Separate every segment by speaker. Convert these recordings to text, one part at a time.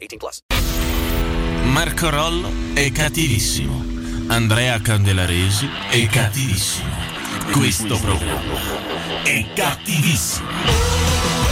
Speaker 1: 18 plus.
Speaker 2: Marco Rollo è cattivissimo. Andrea Candelaresi è cattivissimo. Questo programma è cattivissimo.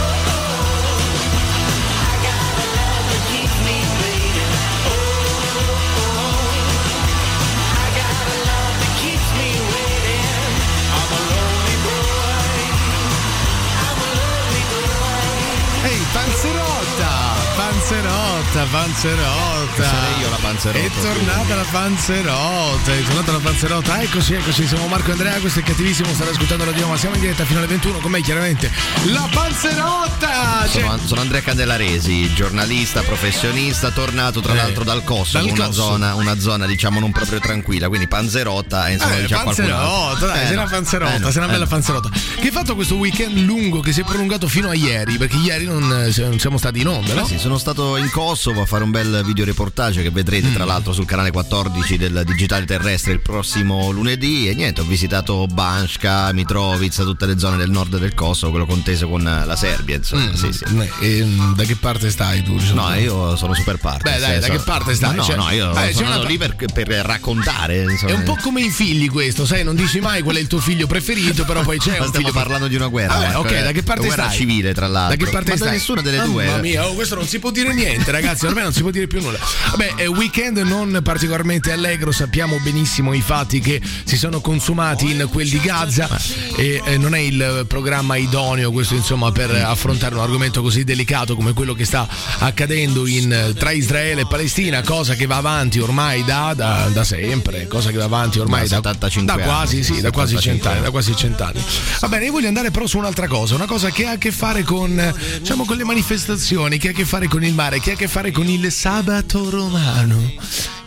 Speaker 3: Ehi, panzerotta! Panzerotta, panzerotta!
Speaker 4: Sarei io la panzerotta.
Speaker 3: È tornata la panzerotta, è tornata la panzerotta. Ecco, Eccoci, eccoci, siamo Marco e Andrea, questo è cattivissimo, state ascoltando la Dio, ma siamo in diretta fino alle 21 con me chiaramente. La panzerotta! Cioè,
Speaker 4: Sono, sono Andrea Candelaresi, giornalista, professionista, tornato tra
Speaker 3: Eh,
Speaker 4: l'altro dal Kosovo,
Speaker 3: dal
Speaker 4: una,
Speaker 3: Kosovo.
Speaker 4: Zona, una zona diciamo non proprio tranquilla, quindi Panzerotta e insomma
Speaker 3: eh,
Speaker 4: diciamo qualcun altro.
Speaker 3: panzerotta, dai,
Speaker 4: Eh,
Speaker 3: sei
Speaker 4: no,
Speaker 3: una panzerotta,
Speaker 4: eh, no,
Speaker 3: sei una
Speaker 4: eh,
Speaker 3: bella
Speaker 4: no.
Speaker 3: panzerotta. Che hai fatto questo weekend lungo che si è prolungato fino a ieri? Perché ieri non eh, non siamo stati in onda, no?
Speaker 4: Eh sì, sono stato in Kosovo a fare un bel video reportage che
Speaker 3: Mm.
Speaker 4: vedrete tra l'altro sul canale 14 del Digitale Terrestre il prossimo lunedì e niente, ho visitato Banska, Mitrovica, tutte le zone del nord del Kosovo, quello conteso con eh, la Serbia, insomma.
Speaker 3: Mm,
Speaker 4: Sì, sì.
Speaker 3: eh, e, mm, da che parte stai tu? diciamo?
Speaker 4: No, io sono super parte.
Speaker 3: Beh, dai,
Speaker 4: nel
Speaker 3: da che parte stai?
Speaker 4: Ma No,
Speaker 3: Cioè,
Speaker 4: no, io
Speaker 3: dai, c'è
Speaker 4: sono
Speaker 3: una
Speaker 4: andato lì per, per raccontare. Insomma.
Speaker 3: È un po' come i figli questo, sai, non dici mai qual è il tuo figlio preferito, però poi c'è
Speaker 4: Ma
Speaker 3: un
Speaker 4: stiamo
Speaker 3: figlio
Speaker 4: parlando di una guerra.
Speaker 3: Vabbè,
Speaker 4: Marco,
Speaker 3: ok,
Speaker 4: eh.
Speaker 3: da che parte
Speaker 4: Una guerra
Speaker 3: stai?
Speaker 4: civile, tra l'altro.
Speaker 3: Da che parte
Speaker 4: Ma da
Speaker 3: stai?
Speaker 4: nessuna delle due.
Speaker 3: Mamma mia, oh, questo non si può dire niente, ragazzi. Ormai non si può dire più nulla. Vabbè, è un weekend non particolarmente allegro. Sappiamo benissimo i fatti che si sono consumati in quel di Gaza. E eh, non è il programma idoneo, questo, insomma, per affrontare un argomento così delicato come quello che sta accadendo in, eh, tra Israele e Palestina, cosa che va avanti ormai da, da- da sempre, cosa che va avanti ormai
Speaker 4: Da
Speaker 3: da,
Speaker 4: 75
Speaker 3: da quasi,
Speaker 4: anni,
Speaker 3: sì, da quasi
Speaker 4: 75
Speaker 3: cent'anni,
Speaker 4: anni.
Speaker 3: da quasi cent'anni. Va bene, io voglio andare però su un'altra cosa, una cosa che ha a che fare con, eh, diciamo, con le manifestazioni, che ha a che fare con il mare, che ha a che fare con il sabato romano.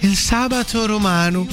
Speaker 3: Il sabato romano.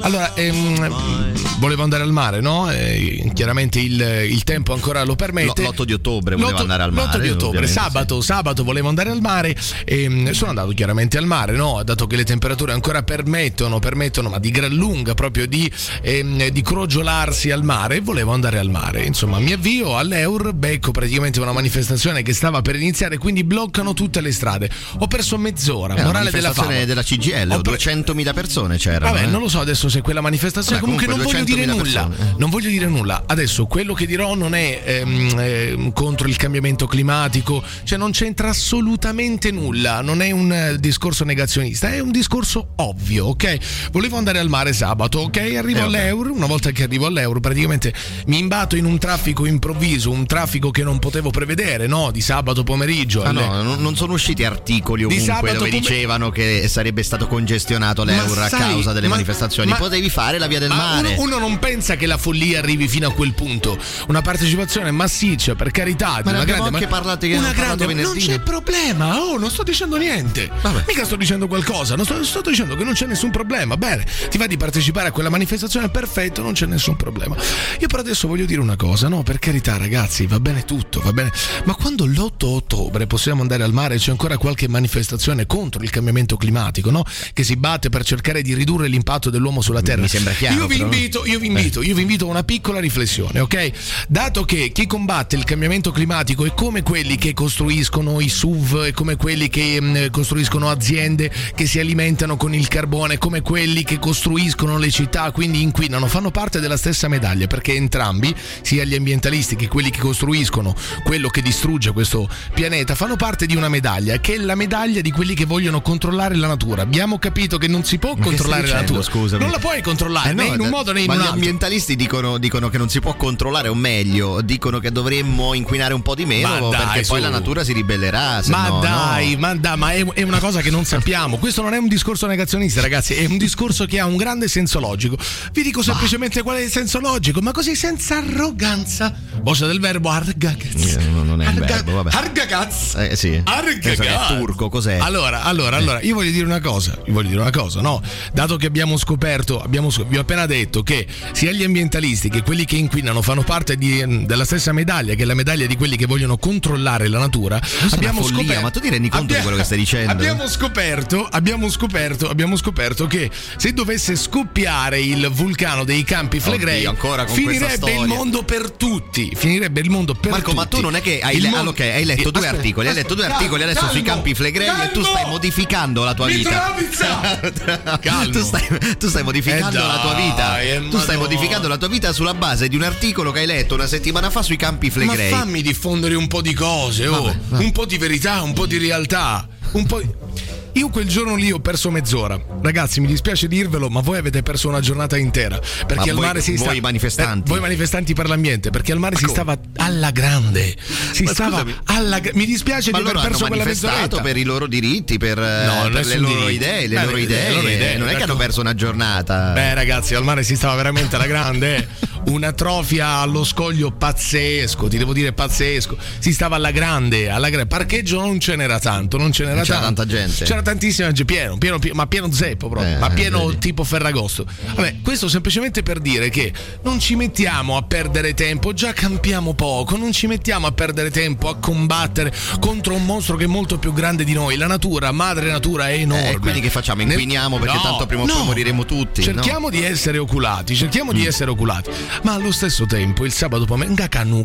Speaker 3: Allora, ehm, volevo andare al mare, no? Eh, chiaramente il, il tempo ancora lo permette.
Speaker 4: L'8 di ottobre volevo
Speaker 3: L'otto-
Speaker 4: andare al mare.
Speaker 3: L'8 di ottobre,
Speaker 4: ovviamente,
Speaker 3: sabato, sabato volevo andare al mare e mm, sono andato chiaramente al mare, no? dato che le temperature ancora permettono, permettono, ma di gran lunga proprio di, ehm, di crogiolarsi al mare, volevo andare al mare. Insomma, mi avvio all'Eur, becco praticamente una manifestazione che stava per iniziare, quindi bloccano tutte le strade. Ho perso mezz'ora,
Speaker 4: sì. Eh, la
Speaker 3: morale della
Speaker 4: manifestazione
Speaker 3: fama.
Speaker 4: della CGL,
Speaker 3: Ho
Speaker 4: o
Speaker 3: pre-
Speaker 4: 200.000 persone c'erano.
Speaker 3: Vabbè,
Speaker 4: eh.
Speaker 3: non lo so adesso se quella manifestazione.
Speaker 4: Vabbè,
Speaker 3: comunque,
Speaker 4: comunque
Speaker 3: non voglio dire
Speaker 4: 200.000
Speaker 3: nulla.
Speaker 4: persone, eh.
Speaker 3: Non voglio dire nulla. Adesso quello che dirò non è ehm, ehm, contro il cambiamento climatico, cioè non c'entra assolutamente nulla. Non è un eh, discorso negazionista, è un discorso ovvio, ok? Volevo andare al mare sabato, ok? Arrivo
Speaker 4: Eh, vabbè.
Speaker 3: all'euro. Una volta che arrivo all'euro, praticamente mi imbatto in un traffico improvviso, un traffico che non potevo prevedere, no? Di sabato pomeriggio.
Speaker 4: Ah,
Speaker 3: alle-
Speaker 4: no, non- non sono usciti articoli ovunque
Speaker 3: sabato
Speaker 4: dove
Speaker 3: come-
Speaker 4: dicevano che sarebbe stato congestionato l'Euro
Speaker 3: Ma
Speaker 4: a
Speaker 3: sai,
Speaker 4: causa delle
Speaker 3: ma-
Speaker 4: manifestazioni.
Speaker 3: ma-
Speaker 4: Potevi fare la via del
Speaker 3: Ma
Speaker 4: mare.
Speaker 3: Uno, uno non pensa che la follia arrivi fino a quel punto. Una partecipazione massiccia, per carità, di
Speaker 4: Ma ne
Speaker 3: una
Speaker 4: abbiamo
Speaker 3: grande.
Speaker 4: anche parlato- che
Speaker 3: una
Speaker 4: abbiamo parlato
Speaker 3: grande non
Speaker 4: venerdì.
Speaker 3: c'è problema. Oh, non sto dicendo niente.
Speaker 4: Vabbè.
Speaker 3: Mica sto dicendo qualcosa. Non sto, sto dicendo che non c'è nessun problema. Bene, ti va di partecipare a quella manifestazione, perfetto, non c'è nessun problema. Io però adesso voglio dire una cosa, no? Per carità, ragazzi, va bene tutto, va bene. Ma quando l'8 ottobre possiamo andare al mare, c'è ancora qualche manifestazione contro il cambiamento climatico, no? Che si combatte per cercare di ridurre l'impatto dell'uomo sulla Terra.
Speaker 4: Mi sembra chiaro,
Speaker 3: Io vi
Speaker 4: però.
Speaker 3: invito, io vi invito, io vi invito a una piccola riflessione, ok? Dato che chi combatte il cambiamento climatico è come quelli che costruiscono i SUV, è come quelli che mh, costruiscono aziende che si alimentano con il carbone, è come quelli che costruiscono le città, quindi inquinano, fanno parte della stessa medaglia, perché entrambi, sia gli ambientalisti che quelli che costruiscono quello che distrugge questo pianeta, fanno parte di una medaglia, che è la medaglia di quelli che vogliono controllare la natura. Abbiamo capito che non si può
Speaker 4: Ma che
Speaker 3: controllare
Speaker 4: stai dicendo,
Speaker 3: la natura.
Speaker 4: scusami?
Speaker 3: Non la puoi controllare
Speaker 4: Eh
Speaker 3: né
Speaker 4: no,
Speaker 3: in un
Speaker 4: d-
Speaker 3: modo né in
Speaker 4: ma
Speaker 3: un
Speaker 4: gli
Speaker 3: altro.
Speaker 4: ambientalisti dicono, dicono che non si può controllare, o meglio, dicono che dovremmo inquinare un po' di
Speaker 3: Ma
Speaker 4: meno
Speaker 3: dai,
Speaker 4: perché poi
Speaker 3: su.
Speaker 4: la natura si ribellerà. se
Speaker 3: Ma
Speaker 4: no, no.
Speaker 3: dai, ma, da- ma è, è una cosa che non sappiamo. Questo non è un discorso negazionista, ragazzi, è un discorso che ha un grande senso logico. Vi dico semplicemente qual è il senso logico, ma così senza arroganza. Voce del verbo argagaz.
Speaker 4: Eh, no, non è un verbo, vabbè.
Speaker 3: Argagaz.
Speaker 4: Eh, sì. Penso che
Speaker 3: Argagaz.
Speaker 4: è turco, cos'è? Eh.
Speaker 3: Allora, allora, allora, io voglio dire una cosa, vi voglio dire una cosa, no? Dato che abbiamo scoperto, abbiamo scop- vi ho appena detto che sia gli ambientalisti che quelli che inquinano fanno parte di- mm, della stessa medaglia, che è la medaglia di quelli che vogliono controllare la natura,
Speaker 4: Questa è una follia, ma tu ti rendi conto di
Speaker 3: Abbia-
Speaker 4: quello che stai dicendo?
Speaker 3: Abbiamo scoperto, abbiamo scoperto, abbiamo scoperto che se dovesse scoppiare il vulcano dei Campi Flegrei,
Speaker 4: Oddio, ancora con questa
Speaker 3: finirebbe il
Speaker 4: storia.
Speaker 3: mondo per tutti, finirebbe il mondo per
Speaker 4: Marco,
Speaker 3: tutti.
Speaker 4: ma tu non è che hai,
Speaker 3: Il
Speaker 4: le-
Speaker 3: mondo- Eh,
Speaker 4: ah, ok, hai letto due
Speaker 3: Aspetta,
Speaker 4: articoli, hai letto due
Speaker 3: aspetta,
Speaker 4: articoli adesso sui
Speaker 3: calmo,
Speaker 4: campi flegrei e tu
Speaker 3: calmo.
Speaker 4: stai modificando la tua vita.
Speaker 3: Mitrovizza! Calmo.
Speaker 4: Tu stai, tu stai modificando
Speaker 3: Eh
Speaker 4: la tua
Speaker 3: dai,
Speaker 4: vita.
Speaker 3: eh,
Speaker 4: tu stai
Speaker 3: madonna.
Speaker 4: modificando la tua vita sulla base di un articolo che hai letto una settimana fa sui campi
Speaker 3: Ma
Speaker 4: flegrei.
Speaker 3: fammi diffondere un po' di cose, oh. un po' di verità, un po' di realtà, un po'. di- Io quel giorno lì ho perso mezz'ora. Ragazzi, mi dispiace dirvelo, ma voi avete perso una giornata intera. Perché
Speaker 4: Ma
Speaker 3: al
Speaker 4: voi-
Speaker 3: mare si sta-
Speaker 4: voi manifestanti.
Speaker 3: Eh, voi manifestanti per l'ambiente, perché al mare si stava alla grande. Si
Speaker 4: Ma
Speaker 3: stava
Speaker 4: scusami.
Speaker 3: alla gra- Mi dispiace
Speaker 4: Ma
Speaker 3: di aver
Speaker 4: loro hanno
Speaker 3: perso quella
Speaker 4: manifestato
Speaker 3: mezz'oretta.
Speaker 4: per i loro diritti, per, eh,
Speaker 3: No, non
Speaker 4: per
Speaker 3: è
Speaker 4: le
Speaker 3: sul
Speaker 4: loro
Speaker 3: diritto.
Speaker 4: idee, le
Speaker 3: Beh,
Speaker 4: loro
Speaker 3: le
Speaker 4: idee.
Speaker 3: loro idee,
Speaker 4: non è che
Speaker 3: ecco.
Speaker 4: hanno perso una giornata.
Speaker 3: Beh, ragazzi, al mare si stava veramente alla grande. eh. Una trofia allo scoglio pazzesco, ti devo dire pazzesco. Si stava alla grande, alla grande. Parcheggio non ce n'era tanto, non ce n'era
Speaker 4: Non c'era
Speaker 3: tanto.
Speaker 4: tanta gente.
Speaker 3: C'era tantissima gente, pieno, pieno, pieno- ma pieno zeppo proprio,
Speaker 4: Eh,
Speaker 3: ma pieno
Speaker 4: vedi.
Speaker 3: tipo Ferragosto. Vabbè, questo semplicemente per dire che non ci mettiamo a perdere tempo, già campiamo poco, non ci mettiamo a perdere tempo a combattere contro un mostro che è molto più grande di noi. La natura, madre natura è enorme.
Speaker 4: Eh, quindi che facciamo? Inquiniamo perché
Speaker 3: No,
Speaker 4: tanto prima o poi
Speaker 3: no.
Speaker 4: moriremo tutti. no? Mm.
Speaker 3: Cerchiamo di essere oculati, cerchiamo di essere oculati, ma allo stesso tempo il sabato pomeriggio.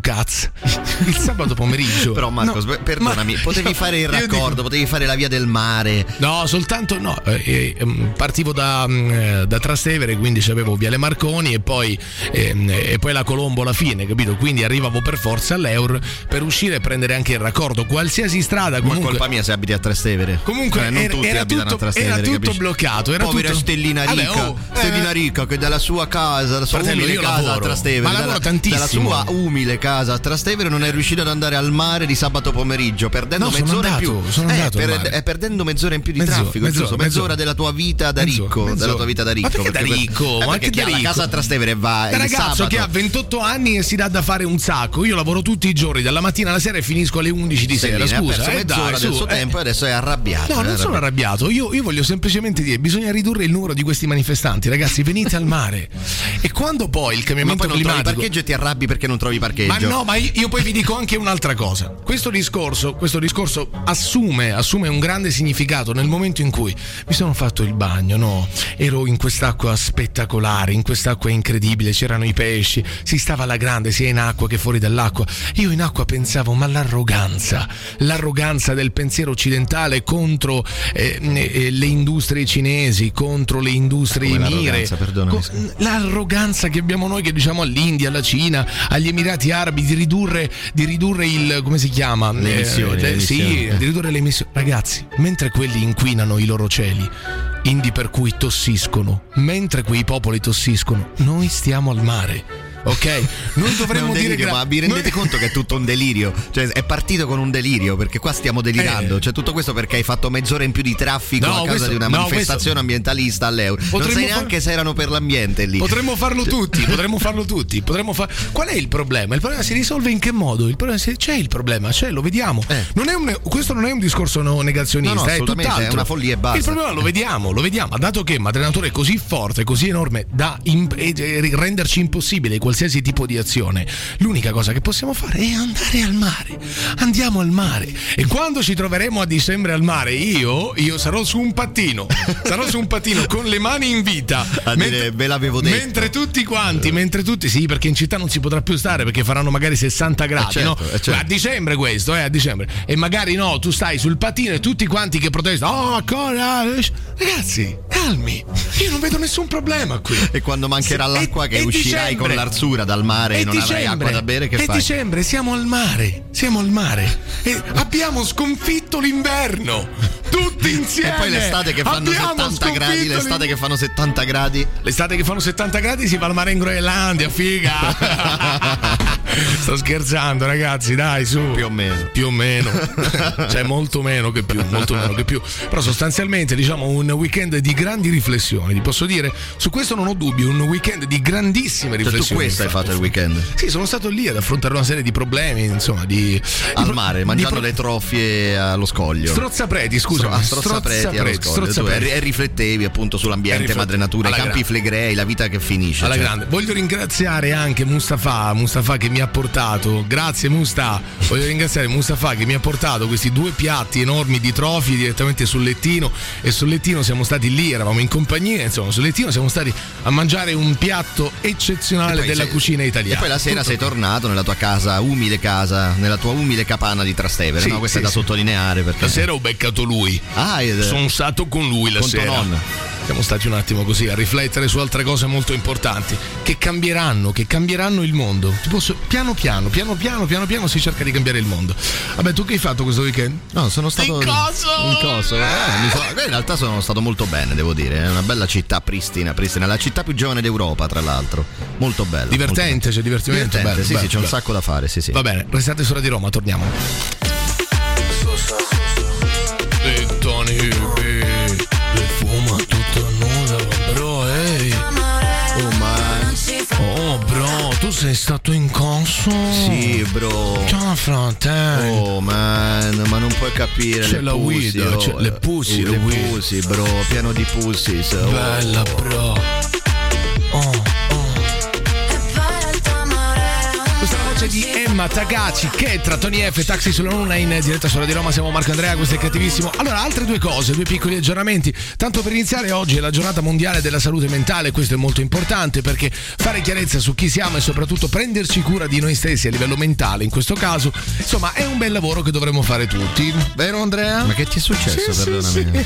Speaker 3: Il sabato pomeriggio.
Speaker 4: Però Marco,
Speaker 3: No,
Speaker 4: sp- perdonami,
Speaker 3: ma-
Speaker 4: potevi fare il
Speaker 3: Io dico-
Speaker 4: raccordo, potevi fare la via del mare.
Speaker 3: No, soltanto no. eh, eh, ehm, partivo da, mm, eh, da Trastevere, quindi c'avevo Viale Marconi e poi, ehm, e poi la Colombo alla fine, capito? Quindi arrivavo per forza all'Eur per uscire e prendere anche il raccordo. Qualsiasi strada,
Speaker 4: Ma
Speaker 3: comunque.
Speaker 4: colpa mia se abiti a Trastevere.
Speaker 3: Comunque
Speaker 4: Eh, non
Speaker 3: era,
Speaker 4: tutti
Speaker 3: era
Speaker 4: abitano a
Speaker 3: tutto,
Speaker 4: Trastevere,
Speaker 3: era tutto
Speaker 4: capisci?
Speaker 3: bloccato. Era
Speaker 4: Povera
Speaker 3: tutto...
Speaker 4: Stellina
Speaker 3: Vabbè,
Speaker 4: Ricca,
Speaker 3: oh,
Speaker 4: Stellina
Speaker 3: eh,
Speaker 4: Ricca che dalla sua casa, dalla sua
Speaker 3: Fratello,
Speaker 4: umile
Speaker 3: io
Speaker 4: casa a
Speaker 3: lavoro.
Speaker 4: Trastevere,
Speaker 3: Ma
Speaker 4: dalla-
Speaker 3: lavoro tantissimo.
Speaker 4: dalla sua umile casa a Trastevere non è riuscito ad andare al mare di sabato pomeriggio, perdendo
Speaker 3: No, sono
Speaker 4: mezz'ora in
Speaker 3: andato,
Speaker 4: più.
Speaker 3: sono
Speaker 4: Eh,
Speaker 3: andato al
Speaker 4: per-
Speaker 3: mare.
Speaker 4: eh, perdendo mezz'ora in più di
Speaker 3: Mezz'ora,
Speaker 4: traffico,
Speaker 3: mezz'ora,
Speaker 4: giuso,
Speaker 3: mezz'ora.
Speaker 4: mezz'ora della tua vita da
Speaker 3: Mezz'ora,
Speaker 4: ricco, della
Speaker 3: mezz'ora.
Speaker 4: tua vita da ricco.
Speaker 3: Ma perché da ricco?
Speaker 4: Eh,
Speaker 3: Ma
Speaker 4: perché
Speaker 3: che
Speaker 4: chi ha
Speaker 3: da
Speaker 4: la
Speaker 3: ricco?
Speaker 4: casa a Trastevere va
Speaker 3: Da
Speaker 4: Ah, il
Speaker 3: ragazzo
Speaker 4: sabato.
Speaker 3: che ha 28 anni e si dà da fare un sacco. Io lavoro tutti i giorni, dalla mattina alla sera e finisco alle 11 di
Speaker 4: Stellina
Speaker 3: sera.
Speaker 4: ha
Speaker 3: Scusa,
Speaker 4: perso
Speaker 3: eh,
Speaker 4: mezz'ora
Speaker 3: dai,
Speaker 4: del
Speaker 3: su,
Speaker 4: suo
Speaker 3: eh.
Speaker 4: tempo e adesso è arrabbiato.
Speaker 3: No,
Speaker 4: eh,
Speaker 3: non sono
Speaker 4: arrabbiato.
Speaker 3: arrabbiato, io, io voglio semplicemente dire, bisogna ridurre il numero di questi manifestanti, ragazzi, venite al mare. E quando poi il
Speaker 4: Ma
Speaker 3: cambiamento
Speaker 4: poi non trovi
Speaker 3: climatico...
Speaker 4: parcheggio e ti arrabbi perché non trovi
Speaker 3: Ma
Speaker 4: parcheggio.
Speaker 3: no, ma io io poi vi dico anche un'altra cosa. Questo discorso, questo discorso assume, assume un grande significato nel momento in cui mi sono fatto il bagno, no? Ero in quest'acqua spettacolare, in quest'acqua incredibile, c'erano i pesci, si stava alla grande sia in acqua che fuori dall'acqua. Io in acqua pensavo, ma l'arroganza, l'arroganza del pensiero occidentale contro eh, eh, le industrie cinesi, contro le industrie
Speaker 4: Come
Speaker 3: mire.
Speaker 4: l'arroganza, perdonami,
Speaker 3: Co- l'arroganza che abbiamo noi che diciamo all'India, alla Cina, agli Emirati Arabi di ridurre, di ridurre il come si chiama?
Speaker 4: Le emissioni,
Speaker 3: Eh,
Speaker 4: le
Speaker 3: sì,
Speaker 4: emissioni, eh.
Speaker 3: di ridurre le emissioni. Ragazzi, mentre quelli inquinano i loro cieli, indi per cui tossiscono, mentre quei popoli tossiscono, noi stiamo al mare. Ok, non
Speaker 4: Ma è un
Speaker 3: dovremmo dire
Speaker 4: delirio,
Speaker 3: gra-
Speaker 4: ma vi rendete
Speaker 3: noi-
Speaker 4: conto che è tutto un delirio? Cioè, è partito con un delirio perché qua stiamo delirando.
Speaker 3: Eh.
Speaker 4: Cioè, tutto questo perché hai fatto mezz'ora in più di traffico
Speaker 3: No,
Speaker 4: a causa
Speaker 3: questo-
Speaker 4: di una
Speaker 3: no,
Speaker 4: manifestazione
Speaker 3: questo-
Speaker 4: ambientalista all'euro. Non
Speaker 3: Potremmo
Speaker 4: sai
Speaker 3: far-
Speaker 4: neanche se erano per l'ambiente lì.
Speaker 3: Potremmo farlo tutti, potremmo farlo tutti. Potremmo fa- Qual è il problema? Il problema si risolve in che modo? Il problema si- C'è il problema, c'è, lo vediamo.
Speaker 4: Eh.
Speaker 3: Non è un- Questo non è un discorso no- negazionista,
Speaker 4: No, no,
Speaker 3: è
Speaker 4: assolutamente,
Speaker 3: tutt'altro.
Speaker 4: è una follia e basta.
Speaker 3: Il problema lo vediamo, lo vediamo. Dato che Madre Natura è così forte, così enorme da im- e- e renderci impossibile qualsiasi qualsiasi tipo di azione, l'unica cosa che possiamo fare è andare al mare. Andiamo al mare. E quando ci troveremo a dicembre al mare, io, io sarò su un pattino. Sarò su un pattino con le mani in vita.
Speaker 4: A
Speaker 3: Mentre-
Speaker 4: dire, ve l'avevo detto.
Speaker 3: Mentre tutti quanti, mentre tutti, sì, perché in città non si potrà più stare perché faranno magari 60 gradi,
Speaker 4: certo,
Speaker 3: no?
Speaker 4: eh, certo.
Speaker 3: A dicembre questo, eh, a dicembre. E magari no, tu stai sul patino e tutti quanti che protestano, oh, ancora. Ragazzi, calmi, io non vedo nessun problema qui.
Speaker 4: E quando mancherà
Speaker 3: Sì, e-
Speaker 4: l'acqua che
Speaker 3: e
Speaker 4: uscirai
Speaker 3: dicembre.
Speaker 4: con l'arsura dal mare e
Speaker 3: E
Speaker 4: non avrai acqua da bere, che
Speaker 3: e
Speaker 4: fai?
Speaker 3: dicembre siamo al mare, siamo al mare e abbiamo sconfitto l'inverno, tutti
Speaker 4: E
Speaker 3: insieme.
Speaker 4: poi l'estate che fanno
Speaker 3: Abbiamo
Speaker 4: 70 gradi,
Speaker 3: sconfitto
Speaker 4: l'estate che fanno 70 gradi.
Speaker 3: L'estate che fanno 70 gradi si va al mare in Groenlandia, figa! Sto scherzando, ragazzi, dai, su.
Speaker 4: Più o meno.
Speaker 3: Più o meno. cioè, molto meno che più, molto meno che più. Però sostanzialmente, diciamo, un weekend di grandi riflessioni, ti posso dire, su questo non ho dubbi, un weekend di grandissime
Speaker 4: Cioè, tu
Speaker 3: riflessioni.
Speaker 4: questo hai fatto il weekend.
Speaker 3: Sì, sono stato lì ad affrontare una serie di problemi, insomma, di... di
Speaker 4: Al
Speaker 3: pro-
Speaker 4: mare,
Speaker 3: di
Speaker 4: mangiando
Speaker 3: pro-
Speaker 4: le trofie allo scoglio.
Speaker 3: Strozzapreti, scusa.
Speaker 4: a strozzapreti allo scoglio. Tu, eh, e, e riflettevi appunto
Speaker 3: E
Speaker 4: sull'ambiente,
Speaker 3: riflet-
Speaker 4: madre natura, i
Speaker 3: alla
Speaker 4: campi
Speaker 3: grande.
Speaker 4: flegrei, la vita che finisce.
Speaker 3: Alla
Speaker 4: cioè.
Speaker 3: grande. Voglio ringraziare anche Mustafa, Mustafa che mi ha portato, grazie Musta, voglio ringraziare Mustafa che mi ha portato questi due piatti enormi di trofi direttamente sul lettino e sul lettino siamo stati lì, eravamo in compagnia, insomma, sul lettino siamo stati a mangiare un piatto
Speaker 4: E
Speaker 3: eccezionale
Speaker 4: poi
Speaker 3: della
Speaker 4: sei-
Speaker 3: cucina italiana.
Speaker 4: E poi la sera
Speaker 3: Tutto-
Speaker 4: sei tornato nella tua casa, umile casa, nella tua umile capana di Trastevere.
Speaker 3: Sì,
Speaker 4: no? Questo
Speaker 3: sì,
Speaker 4: è da
Speaker 3: sì.
Speaker 4: sottolineare perché.
Speaker 3: La sera ho beccato lui.
Speaker 4: Ah, ed-
Speaker 3: Sono stato con lui la
Speaker 4: Con tuo
Speaker 3: sera.
Speaker 4: nonno.
Speaker 3: Siamo stati un attimo così a riflettere su altre cose molto importanti che cambieranno, che cambieranno il mondo. Ti posso- piano piano, piano piano, piano piano si cerca di cambiare il mondo. Vabbè, tu che hai fatto questo weekend?
Speaker 4: No, sono stato
Speaker 3: In Kosovo!
Speaker 4: In Kosovo, eh, mi so- in realtà sono stato molto bene, devo dire. È una bella città pristina, pristina, la città più giovane d'Europa, tra l'altro. Molto bella.
Speaker 3: Divertente, c'è
Speaker 4: molto bella.
Speaker 3: divertimento.
Speaker 4: Divertente,
Speaker 3: bello,
Speaker 4: sì,
Speaker 3: bello,
Speaker 4: sì, c'è un
Speaker 3: bello.
Speaker 4: sacco da fare, sì, sì.
Speaker 3: Va bene, restate sulla di Roma, torniamo. E Tony B, le fuma tutta nuda, bro, ehi.
Speaker 4: Oh, ma
Speaker 3: Oh, bro, tu sei stato in Kosovo?
Speaker 4: sì, bro.
Speaker 3: Ciao, fratello.
Speaker 4: Oh man, ma non puoi capire
Speaker 3: C'è
Speaker 4: le
Speaker 3: la
Speaker 4: pussy,
Speaker 3: guida,
Speaker 4: oh.
Speaker 3: c'è le pussy,
Speaker 4: Uh,
Speaker 3: la
Speaker 4: le
Speaker 3: guida.
Speaker 4: pussy, bro, piano di Oh. pussy. so.
Speaker 3: Bella, bro. Oh, oh. Questa è la voce di Emma Tagaci che tra Tony F e Taxi sulla Luna in diretta sulla di Roma siamo Marco Andrea, questo è cattivissimo. Allora, altre due cose, due piccoli aggiornamenti. Tanto per iniziare, oggi è la giornata mondiale della salute mentale, questo è molto importante perché fare chiarezza su chi siamo e soprattutto prenderci cura di noi stessi a livello mentale, in questo caso, insomma, è un bel lavoro che dovremmo fare tutti. Vero Andrea?
Speaker 4: Ma che ti è successo,
Speaker 3: Sì, sì,
Speaker 4: perdonami?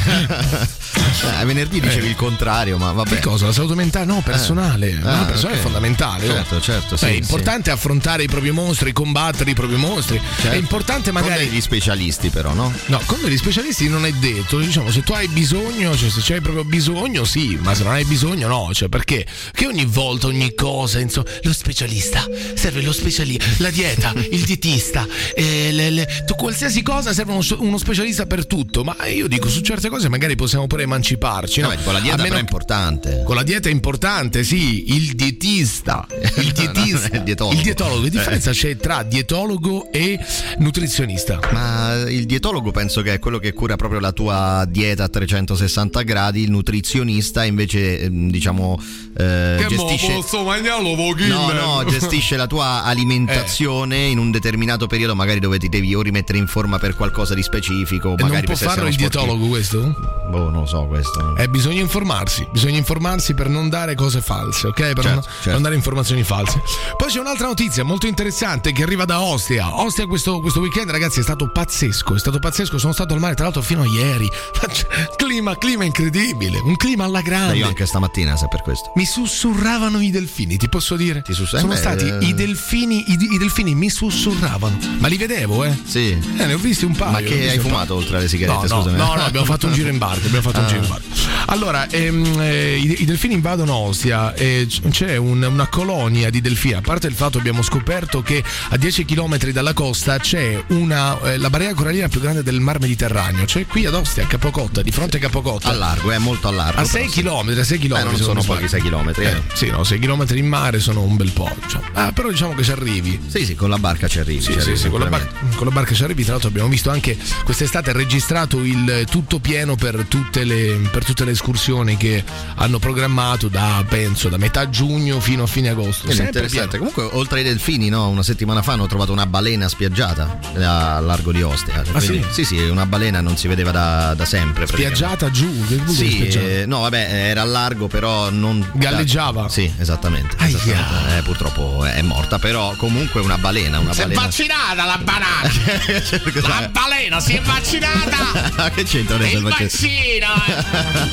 Speaker 4: Eh, venerdì dicevi il contrario, ma vabbè.
Speaker 3: Che cosa? La salute mentale? No, personale.
Speaker 4: Eh.
Speaker 3: No,
Speaker 4: Ah,
Speaker 3: personale
Speaker 4: ok.
Speaker 3: è fondamentale. oh.
Speaker 4: Certo, certo, sì,
Speaker 3: Beh, è
Speaker 4: sì.
Speaker 3: importante affrontare i propri mostri, combattere i propri mostri.
Speaker 4: Certo.
Speaker 3: È importante
Speaker 4: Con
Speaker 3: magari.
Speaker 4: degli specialisti però, no?
Speaker 3: No, con degli specialisti non è detto, diciamo, se tu hai bisogno, cioè se c'hai proprio bisogno, sì, ma se non hai bisogno no, cioè perché? Che ogni volta, ogni cosa, insomma, lo specialista, serve lo specialista, la dieta, il dietista, eh, le- le- tu- qualsiasi cosa serve uno, uno specialista per tutto, ma io dico, su certe cose magari possiamo pure emanciparci, no?
Speaker 4: Vabbè, con la dieta
Speaker 3: A
Speaker 4: però
Speaker 3: meno
Speaker 4: è importante.
Speaker 3: con la dieta è importante, sì, il dietista. Il dietista.
Speaker 4: Certo, non è il dietologo. Eh.
Speaker 3: Il dietologo. Che differenza c'è tra dietologo e nutrizionista?
Speaker 4: Ma il dietologo penso che è quello che cura proprio la tua dieta a 360 gradi, il nutrizionista invece ehm, diciamo eh, gestisce
Speaker 3: mangiarlo
Speaker 4: No, no, gestisce la tua
Speaker 3: Eh.
Speaker 4: alimentazione in un determinato periodo, magari dove ti devi o rimettere in forma per qualcosa di specifico,
Speaker 3: E non
Speaker 4: magari
Speaker 3: può
Speaker 4: per se
Speaker 3: farlo
Speaker 4: sei
Speaker 3: il
Speaker 4: uno sportivo.
Speaker 3: dietologo questo?
Speaker 4: Boh, non lo so questo.
Speaker 3: Eh, bisogna informarsi, bisogna informarsi per non dare cose false, ok? Per non- non,
Speaker 4: certo.
Speaker 3: dare informazioni false. Poi c'è un'altra notizia molto interessante che arriva da Ostia. Ostia questo, questo weekend, ragazzi, è stato pazzesco, è stato pazzesco, sono stato al mare tra l'altro fino a ieri. clima, clima incredibile, un clima alla
Speaker 4: Beh,
Speaker 3: grande.
Speaker 4: Eh, io anche stamattina se per questo.
Speaker 3: Mi sussurravano i delfini, ti posso dire?
Speaker 4: Ti sussurra-
Speaker 3: Sono
Speaker 4: eh,
Speaker 3: stati
Speaker 4: beh, eh.
Speaker 3: i delfini, i, i delfini mi sussurravano. Ma li vedevo, eh?
Speaker 4: Sì.
Speaker 3: Eh, ne ho visti un paio.
Speaker 4: Ma
Speaker 3: ne ho
Speaker 4: che
Speaker 3: visti
Speaker 4: hai
Speaker 3: un paio.
Speaker 4: fumato oltre alle
Speaker 3: No,
Speaker 4: sigarette,
Speaker 3: no,
Speaker 4: scusami. eh?
Speaker 3: no, no, abbiamo fatto un giro in barca. Abbiamo fatto un giro in barca. Allora, ehm, eh, i, i delfini invadono Ostia. e c- c'è un- una colonia di delfini. A parte il fatto, che abbiamo scoperto che a 10 km dalla costa c'è una, eh, la barriera corallina più grande del mar Mediterraneo. Cioè qui ad Ostia, a Capocotta, di fronte Monte Capocotta.
Speaker 4: A largo, è molto a largo.
Speaker 3: A 6
Speaker 4: però,
Speaker 3: km, a 6 km.
Speaker 4: Eh, non sono pochi 6 km. Eh.
Speaker 3: sì, no, 6 km in mare sono un bel po'. cioè. Ah, però diciamo che ci arrivi.
Speaker 4: Sì, sì, con la barca ci arrivi.
Speaker 3: Sì, sì,
Speaker 4: ci arrivi
Speaker 3: sì, con, la bar-
Speaker 4: sicuramente.
Speaker 3: con la barca ci arrivi. Tra l'altro abbiamo visto anche quest'estate registrato il tutto pieno per tutte, le, per tutte le escursioni che hanno programmato da penso da metà giugno fino a fine agosto.
Speaker 4: Quindi
Speaker 3: Sempre
Speaker 4: Eh, interessante.
Speaker 3: pieno.
Speaker 4: Comunque, oltre ai delfini, no, una settimana fa hanno trovato una balena spiaggiata a largo di Ostia.
Speaker 3: Ah, sì?
Speaker 4: sì, sì, una balena non si vedeva da, da sempre. praticamente.
Speaker 3: Spiaggiata giù, che vuol dire
Speaker 4: Sì,
Speaker 3: spiaggiata?
Speaker 4: eh, no, vabbè, era a largo, però non.
Speaker 3: Galleggiava.
Speaker 4: Sì, esattamente.
Speaker 3: Aia.
Speaker 4: esattamente. Eh, purtroppo è morta, però comunque una balena. Una balena.
Speaker 5: vaccinata la banana! La balena si è vaccinata!
Speaker 4: che c'entra adesso il vaccino?
Speaker 5: vaccino!
Speaker 3: eh.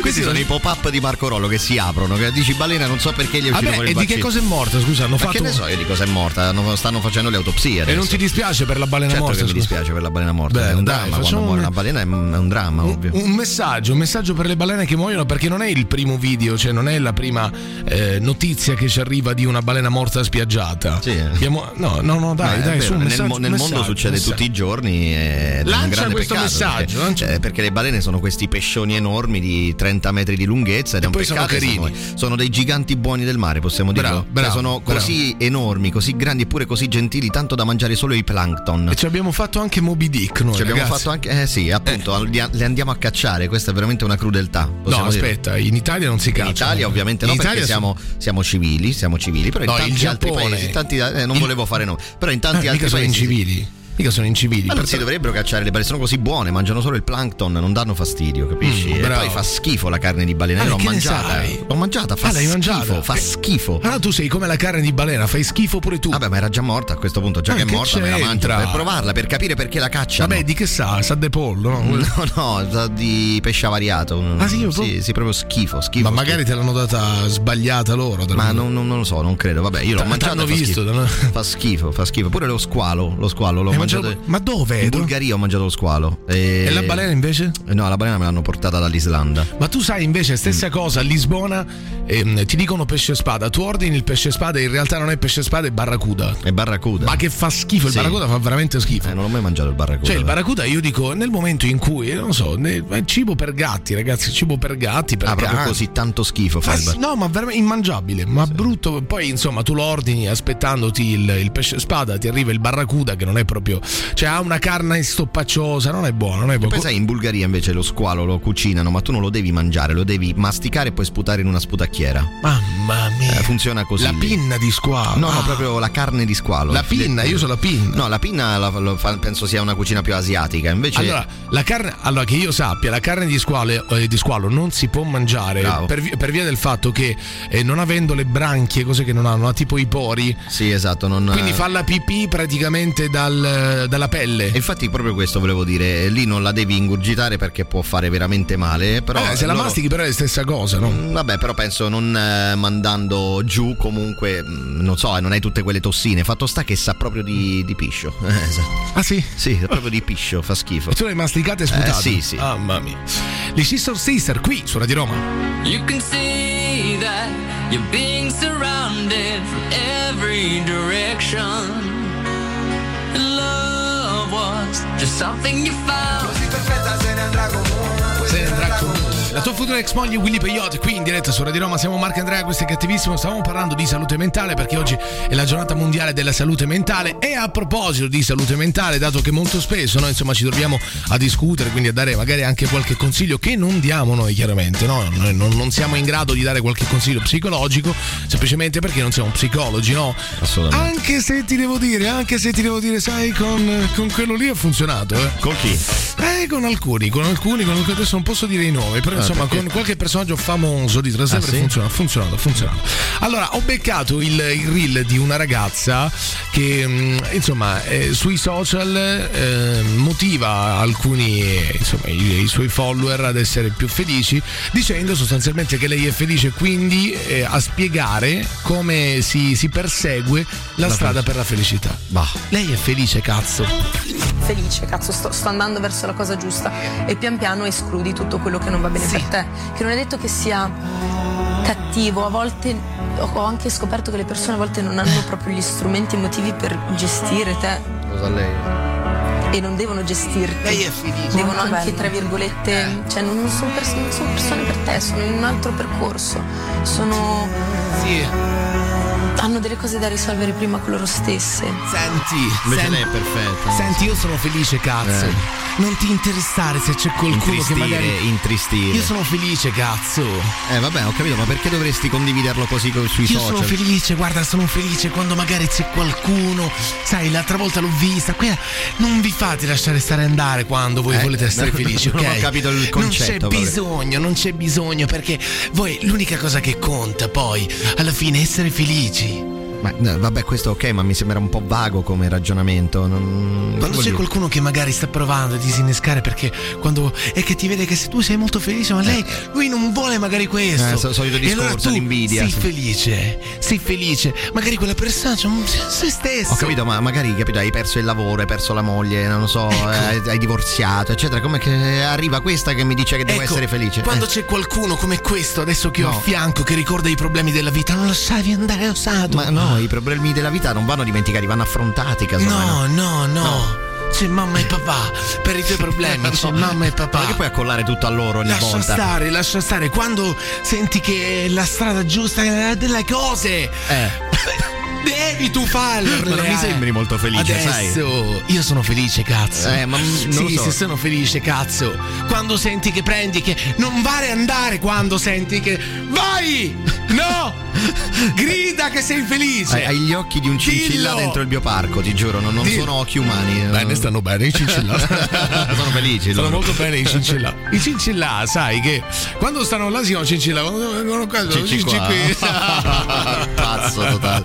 Speaker 4: Questi sono i pop-up di Marco Rollo che si aprono. Che dici balena, non so perché gli è uscito
Speaker 3: Vabbè,
Speaker 4: fuori
Speaker 3: e
Speaker 4: il
Speaker 3: di che
Speaker 4: vaccino.
Speaker 3: cosa è morta? Scusa, hanno
Speaker 4: Ma
Speaker 3: fatto.
Speaker 4: che ne so io di cosa è morta? Hanno- Stanno facendo le autopsie.
Speaker 3: e non
Speaker 4: adesso.
Speaker 3: ti dispiace per la balena
Speaker 4: Certo
Speaker 3: morta?
Speaker 4: che mi
Speaker 3: scusa?
Speaker 4: dispiace per la balena morta,
Speaker 3: Beh,
Speaker 4: è
Speaker 3: dai,
Speaker 4: un dramma quando
Speaker 3: facciamo
Speaker 4: muore
Speaker 3: un-
Speaker 4: una balena, è un, è un dramma ovvio.
Speaker 3: Un messaggio, un messaggio per le balene che muoiono perché non è il primo video, cioè non è la prima eh, notizia che ci arriva di una balena morta spiaggiata.
Speaker 4: Sì.
Speaker 3: Abbiamo- no, no, no,
Speaker 4: Ma
Speaker 3: dai,
Speaker 4: è
Speaker 3: dai,
Speaker 4: vero,
Speaker 3: su, un
Speaker 4: nel,
Speaker 3: messaggio,
Speaker 4: mo- nel
Speaker 3: un
Speaker 4: mondo
Speaker 3: messaggio,
Speaker 4: succede
Speaker 3: un messaggio.
Speaker 4: tutti i giorni eh, ed è
Speaker 3: Lancia
Speaker 4: un grande
Speaker 3: questo
Speaker 4: peccato
Speaker 3: messaggio,
Speaker 4: perché,
Speaker 3: lancia-
Speaker 4: eh, perché le balene sono questi pescioni enormi di 30 metri di lunghezza ed è un
Speaker 3: poi sono
Speaker 4: peccato che
Speaker 3: carini.
Speaker 4: sono, sono dei giganti buoni del mare possiamo dirlo
Speaker 3: Bravo,
Speaker 4: Cioè,
Speaker 3: bravo,
Speaker 4: sono
Speaker 3: bravo.
Speaker 4: così enormi così grandi eppure così gentili tanto da mangiare solo i plankton
Speaker 3: E ci abbiamo fatto anche Moby Dick noi.
Speaker 4: ci abbiamo
Speaker 3: ragazzi.
Speaker 4: fatto anche eh sì appunto andia- le andiamo a cacciare questa è veramente una crudeltà
Speaker 3: No,
Speaker 4: possiamo dire.
Speaker 3: aspetta, in Italia non si
Speaker 4: In
Speaker 3: caccia.
Speaker 4: Italia ovviamente no,
Speaker 3: In Italia
Speaker 4: perché
Speaker 3: si-
Speaker 4: siamo, siamo civili, siamo civili, però in
Speaker 3: No,
Speaker 4: tanti
Speaker 3: il
Speaker 4: altri
Speaker 3: Giappone.
Speaker 4: paesi, in tanti- eh, non
Speaker 3: Il-
Speaker 4: volevo fare nomi, però in
Speaker 3: Ah,
Speaker 4: tanti altri
Speaker 3: mica sono
Speaker 4: paesi
Speaker 3: incivili. Mica sono incivili.
Speaker 4: Ma non si
Speaker 3: perché-
Speaker 4: dovrebbero cacciare le balene, sono così buone, mangiano solo il plankton, non danno fastidio, capisci?
Speaker 3: Mm,
Speaker 4: e
Speaker 3: bravo.
Speaker 4: poi fa schifo la carne di balena,
Speaker 3: Ah,
Speaker 4: io l'ho
Speaker 3: che ne
Speaker 4: mangiata,
Speaker 3: sai?
Speaker 4: l'ho mangiata, fa
Speaker 3: Ah, l'hai
Speaker 4: schifo,
Speaker 3: mangiata?
Speaker 4: fa
Speaker 3: Eh,
Speaker 4: schifo.
Speaker 3: Allora tu sei come la carne di balena, fai schifo pure tu.
Speaker 4: Vabbè, ma era già morta a questo punto, già
Speaker 3: Ma
Speaker 4: che è
Speaker 3: Eh, che
Speaker 4: morta me la mangio
Speaker 3: c'entra?
Speaker 4: per provarla, per capire perché la caccia.
Speaker 3: Vabbè, di che sa? Sa de pollo, no?
Speaker 4: No, no, sa di pesce avariato.
Speaker 3: Ah, sì, proprio-
Speaker 4: sì, proprio schifo, schifo.
Speaker 3: Ma magari
Speaker 4: schifo.
Speaker 3: te l'hanno data sbagliata loro. te
Speaker 4: Ma
Speaker 3: l'hanno-
Speaker 4: non, non- non lo so, non credo. Vabbè, io l'ho
Speaker 3: T-
Speaker 4: mangiato.
Speaker 3: t'hanno
Speaker 4: e fa
Speaker 3: visto,
Speaker 4: schifo.
Speaker 3: t'hanno-
Speaker 4: Fa schifo, fa schifo. Pure lo squalo, lo squalo l'ho
Speaker 3: Hai
Speaker 4: mangiato.
Speaker 3: mangiato- Eh, Ma dove?
Speaker 4: In
Speaker 3: Do-
Speaker 4: Bulgaria ho mangiato lo squalo. E,
Speaker 3: E la balena invece?
Speaker 4: No, la balena me l'hanno portata dall'Islanda.
Speaker 3: Ma tu sai invece, stessa
Speaker 4: Mm.
Speaker 3: cosa, a Lisbona ehm, ti dicono pesce spada, tu ordini il pesce spada e in realtà non è pesce spada, è barracuda.
Speaker 4: E barracuda.
Speaker 3: Ma che fa schifo, il
Speaker 4: Eh, Sì.
Speaker 3: barracuda fa veramente schifo.
Speaker 4: Eh, non ho mai mangiato il barracuda.
Speaker 3: Cioè il barracuda io dico nel momento in cui, non so, ne- è cibo per gatti ragazzi, cibo per gatti, per
Speaker 4: Ah, proprio
Speaker 3: cani.
Speaker 4: così eh, tanto schifo fa
Speaker 3: Fa-
Speaker 4: il barracuda.
Speaker 3: no, ma veramente immangiabile, ma brutto. Poi, insomma, tu lo ordini aspettandoti il, il pesce spada, ti arriva il barracuda che non è proprio. Cioè, ha una carne stoppaccioosa, non è buona, non è buona.
Speaker 4: Poi sai, in Bulgaria invece lo squalo lo cucinano, ma tu non lo devi mangiare, lo devi masticare e poi sputare in una sputacchiera.
Speaker 3: Mamma mia.
Speaker 4: Eh, funziona così.
Speaker 3: La pinna di squalo.
Speaker 4: No, no,
Speaker 3: Ah,
Speaker 4: proprio la carne di squalo.
Speaker 3: La pinna, io so la pinna.
Speaker 4: No, la pinna la- lo fa- penso sia una cucina più asiatica. Invece
Speaker 3: Allora, la carne, allora, che io sappia, la carne di squalo, eh, di squalo non si può mangiare
Speaker 4: Bravo.
Speaker 3: per, vi- per via del fatto che eh, non avendo le branchie, cose che non hanno, ha tipo i pori,
Speaker 4: Sì, esatto. Non,
Speaker 3: quindi fa la pipì praticamente dal- dalla pelle.
Speaker 4: E eh, Infatti, proprio questo volevo dire. Lì non la devi ingurgitare perché può fare veramente male. Però
Speaker 3: Eh, se la
Speaker 4: loro-
Speaker 3: mastichi però è la stessa cosa, no?
Speaker 4: Mm, Vabbè, però penso non eh, mandando giù comunque, mm, non so, eh, non hai tutte quelle tossine. Fatto sta che sa proprio di, di piscio. Eh, esatto.
Speaker 3: Ah sì?
Speaker 4: Sì, sa proprio di piscio, fa schifo.
Speaker 3: E tu l'hai masticata e sputata?
Speaker 4: Eh, sì, sì.
Speaker 3: Mamma mia. Le Sister Sister qui su Radio Roma.
Speaker 6: You can see that you're being surrounded from every direction. And love was just something you found.
Speaker 3: Se ne andrà comunque. La tua futura ex moglie Willy Peyote qui in diretta su Radio Roma. Siamo Marco e Andrea, questo è cattivissimo. Stavamo parlando di salute mentale perché oggi è la giornata mondiale della salute mentale. E a proposito di salute mentale, dato che molto spesso noi insomma ci troviamo a discutere, quindi a dare magari anche qualche consiglio che non diamo noi chiaramente, no? Noi non, non siamo in grado di dare qualche consiglio psicologico semplicemente perché non siamo psicologi, no?
Speaker 4: Assolutamente.
Speaker 3: Anche se ti devo dire, anche se ti devo dire, sai, con, con quello lì ha funzionato, eh.
Speaker 4: Con chi?
Speaker 3: Eh, con alcuni, con alcuni, con alcuni, adesso non posso dire i nomi, però insomma
Speaker 4: Ah, perché?
Speaker 3: con qualche personaggio famoso di Trastevere
Speaker 4: Ah, sì?
Speaker 3: funziona, ha funzionato, ha funzionato. Allora, ho beccato il, il reel di una ragazza che mm, insomma eh, sui social eh, motiva alcuni, eh, insomma, i, i suoi follower ad essere più felici, dicendo sostanzialmente che lei è felice quindi eh, a spiegare come si, si persegue la, strada per la felicità.
Speaker 4: Bah.
Speaker 3: Lei è felice, cazzo.
Speaker 7: felice, cazzo, sto, sto andando verso la cosa giusta e pian piano escludi tutto quello che non va bene per te, che non è detto che sia cattivo, a volte ho ho anche scoperto che le persone a volte non hanno proprio gli strumenti emotivi per gestire te.
Speaker 4: Cosa lei?
Speaker 7: e non devono gestirti.
Speaker 8: Lei è felice.
Speaker 7: Devono
Speaker 8: Molto
Speaker 7: anche,
Speaker 8: bello. Eh.
Speaker 7: tra virgolette, cioè non sono persone per te, sono in un altro percorso. Sono.
Speaker 8: Sì.
Speaker 7: Hanno delle cose da risolvere prima con loro stesse.
Speaker 8: Senti,
Speaker 4: Invece
Speaker 8: senti-
Speaker 4: lei è perfetta.
Speaker 3: Senti, io sono felice, cazzo. Non ti interessare se c'è qualcuno che
Speaker 4: Eh. Intristire,
Speaker 3: magari.
Speaker 4: intristire.
Speaker 3: Io sono felice, cazzo.
Speaker 4: Eh vabbè, ho capito, ma perché dovresti condividerlo così co- sui
Speaker 3: Io
Speaker 4: social?
Speaker 3: sono felice, guarda, sono felice quando magari c'è qualcuno. Sai, l'altra volta l'ho vista. Quella non vi fate lasciare stare andare quando voi
Speaker 4: Eh,
Speaker 3: volete essere
Speaker 4: no,
Speaker 3: felici, ok?
Speaker 4: non ho capito il concetto,
Speaker 3: Non c'è
Speaker 4: vabbè.
Speaker 3: bisogno, non c'è bisogno, perché voi l'unica cosa che conta poi, alla fine, è essere felici.
Speaker 4: Ma, no, vabbè, questo ok, ma mi sembra un po' vago come ragionamento. non-
Speaker 3: Quando
Speaker 4: vuol
Speaker 3: c'è
Speaker 4: dire?
Speaker 3: qualcuno che magari sta provando a disinnescare perché quando è che ti vede che se tu sei molto felice, ma lei lui non vuole magari questo.
Speaker 4: Eh, so- solito
Speaker 3: E allora
Speaker 4: discorso,
Speaker 3: tu
Speaker 4: l'invidia,
Speaker 3: Sei
Speaker 4: sì.
Speaker 3: felice, sei felice. Magari quella persona c'è un se- se stessa.
Speaker 4: Ho capito, ma magari capito, hai perso il lavoro, hai perso la moglie, non lo so,
Speaker 3: Ecco.
Speaker 4: eh, hai, hai divorziato, eccetera. Come che arriva questa che mi dice che devo
Speaker 3: Ecco,
Speaker 4: essere felice?
Speaker 3: Quando
Speaker 4: Eh,
Speaker 3: c'è qualcuno come questo adesso che ho
Speaker 4: No.
Speaker 3: a fianco che ricorda i problemi della vita, non lasciavi andare osato.
Speaker 4: ma no, i problemi della vita non vanno dimenticati, vanno affrontati, casomai.
Speaker 3: no, no, no,
Speaker 4: No.
Speaker 3: C'è mamma e papà. Per i tuoi problemi
Speaker 4: Eh, No.
Speaker 3: c'è mamma e papà.
Speaker 4: Ma che puoi accollare tutto a loro ogni
Speaker 3: Lascia
Speaker 4: volta?
Speaker 3: stare, lascia stare. Quando senti che è la strada giusta è delle cose,
Speaker 4: Eh.
Speaker 3: devi tu farle.
Speaker 4: Ma non mi sembri molto felice, sai?
Speaker 3: eh. Adesso io sono felice, cazzo.
Speaker 4: Eh, ma non lo
Speaker 3: sì,
Speaker 4: so.
Speaker 3: sì, sono felice, cazzo. Quando senti che prendi, che non vale andare quando senti che vai! No! Grida che sei felice.
Speaker 4: Hai, hai gli occhi di un cincilla
Speaker 3: Dillo!
Speaker 4: dentro il bioparco, ti giuro, non, non
Speaker 3: Dillo.
Speaker 4: sono occhi umani.
Speaker 3: Bene,
Speaker 4: eh.
Speaker 3: stanno bene i cincilla.
Speaker 4: Sono felici
Speaker 3: Stanno
Speaker 4: loro.
Speaker 3: molto bene i cincilla. I cincilla, sai che quando stanno là si chiamano cincilla, quando vengono qua sono
Speaker 4: Cicci
Speaker 3: cinci
Speaker 4: qua.
Speaker 3: qui.
Speaker 4: Pazzo totale.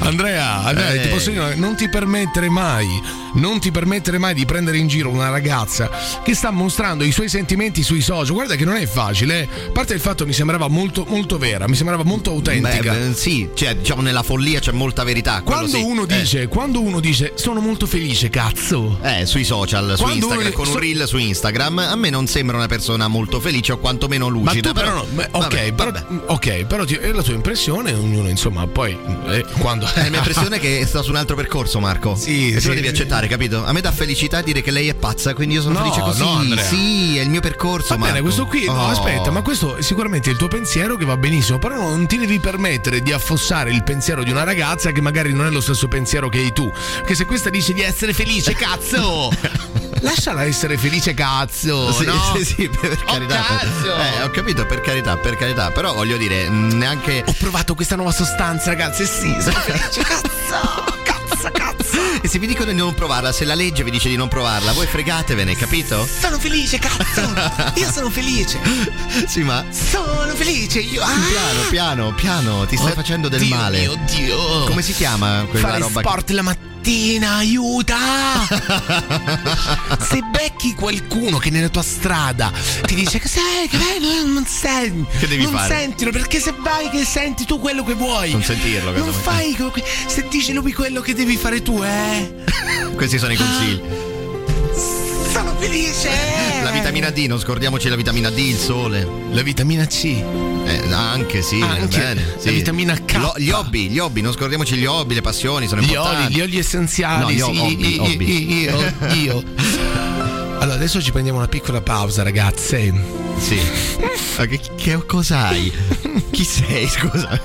Speaker 3: Andrea, Andrea,
Speaker 4: Eh.
Speaker 3: ti posso dire, una- non ti permettere mai, non ti permettere mai di prendere in giro una ragazza che sta mostrando i suoi sentimenti sui social. Guarda che non è facile, eh. a parte il fatto mi sembrava molto molto vera, mi sembrava molto
Speaker 4: Beh,
Speaker 3: autentica.
Speaker 4: beh, sì, cioè, diciamo nella follia c'è molta verità. quello
Speaker 3: quando
Speaker 4: sì.
Speaker 3: uno
Speaker 4: Eh,
Speaker 3: dice, quando uno dice sono molto felice, cazzo.
Speaker 4: Eh, sui social, su
Speaker 3: Quando
Speaker 4: Instagram,
Speaker 3: uno-
Speaker 4: con un
Speaker 3: so-
Speaker 4: reel su Instagram, a me non sembra una persona molto felice o quantomeno
Speaker 3: Ma tu
Speaker 4: lucida.
Speaker 3: però, no, beh, ok,
Speaker 4: vabbè,
Speaker 3: però,
Speaker 4: vabbè.
Speaker 3: ok, però ti- è la tua impressione, ognuno insomma, poi eh, quando...
Speaker 4: Eh, la mia impressione è che sta su un altro percorso, Marco.
Speaker 3: Sì,
Speaker 4: e tu
Speaker 3: sì.
Speaker 4: lo devi accettare, capito? A me dà felicità dire che lei è pazza, quindi io sono
Speaker 3: No,
Speaker 4: felice così.
Speaker 3: no, Andrea.
Speaker 4: sì, è il mio percorso,
Speaker 3: Va
Speaker 4: Marco.
Speaker 3: bene, questo qui, no,
Speaker 4: Oh.
Speaker 3: aspetta, ma questo è sicuramente il tuo pensiero che va benissimo, però non ti devi permettere di affossare il pensiero di una ragazza che magari non è lo stesso pensiero che hai tu. Che se questa dice di essere felice, cazzo! Lasciala essere felice, cazzo!
Speaker 4: Sì,
Speaker 3: no?
Speaker 4: sì, sì, per carità.
Speaker 3: cazzo!
Speaker 4: Eh, ho capito, per carità, per carità. Però voglio dire,
Speaker 3: mm,
Speaker 4: mh, neanche.
Speaker 3: Ho provato questa nuova sostanza, ragazzi, e sì, sono felice, cazzo! Cazzo, cazzo!
Speaker 4: E se vi dicono di non provarla, se la legge vi dice di non provarla, voi fregatevene, capito?
Speaker 3: Sono felice, cazzo! Io sono felice!
Speaker 4: Sì, ma.
Speaker 3: Sono felice, io... Ah!
Speaker 4: Piano, piano, piano, ti stai facendo del
Speaker 3: Oddio
Speaker 4: male.
Speaker 3: mio Dio!
Speaker 4: Come si chiama quella
Speaker 3: fare
Speaker 4: roba?
Speaker 3: sport la mattina, aiuta! Se becchi qualcuno che nella tua strada ti dice che sei, che bello, non senti,
Speaker 4: Che devi
Speaker 3: non
Speaker 4: fare?
Speaker 3: sentilo perché se vai che senti tu quello che vuoi.
Speaker 4: Non sentirlo,
Speaker 3: Non
Speaker 4: casomai.
Speaker 3: fai co- que- se dice lui quello che devi fare tu, eh.
Speaker 4: Questi sono i consigli.
Speaker 3: Sono felice.
Speaker 4: La vitamina D, non scordiamoci la vitamina D, il sole.
Speaker 3: Ah, eh. La vitamina C.
Speaker 4: Eh, anche sì,
Speaker 3: Anche.
Speaker 4: bene.
Speaker 3: La
Speaker 4: sì.
Speaker 3: vitamina K.
Speaker 4: Lo- gli hobby, gli hobby, non scordiamoci gli hobby, le passioni sono
Speaker 3: Gli oli,
Speaker 4: importanti.
Speaker 3: gli oli essenziali.
Speaker 4: No, gli
Speaker 3: sì,
Speaker 4: hobby,
Speaker 3: io,
Speaker 4: hobby.
Speaker 3: io, io, io. Allora, adesso ci prendiamo una piccola pausa, ragazze.
Speaker 4: Sì. Ma che, che cosa hai? Chi sei, scusa?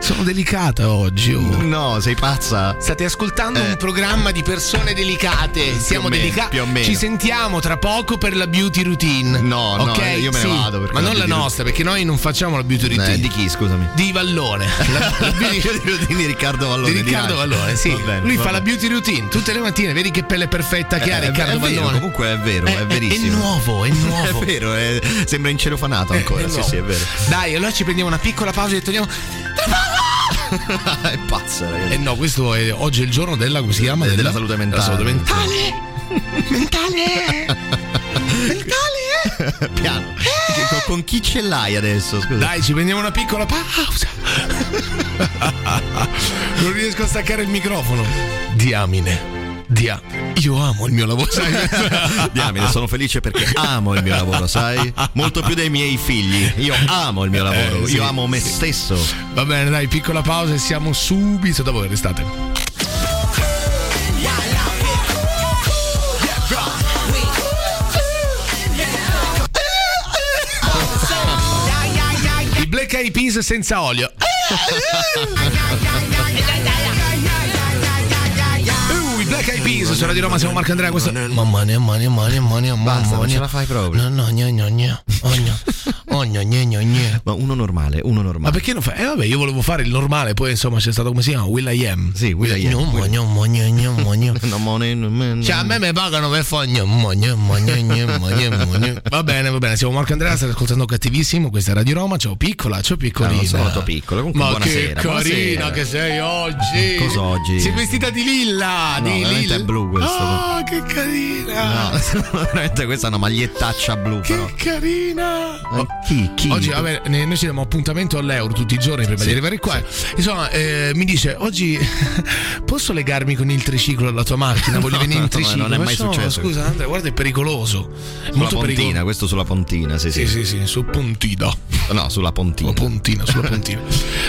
Speaker 3: Sono delicata oggi. oh.
Speaker 4: No, sei pazza?
Speaker 3: State ascoltando
Speaker 4: Eh.
Speaker 3: un programma di persone delicate. Siamo
Speaker 4: meno,
Speaker 3: delicati.
Speaker 4: più o meno.
Speaker 3: Ci sentiamo tra poco per la beauty routine.
Speaker 4: No, no,
Speaker 3: Ok?
Speaker 4: io me ne
Speaker 3: Sì.
Speaker 4: vado perché
Speaker 3: Ma
Speaker 4: la
Speaker 3: non la
Speaker 4: beauty
Speaker 3: nostra, perché noi non facciamo la beauty routine.
Speaker 4: Eh, di chi, scusami?
Speaker 3: Di Vallone. La- la beauty-
Speaker 4: di Riccardo Vallone.
Speaker 3: Di Riccardo
Speaker 4: Napoli.
Speaker 3: Vallone, sì.
Speaker 4: Va bene,
Speaker 3: Lui
Speaker 4: va
Speaker 3: fa la
Speaker 4: bene.
Speaker 3: beauty routine tutte le mattine, vedi che pelle perfetta che ha
Speaker 4: Eh,
Speaker 3: Riccardo
Speaker 4: è vero,
Speaker 3: Vallone. Eh,
Speaker 4: comunque è vero, è verissimo.
Speaker 3: È nuovo, è
Speaker 4: È
Speaker 3: nuovo.
Speaker 4: vero, è- sembra incelofanato ancora.
Speaker 3: Eh,
Speaker 4: sì,
Speaker 3: no.
Speaker 4: sì, è vero.
Speaker 3: Dai, allora ci prendiamo una piccola pausa e torniamo.
Speaker 4: è pazza, ragazzi.
Speaker 3: Eh no, questo è oggi è il giorno della come si chiama?
Speaker 4: Della salute mentale.
Speaker 3: Della salute mentale. mentale. mentale.
Speaker 4: Piano. Che- con- Con chi ce l'hai adesso? Scusa.
Speaker 3: Dai, ci prendiamo una piccola pausa. non riesco a staccare il microfono. Diamine. Dia. Io amo il mio lavoro. sai?
Speaker 4: Diamine, sono felice perché amo il mio lavoro, sai? Molto più dei miei figli. Io amo il mio lavoro,
Speaker 3: Eh, sì,
Speaker 4: io amo me stesso.
Speaker 3: Va bene, dai, piccola pausa e siamo subito dopo che restate. Black Eyed Peas senza olio. Uh, i Black Eyed Peas su Radio Roma, siamo Marco Andrea, questo... Mamma mia, mamma mia, mamma mia, mamma mia,
Speaker 4: Basta,
Speaker 3: mamma
Speaker 4: non ce la
Speaker 3: mia.
Speaker 4: fai
Speaker 3: No,
Speaker 4: proprio.
Speaker 3: no, gna, gna, gna. Oh, gna. Oh, gna, gna, gna, gna.
Speaker 4: Ma uno normale, uno
Speaker 3: Ma
Speaker 4: normale.
Speaker 3: perché non fa? Eh vabbè, io volevo fare il normale, poi insomma c'è stato come si chiama? Will I Am.
Speaker 4: Sì, Will I Am.
Speaker 3: Gnommo, gnommo, gna, gnommo, gnommo.
Speaker 4: No, mo ne- no, me-
Speaker 3: Cioè, a me mi pagano per fare. gnommo, gnommo, gnommo, gnommo, gnommo, gnommo. Va bene, va bene. Siamo Marco Andrea, state ascoltando cattivissimo. Questa è Radio Roma. Ciao piccola, ciao
Speaker 4: Ah,
Speaker 3: piccolina.
Speaker 4: non sono tanto piccola, comunque
Speaker 3: Ma che
Speaker 4: buonasera,
Speaker 3: carina
Speaker 4: buonasera.
Speaker 3: che sei oggi.
Speaker 4: Cosa oggi?
Speaker 3: Sei vestita di lilla.
Speaker 4: No,
Speaker 3: di
Speaker 4: veramente
Speaker 3: lilla.
Speaker 4: è blu questo.
Speaker 3: Ah, che carina.
Speaker 4: No, veramente questa è una magliettaccia blu, però.
Speaker 3: Che carina.
Speaker 4: Ma Eh, Chi? Chi?
Speaker 3: Oggi, vabbè, ne- noi ci diamo appuntamento all'euro tutti i giorni prima di arrivare qua. Insomma, eh, mi dice: Oggi posso legarmi con il triciclo alla tua macchina? Voglio
Speaker 4: No,
Speaker 3: venire in
Speaker 4: no,
Speaker 3: triciclo.
Speaker 4: non è
Speaker 3: Ma
Speaker 4: mai
Speaker 3: insomma,
Speaker 4: successo.
Speaker 3: Scusa, Andrea, guarda, è pericoloso.
Speaker 4: Sulla
Speaker 3: Molto
Speaker 4: pontina,
Speaker 3: pericoloso.
Speaker 4: questo sulla pontina, sì, sì.
Speaker 3: Sì, sì, sì, su Pontida.
Speaker 4: No, sulla pontina.
Speaker 3: O Pontina, sulla Pontina.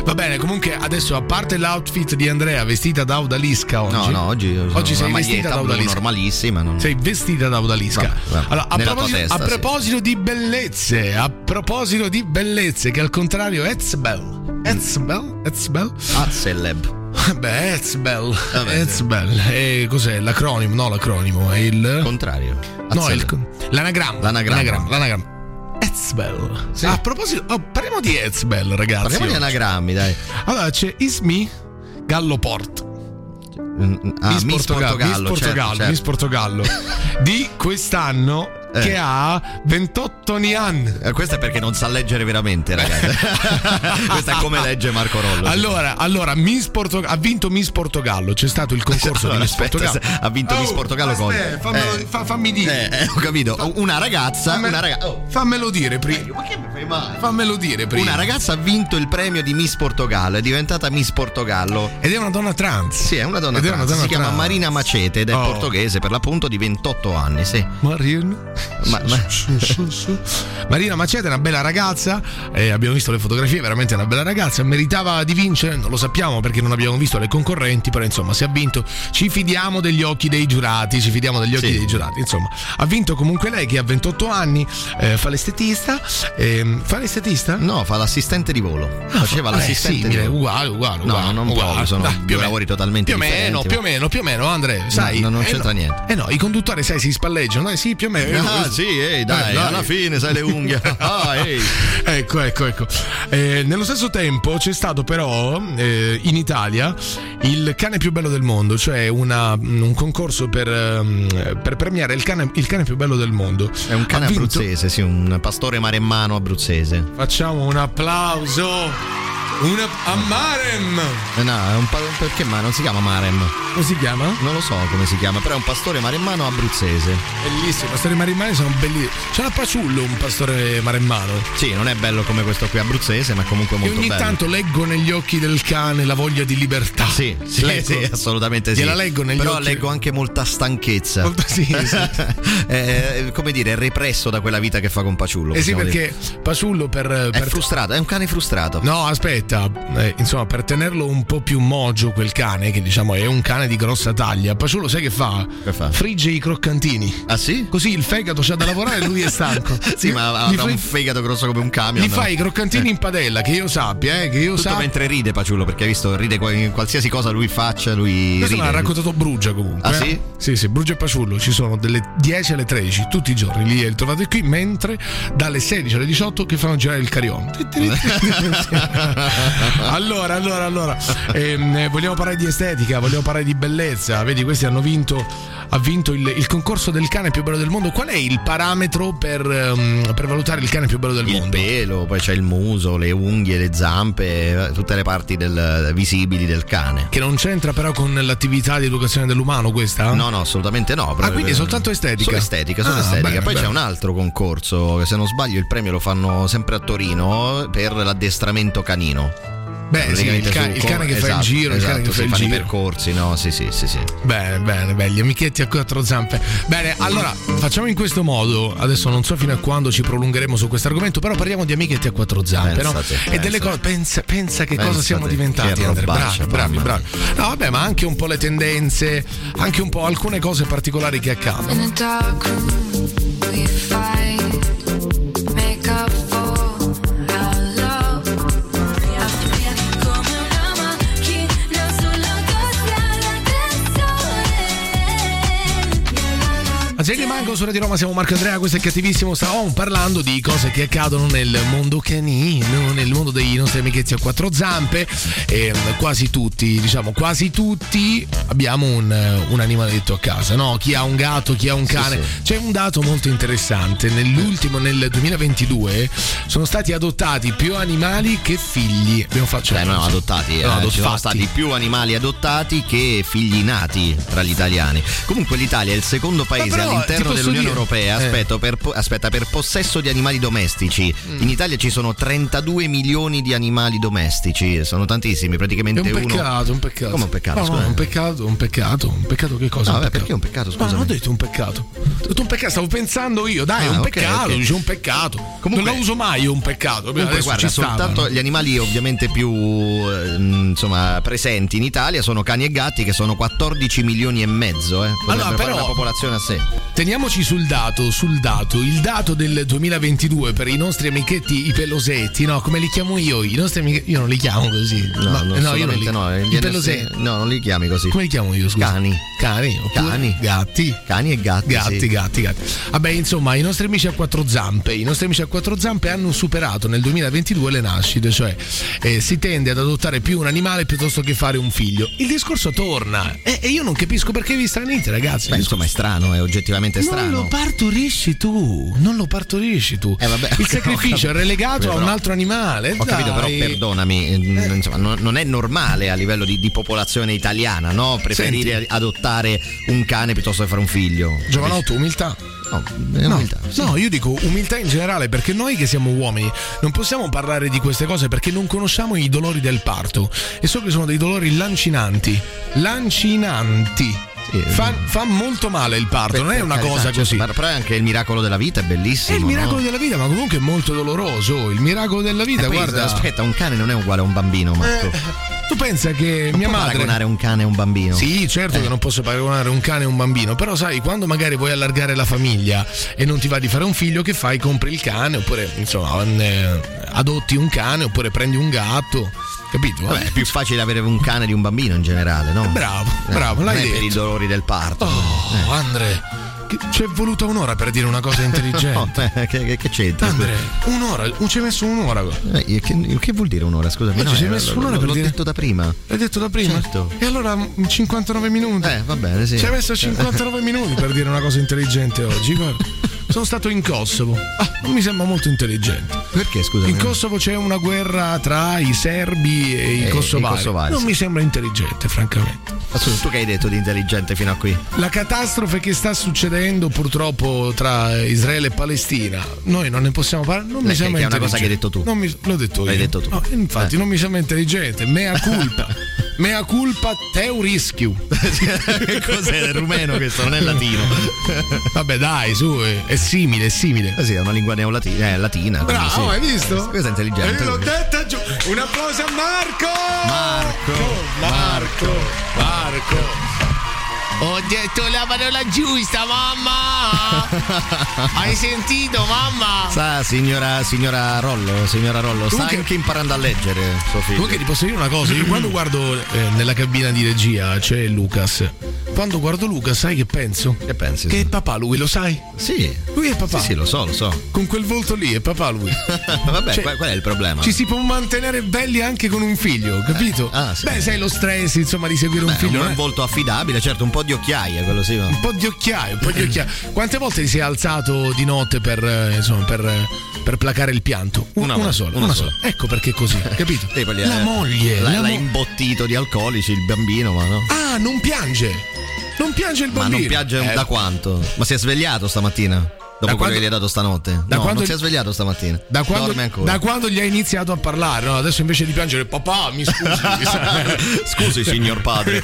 Speaker 3: Va bene, comunque adesso a parte l'outfit di Andrea vestita da Odalisca oggi.
Speaker 4: No, no, oggi,
Speaker 3: Oggi sei
Speaker 4: una
Speaker 3: vestita
Speaker 4: maglietta
Speaker 3: da
Speaker 4: blu
Speaker 3: odalisca.
Speaker 4: normalissima. Non...
Speaker 3: Sei vestita da odalisca.
Speaker 4: Vabbè, vabbè.
Speaker 3: Allora, a
Speaker 4: Nella tua
Speaker 3: proposito,
Speaker 4: testa,
Speaker 3: a
Speaker 4: sì.
Speaker 3: proposito di bellezze, a proposito di bellezze, che al contrario Etzbel. Etzbel? Etzbel?
Speaker 4: Ah, Azzeleb.
Speaker 3: Beh, Etzbel.
Speaker 4: Vabbè, Ah, sì.
Speaker 3: Etzbel. E cos'è? L'acronimo? No, l'acronimo. È il.
Speaker 4: Contrario.
Speaker 3: No, è
Speaker 4: Azzeleb.
Speaker 3: il. L'anagramma.
Speaker 4: L'anagramma.
Speaker 3: L'anagramma. Etzbel.
Speaker 4: Sì.
Speaker 3: A proposito, oh, parliamo di Etzbel, ragazzi.
Speaker 4: Parliamo di
Speaker 3: oggi.
Speaker 4: anagrammi, dai.
Speaker 3: Allora c'è Ismi Galloport.
Speaker 4: Ah,
Speaker 3: Miss, Portogallo, Miss
Speaker 4: certo,
Speaker 3: Portogallo,
Speaker 4: certo.
Speaker 3: Miss Portogallo. di quest'anno
Speaker 4: Eh.
Speaker 3: che ha 28 anni.
Speaker 4: Eh, Questo è perché non sa leggere veramente, ragazzi. Questo è come legge Marco Rollo.
Speaker 3: Allora, allora Miss Porto- ha vinto Miss Portogallo. C'è stato il concorso
Speaker 4: Allora,
Speaker 3: di Miss
Speaker 4: aspetta,
Speaker 3: Portogallo. Oh,
Speaker 4: se- ha vinto Miss Portogallo con-
Speaker 3: aspetta, fammelo-
Speaker 4: eh.
Speaker 3: fa- fammi
Speaker 4: Eh,
Speaker 3: dire.
Speaker 4: eh, ho capito. Una ragazza,
Speaker 3: Fammelo-
Speaker 4: una ragazza. Oh,
Speaker 3: Fammelo dire prima.
Speaker 4: ma che mi fai male?
Speaker 3: Fammelo dire prima.
Speaker 4: Una ragazza ha vinto il premio di Miss Portogallo, è diventata Miss Portogallo.
Speaker 3: Ed è una donna trans.
Speaker 4: Sì, è una donna
Speaker 3: Ed è una
Speaker 4: trans,
Speaker 3: donna
Speaker 4: si chiama
Speaker 3: trans.
Speaker 4: Marina Macete ed è
Speaker 3: Oh.
Speaker 4: portoghese per l'appunto di 28 anni, sì.
Speaker 3: Marina.
Speaker 4: Ma- ma-
Speaker 3: Su, su, su. Marina Macete è una bella ragazza, eh, abbiamo visto le fotografie, veramente è una bella ragazza, meritava di vincere, non lo sappiamo perché non abbiamo visto le concorrenti, però insomma se ha vinto ci fidiamo degli occhi dei giurati, ci fidiamo degli occhi
Speaker 4: Sì.
Speaker 3: dei giurati, insomma ha vinto comunque lei che ha 28 anni, eh, fa l'estetista, ehm, fa l'estetista?
Speaker 4: No, fa l'assistente di volo. Faceva
Speaker 3: Eh,
Speaker 4: l'assistente
Speaker 3: simile,
Speaker 4: di volo.
Speaker 3: uguale, uguale,
Speaker 4: No,
Speaker 3: uguale,
Speaker 4: non
Speaker 3: uguale.
Speaker 4: proprio, sono
Speaker 3: Dai,
Speaker 4: due
Speaker 3: più o meno.
Speaker 4: lavori totalmente
Speaker 3: più o meno,
Speaker 4: differenti.
Speaker 3: più o meno, più o meno, Andrea, sai,
Speaker 4: no, non
Speaker 3: eh
Speaker 4: c'entra
Speaker 3: no.
Speaker 4: niente.
Speaker 3: Eh no, i conduttori, sai, si spalleggiano, eh sì, più o meno.
Speaker 4: Ah, sì, ehi, dai,
Speaker 3: Eh, dai.
Speaker 4: alla fine sai le unghie. Ah, ehi.
Speaker 3: Ecco, ecco, ecco. Eh, nello stesso tempo c'è stato però eh, in Italia il cane più bello del mondo, cioè una- un concorso per, ehm, per premiare il cane, il cane più bello del mondo.
Speaker 4: È un cane
Speaker 3: Ha vinto-
Speaker 4: abruzzese, sì, un pastore maremmano abruzzese.
Speaker 3: Facciamo un applauso una, a Marem.
Speaker 4: Eh, No, è un pa- perché ma non si chiama Marem?
Speaker 3: Come si chiama?
Speaker 4: Non lo so come si chiama, però è un pastore maremmano abruzzese.
Speaker 3: Bellissimo, i pastori maremmani sono bellissimi. C'è la Paciullo, un pastore maremmano.
Speaker 4: Sì, non è bello come questo qui abruzzese, ma comunque
Speaker 3: E
Speaker 4: molto
Speaker 3: ogni
Speaker 4: bello.
Speaker 3: tanto leggo negli occhi del cane la voglia di libertà.
Speaker 4: Sì, sì,
Speaker 3: Leggo.
Speaker 4: sì, assolutamente sì.
Speaker 3: ecco. Gliela leggo negli
Speaker 4: Però
Speaker 3: occhi.
Speaker 4: leggo anche molta stanchezza.
Speaker 3: Molto- sì, sì.
Speaker 4: Eh, come dire, è represso da quella vita che fa con Paciullo.
Speaker 3: Eh sì,
Speaker 4: possiamo dire.
Speaker 3: perché Paciullo per,
Speaker 4: è
Speaker 3: per
Speaker 4: frustrato, è un cane frustrato.
Speaker 3: No, aspetta, eh, insomma, per tenerlo un po' più mogio quel cane, che diciamo è un cane di grossa taglia, Paciullo sai che fa?
Speaker 4: Che fa?
Speaker 3: Frigge i croccantini.
Speaker 4: Ah sì?
Speaker 3: Così il fegato c'ha da lavorare e lui è stanco.
Speaker 4: Sì, ma
Speaker 3: Gli
Speaker 4: ha
Speaker 3: fai-
Speaker 4: un fegato grosso come un camion.
Speaker 3: Gli fa i croccantini in padella, che io sappia, eh, che io
Speaker 4: Tutto
Speaker 3: sappia.
Speaker 4: mentre ride Paciullo, perché hai visto, ride qua- in qualsiasi cosa lui faccia, lui
Speaker 3: Questo me l'ha
Speaker 4: ride.
Speaker 3: raccontato Brugia comunque.
Speaker 4: Ah,
Speaker 3: eh.
Speaker 4: sì?
Speaker 3: Sì, sì, Brugia e Paciullo ci sono dalle 10 alle 13 tutti i giorni, lì li trovate qui, mentre dalle 16 alle 18 che fanno girare il carion. allora, allora, allora, ehm, eh, vogliamo parlare di estetica, vogliamo parlare di bellezza. Vedi, questi hanno vinto, ha vinto il, il concorso del cane più bello del mondo. Qual è il parametro per, ehm, per valutare il cane più bello del
Speaker 4: il
Speaker 3: mondo?
Speaker 4: pelo, poi c'è il muso, le unghie, le zampe, eh, tutte le parti del- visibili del cane.
Speaker 3: Che non c'entra però con l'attività di educazione dell'umano questa?
Speaker 4: No, no, assolutamente no.
Speaker 3: Ah, quindi è soltanto estetica?
Speaker 4: Solo estetica, solo
Speaker 3: Ah,
Speaker 4: estetica.
Speaker 3: bene,
Speaker 4: Poi
Speaker 3: bene.
Speaker 4: c'è un altro concorso, che se non sbaglio il premio lo fanno sempre a Torino per l'addestramento canino.
Speaker 3: Beh, sì, il,
Speaker 4: Praticamente
Speaker 3: ca-
Speaker 4: su-
Speaker 3: il cane che fa il
Speaker 4: esatto,
Speaker 3: giro, il cane
Speaker 4: esatto,
Speaker 3: che fa
Speaker 4: si
Speaker 3: il
Speaker 4: fanno i
Speaker 3: giro.
Speaker 4: percorsi, no? Sì, sì, sì, sì.
Speaker 3: Bene, bene, bene, gli amichetti a quattro zampe. Bene, allora facciamo in questo modo. Adesso non so fino a quando ci prolungheremo su questo argomento, però parliamo di amichetti a quattro zampe. No?
Speaker 4: Pensate,
Speaker 3: E delle cose.
Speaker 4: pensate.
Speaker 3: Pensa, pensa che cosa
Speaker 4: Pensate,
Speaker 3: siamo diventati,
Speaker 4: che
Speaker 3: Andrea. Bravi,
Speaker 4: robaccia,
Speaker 3: bravi,
Speaker 4: mamma
Speaker 3: bravi. No, vabbè, ma anche un po' le tendenze, anche un po' alcune cose particolari che accadono.
Speaker 8: In a dark room, we fight. Make up for our love.
Speaker 3: su Radio Roma, siamo Marco Andrea, questo è Cattivissimo. Stavamo parlando di cose che accadono nel mondo canino, nel mondo dei nostri amichetti a quattro zampe. E mm, quasi tutti, diciamo, quasi tutti abbiamo un, eh, un animaletto a casa, no? Chi ha un gatto, chi ha un cane. C'è un dato molto interessante. Nell'ultimo, nel 2022, sono stati adottati più animali che figli. Abbiamo fatto.
Speaker 4: Beh, no, adottati, eh,
Speaker 3: No,
Speaker 4: ci sono
Speaker 3: adottati.
Speaker 4: stati più animali adottati che figli nati tra gli italiani. Comunque l'Italia è il secondo paese
Speaker 3: però, ti
Speaker 4: all'interno
Speaker 3: posso
Speaker 4: dell'Unione
Speaker 3: dire-
Speaker 4: Europea,
Speaker 3: Eh.
Speaker 4: aspetta per, po- aspetta, per possesso di animali domestici.
Speaker 3: Mm.
Speaker 4: In Italia ci sono 32 milioni di animali domestici, sono tantissimi,
Speaker 3: È
Speaker 4: praticamente
Speaker 3: un
Speaker 4: uno.
Speaker 3: peccato, un peccato.
Speaker 4: Come un peccato,
Speaker 3: No, no,
Speaker 4: scusa?
Speaker 3: un peccato, un peccato, un peccato che cosa?
Speaker 4: No,
Speaker 3: un
Speaker 4: vabbè,
Speaker 3: peccato?
Speaker 4: perché è un peccato,
Speaker 3: Ma
Speaker 4: scusa?
Speaker 3: non Ah, ho detto un peccato. Ho detto un peccato, stavo pensando io, dai, è
Speaker 4: Ah,
Speaker 3: un
Speaker 4: ok,
Speaker 3: peccato,
Speaker 4: ok.
Speaker 3: dice un peccato.
Speaker 4: Comunque-
Speaker 3: non lo uso mai io un peccato.
Speaker 4: Comunque,
Speaker 3: Adesso
Speaker 4: guarda,
Speaker 3: ci stavano.
Speaker 4: soltanto gli animali ovviamente più eh, mh, insomma, presenti in Italia sono cani e gatti che sono 14 milioni e mezzo, eh. Potrebbero
Speaker 3: Allora,
Speaker 4: fare
Speaker 3: però-
Speaker 4: la popolazione a sé.
Speaker 3: Teniamoci sul dato, sul dato, il dato del 2022 per i nostri amichetti i pelosetti, no, come li chiamo io? I nostri amichetti, io non li chiamo così.
Speaker 4: No,
Speaker 3: ma-
Speaker 4: no,
Speaker 3: io non
Speaker 4: solamente
Speaker 3: li
Speaker 4: no, gli
Speaker 3: I pelosetti.
Speaker 4: No, non li chiami così.
Speaker 3: Come li chiamo io, scusa?
Speaker 4: Cani.
Speaker 3: Cani, oppure
Speaker 4: Cani.
Speaker 3: gatti.
Speaker 4: Cani e gatti.
Speaker 3: Gatti,
Speaker 4: sì.
Speaker 3: gatti, gatti. Vabbè, insomma, i nostri amici a quattro zampe, i nostri amici a quattro zampe hanno superato nel 2022 le nascite, cioè eh, si tende ad adottare più un animale piuttosto che fare un figlio. Il discorso torna e, e io non capisco perché vi stranite, ragazzi.
Speaker 4: Beh, insomma, è strano, è oggettivamente
Speaker 3: non lo
Speaker 4: strano.
Speaker 3: partorisci tu, non lo partorisci tu.
Speaker 4: Eh, vabbè,
Speaker 3: Il
Speaker 4: ho
Speaker 3: sacrificio è
Speaker 4: capito.
Speaker 3: relegato a un
Speaker 4: Però-
Speaker 3: altro animale.
Speaker 4: Ho capito, però
Speaker 3: dai.
Speaker 4: perdonami, eh, n- insomma, non, non è normale a livello di, di popolazione italiana, no? Preferire adottare un cane piuttosto che fare un figlio.
Speaker 3: Giovanotto, umiltà.
Speaker 4: No, è
Speaker 3: No,
Speaker 4: umiltà, sì.
Speaker 3: no, io dico umiltà in generale perché noi che siamo uomini non possiamo parlare di queste cose perché non conosciamo i dolori del parto e so che sono dei dolori lancinanti, lancinanti.
Speaker 4: Sì,
Speaker 3: fa, fa molto male il parto, non è
Speaker 4: Per
Speaker 3: una
Speaker 4: carità,
Speaker 3: cosa
Speaker 4: certo,
Speaker 3: così.
Speaker 4: ma- Però è anche il miracolo della vita, è
Speaker 3: È
Speaker 4: bellissimo.
Speaker 3: il miracolo
Speaker 4: no?
Speaker 3: della vita, ma comunque è molto doloroso. Il miracolo della vita,
Speaker 4: E poi,
Speaker 3: guarda.
Speaker 4: Aspetta, un cane non è uguale a un bambino, Marco.
Speaker 3: Tu pensa che
Speaker 4: non
Speaker 3: mia
Speaker 4: puoi
Speaker 3: madre.
Speaker 4: paragonare un cane a un bambino.
Speaker 3: Sì, certo che non posso paragonare un cane e un bambino, però sai, quando magari vuoi allargare la famiglia e non ti va di fare un figlio, che fai? Compri il cane, oppure insomma, eh, adotti un cane, oppure prendi un gatto, capito?
Speaker 4: Vabbè, è più facile avere un cane di un bambino in generale, no? Eh,
Speaker 3: Bravo, bravo,
Speaker 4: non
Speaker 3: l'hai
Speaker 4: è per Eh. i
Speaker 3: detto.
Speaker 4: dolori del parto.
Speaker 3: Oh, Andre, che- ci è voluta un'ora per dire una cosa
Speaker 4: No,
Speaker 3: intelligente.
Speaker 4: eh, che, che- che c'entra?
Speaker 3: Andre, un'ora, non ci hai messo un'ora.
Speaker 4: Eh, io- che, che vuol dire un'ora? Scusami,
Speaker 3: Ma ci
Speaker 4: no,
Speaker 3: sei
Speaker 4: eh,
Speaker 3: messo
Speaker 4: lo-
Speaker 3: un'ora
Speaker 4: lo-
Speaker 3: per
Speaker 4: l'ho
Speaker 3: dire-
Speaker 4: detto da prima.
Speaker 3: L'hai detto da prima?
Speaker 4: Certo.
Speaker 3: E allora mm, 59 minuti.
Speaker 4: Eh, va bene, sì.
Speaker 3: Ci hai messo 59 minuti per dire una cosa intelligente oggi, guarda. Sono stato in Kosovo. Ah, non mi sembra molto intelligente.
Speaker 4: Perché, scusa?
Speaker 3: In Kosovo c'è una guerra tra i serbi e i
Speaker 4: E Eh, i
Speaker 3: kosovari.
Speaker 4: kosovari,
Speaker 3: Non
Speaker 4: sì.
Speaker 3: mi sembra intelligente, francamente.
Speaker 4: Ah, tu che hai detto di intelligente fino a qui?
Speaker 3: La catastrofe che sta succedendo purtroppo tra Israele e Palestina, noi non ne possiamo parlare. Non mi
Speaker 4: Eh,
Speaker 3: sembra
Speaker 4: che è una cosa
Speaker 3: intelligente.
Speaker 4: che hai detto tu.
Speaker 3: Non mi- l'ho detto
Speaker 4: L'hai
Speaker 3: io.
Speaker 4: detto tu.
Speaker 3: No, infatti,
Speaker 4: Eh.
Speaker 3: non mi sembra intelligente. Mea culpa. Mea culpa, teu rischio.
Speaker 4: Cos'è? È rumeno questo, non è latino.
Speaker 3: Vabbè, dai, su, eh. è, è simile, è simile.
Speaker 4: Eh sì, è una lingua neolatina. Eh, latina. quindi
Speaker 3: Bravo,
Speaker 4: sì.
Speaker 3: hai visto?
Speaker 4: Questo è intelligente.
Speaker 3: E l'ho detta giù. Un applauso a Marco!
Speaker 4: Marco,
Speaker 3: Marco, Marco.
Speaker 5: Ho detto la parola giusta, mamma! Hai sentito, mamma?
Speaker 4: Sa, signora, signora Rollo, signora Rollo, sta
Speaker 3: Comunque-
Speaker 4: anche imparando a leggere suo figlio.
Speaker 3: Comunque ti posso dire una cosa, io quando guardo eh, nella cabina di regia c'è Lucas. Quando guardo Lucas, sai che penso?
Speaker 4: Che pensi?
Speaker 3: Che è papà lui, lo sai?
Speaker 4: Sì.
Speaker 3: Lui è papà.
Speaker 4: Sì, sì, lo so, lo so.
Speaker 3: Con quel volto lì è papà lui.
Speaker 4: Vabbè,
Speaker 3: Cioè-
Speaker 4: qual, qual è il problema?
Speaker 3: Ci si può mantenere belli anche con un figlio, capito?
Speaker 4: ah, sì.
Speaker 3: Beh, sai lo stress, insomma, di seguire
Speaker 4: Beh,
Speaker 3: un figlio.
Speaker 4: un
Speaker 3: non
Speaker 4: bel
Speaker 3: è-
Speaker 4: volto affidabile, certo, un po' di occhiaie, quello sì, ma.
Speaker 3: un po' di occhiaio, un po' di occhiaio. Quante volte ti sei alzato di notte per, eh, insomma, per, eh, per placare il pianto? Un-
Speaker 4: Una
Speaker 3: una,
Speaker 4: volta,
Speaker 3: sola,
Speaker 4: una
Speaker 3: una, sola. Ecco perché è così, capito?
Speaker 4: Sì, poi li-
Speaker 3: la
Speaker 4: eh,
Speaker 3: moglie,
Speaker 4: l'ha,
Speaker 3: la
Speaker 4: l'ha
Speaker 3: mo-
Speaker 4: imbottito di alcolici il bambino, ma no.
Speaker 3: Ah, non piange! Non piange il
Speaker 4: Ma
Speaker 3: bambino!
Speaker 4: non piange
Speaker 3: Eh,
Speaker 4: da quanto? Ma si è svegliato stamattina? Dopo quello
Speaker 3: quando-
Speaker 4: che gli hai dato stanotte?
Speaker 3: da
Speaker 4: no,
Speaker 3: quando-
Speaker 4: non si è svegliato stamattina.
Speaker 3: da quando,
Speaker 4: Dorme ancora.
Speaker 3: da quando gli hai iniziato a parlare, no? adesso invece di piangere, papà, mi scusi.
Speaker 4: Scusi signor padre,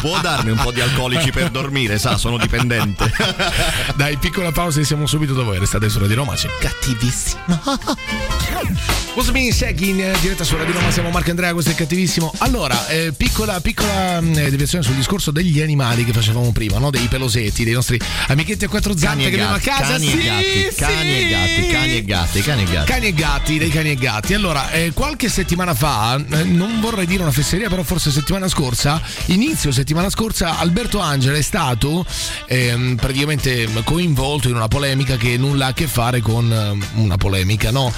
Speaker 4: può darmi un po' di alcolici per dormire, sa, sono dipendente.
Speaker 3: Dai, piccola pausa e siamo subito da voi. Restate su Radio Roma. Sì.
Speaker 5: Cattivissimo.
Speaker 3: What's me Shaggy in eh, diretta su Radio Roma, siamo Marco e Andrea, questo è cattivissimo. Allora, eh, piccola, piccola mh, eh, deviazione sul discorso degli animali che facevamo prima, no? dei pelosetti, dei nostri amichetti a quattro zampe
Speaker 4: e
Speaker 3: che abbiamo a
Speaker 4: gatti,
Speaker 3: casa?
Speaker 4: Cani
Speaker 3: sì,
Speaker 4: e gatti,
Speaker 3: sì.
Speaker 4: cani e gatti, cani e gatti, cani e gatti.
Speaker 3: Cani e gatti, dei cani e gatti. Allora, eh, qualche settimana fa, eh, non vorrei dire una fesseria, però forse settimana scorsa, inizio settimana scorsa, Alberto Angela è stato ehm, praticamente coinvolto in una polemica che nulla ha a che fare con ehm, una polemica, no?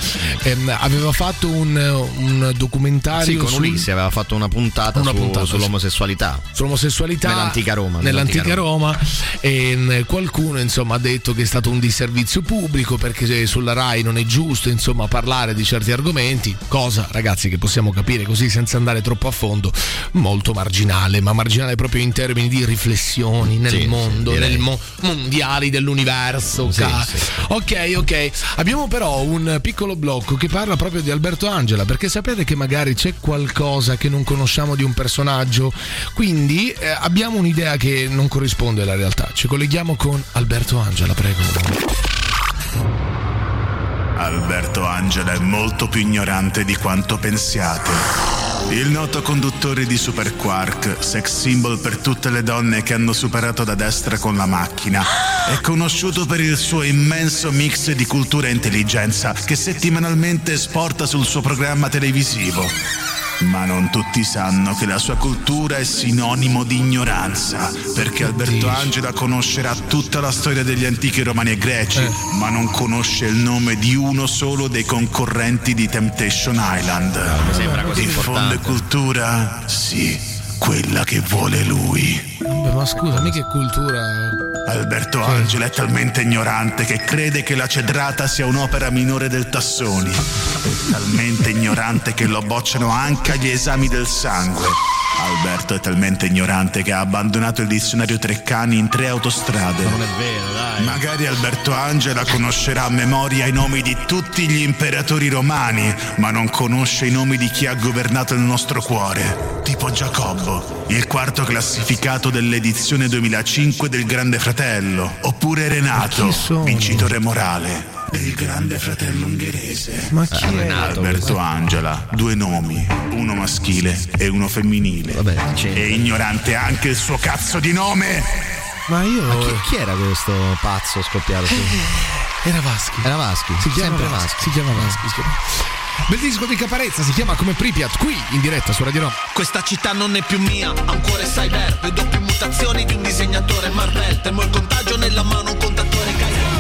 Speaker 3: Ehm, aveva fatto un, un documentario
Speaker 4: Sì, con
Speaker 3: su-
Speaker 4: Ulisse aveva fatto una puntata,
Speaker 3: Una
Speaker 4: su-
Speaker 3: puntata,
Speaker 4: sull'omosessualità.
Speaker 3: sull'omosessualità
Speaker 4: Nell'antica Roma,
Speaker 3: nell'antica Roma e mh, qualcuno insomma ha detto che è stato un disservizio pubblico perché eh, sulla RAI non è giusto insomma parlare di certi argomenti cosa ragazzi che possiamo capire così senza andare troppo a fondo molto marginale ma marginale proprio in termini di riflessioni nel
Speaker 4: Sì, sì,
Speaker 3: mondo
Speaker 4: direi.
Speaker 3: nel mo- mondiali dell'universo
Speaker 4: Sì,
Speaker 3: ca-
Speaker 4: sì.
Speaker 3: Ok, ok. Abbiamo però un piccolo blocco che parla proprio di Alberto Angela, perché sapete che magari c'è qualcosa che non conosciamo di un personaggio, quindi eh, abbiamo un'idea che non corrisponde alla realtà. Ci colleghiamo con Alberto Angela, prego.
Speaker 8: Alberto Angela è molto più ignorante di quanto pensiate. Il noto conduttore di Super Quark, sex symbol per tutte le donne che hanno superato da destra con la macchina, è conosciuto per il suo immenso mix di cultura e intelligenza che settimanalmente esporta sul suo programma televisivo. Ma non tutti sanno che la sua cultura è sinonimo di ignoranza, perché Alberto Angela conoscerà tutta la storia degli antichi romani e greci, ma non conosce il nome di uno solo dei concorrenti di Temptation Island.
Speaker 4: Mi sembra così
Speaker 8: Diffonde
Speaker 4: importante.
Speaker 8: cultura? Sì, quella che vuole lui.
Speaker 3: Beh, ma scusami che cultura...
Speaker 8: Alberto Angela è talmente ignorante che crede che la cedrata sia un'opera minore del Tassoni. È talmente ignorante che lo bocciano anche agli esami del sangue. Alberto è talmente ignorante che ha abbandonato il dizionario Treccani in tre autostrade.
Speaker 4: Non è vero, dai.
Speaker 8: Magari Alberto Angela conoscerà a memoria i nomi di tutti gli imperatori romani, ma non conosce i nomi di chi ha governato il nostro cuore, tipo Giacobbo, il quarto classificato dell'edizione 2005 del Grande Fratello, oppure Renato,
Speaker 3: chi sono?
Speaker 8: vincitore morale del Grande Fratello ungherese.
Speaker 3: Ma
Speaker 4: Eh,
Speaker 3: chi è?
Speaker 8: Alberto Angela, due nomi, uno maschile e uno femminile.
Speaker 4: Vabbè, c'è-
Speaker 8: È ignorante anche il suo cazzo di nome!
Speaker 3: Ma io...
Speaker 4: Ma chi, chi era questo pazzo scoppiato? su?
Speaker 3: Eh, Era Vaschi.
Speaker 4: Era Vaschi,
Speaker 3: Si chiama
Speaker 4: sempre
Speaker 3: Vaschi.
Speaker 4: Vaschi. Eh.
Speaker 3: Si chiama Vaschi. si chiama- Bel disco di Caparezza si chiama come Pripyat, qui in diretta su Radio Roma.
Speaker 9: Questa città non è più mia, ha un cuore cyber Vedo più mutazioni di un disegnatore Marvel Temo il contagio nella mano, un contatore Gaia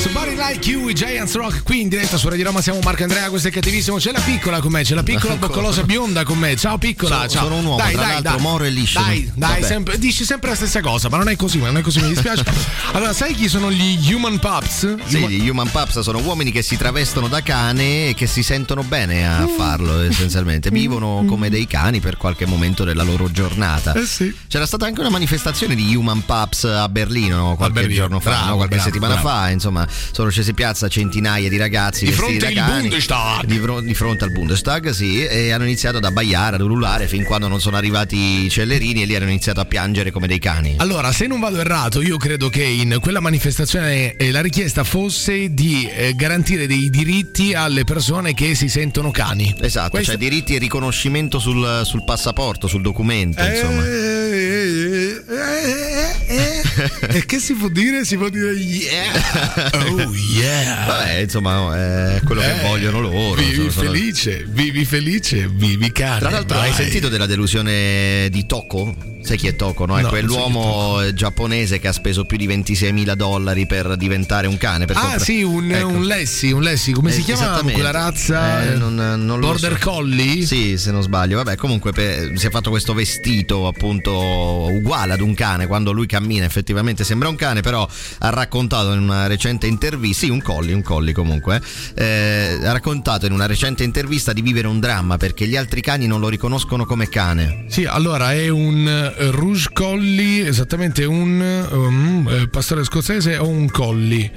Speaker 3: Somebody Like You, i Giants Rock, qui in diretta su Radio Roma, siamo Marco Andrea, questo è cattivissimo, c'è la piccola con me, c'è la piccola
Speaker 4: Ancora.
Speaker 3: boccolosa bionda con me, ciao piccola,
Speaker 4: Sono-
Speaker 3: ciao.
Speaker 4: Ecco. sono un uomo, tra l'altro, moro e liscio.
Speaker 3: Dai, dai,
Speaker 4: Vabbè.
Speaker 3: sempre- dici sempre la stessa cosa, ma non è così, ma non è così, mi dispiace. allora, sai chi sono gli Human Pups?
Speaker 4: Sì,
Speaker 3: Human-
Speaker 4: gli human pups sono uomini che si travestono da cane e che si sentono bene
Speaker 3: Mm.
Speaker 4: a farlo essenzialmente. Vivono come dei cani per qualche momento della loro giornata.
Speaker 3: Eh sì.
Speaker 4: C'era stata anche una manifestazione di Human Pups a Berlino qualche
Speaker 3: Berlino,
Speaker 4: giorno fa,
Speaker 3: bravo,
Speaker 4: no? qualche
Speaker 3: bravo,
Speaker 4: settimana
Speaker 3: bravo.
Speaker 4: fa, insomma, sono scesi in piazza centinaia di ragazzi
Speaker 3: Di
Speaker 4: vestiti
Speaker 3: fronte
Speaker 4: da
Speaker 3: al
Speaker 4: cani,
Speaker 3: Bundestag.
Speaker 4: Ah, Di, fro- di fronte al Bundestag, sì, e hanno iniziato ad abbaiare, ad ululare fin quando non sono arrivati i cellerini e lì hanno iniziato a piangere come dei cani.
Speaker 3: Allora, se non vado errato, io credo che in quella manifestazione eh, la richiesta fosse di eh, garantire dei diritti alle persone che si sentono cani.
Speaker 4: Esatto,
Speaker 3: Questo-
Speaker 4: cioè diritti e riconoscimento sul, sul passaporto, sul documento, insomma.
Speaker 3: Eh, eh, eh, eh, eh. e che si può dire? Si può dire yeah. Oh yeah.
Speaker 4: Vabbè, insomma, no, è quello che
Speaker 3: Eh,
Speaker 4: vogliono loro.
Speaker 3: Vivi
Speaker 4: insomma, sono-
Speaker 3: felice, vivi felice, vivi cane.
Speaker 4: Tra l'altro, hai
Speaker 3: vai.
Speaker 4: sentito della delusione di Toko? Sai chi è Toko? No? È
Speaker 3: No,
Speaker 4: quell'uomo giapponese che ha speso più di 26.000 dollari per diventare un cane. per
Speaker 3: Ah
Speaker 4: comprare-
Speaker 3: sì, un,
Speaker 4: Ecco.
Speaker 3: un Lessi, un Lessi, come si
Speaker 4: Eh,
Speaker 3: chiama
Speaker 4: esattamente.
Speaker 3: quella razza?
Speaker 4: Eh, non- non lo
Speaker 3: Border
Speaker 4: so.
Speaker 3: Collie?
Speaker 4: Sì, se non sbaglio. Vabbè, comunque per- si è fatto questo vestito appunto uguale ad un cane. Quando lui cammina effettivamente sembra un cane, però ha raccontato in una recente intervista, sì, un colli, un colli comunque, eh, ha raccontato in una recente intervista di vivere un dramma perché gli altri cani non lo riconoscono come cane.
Speaker 3: Sì, allora è un eh, Rouge Collie, esattamente un um, eh, pastore scozzese o un Collie.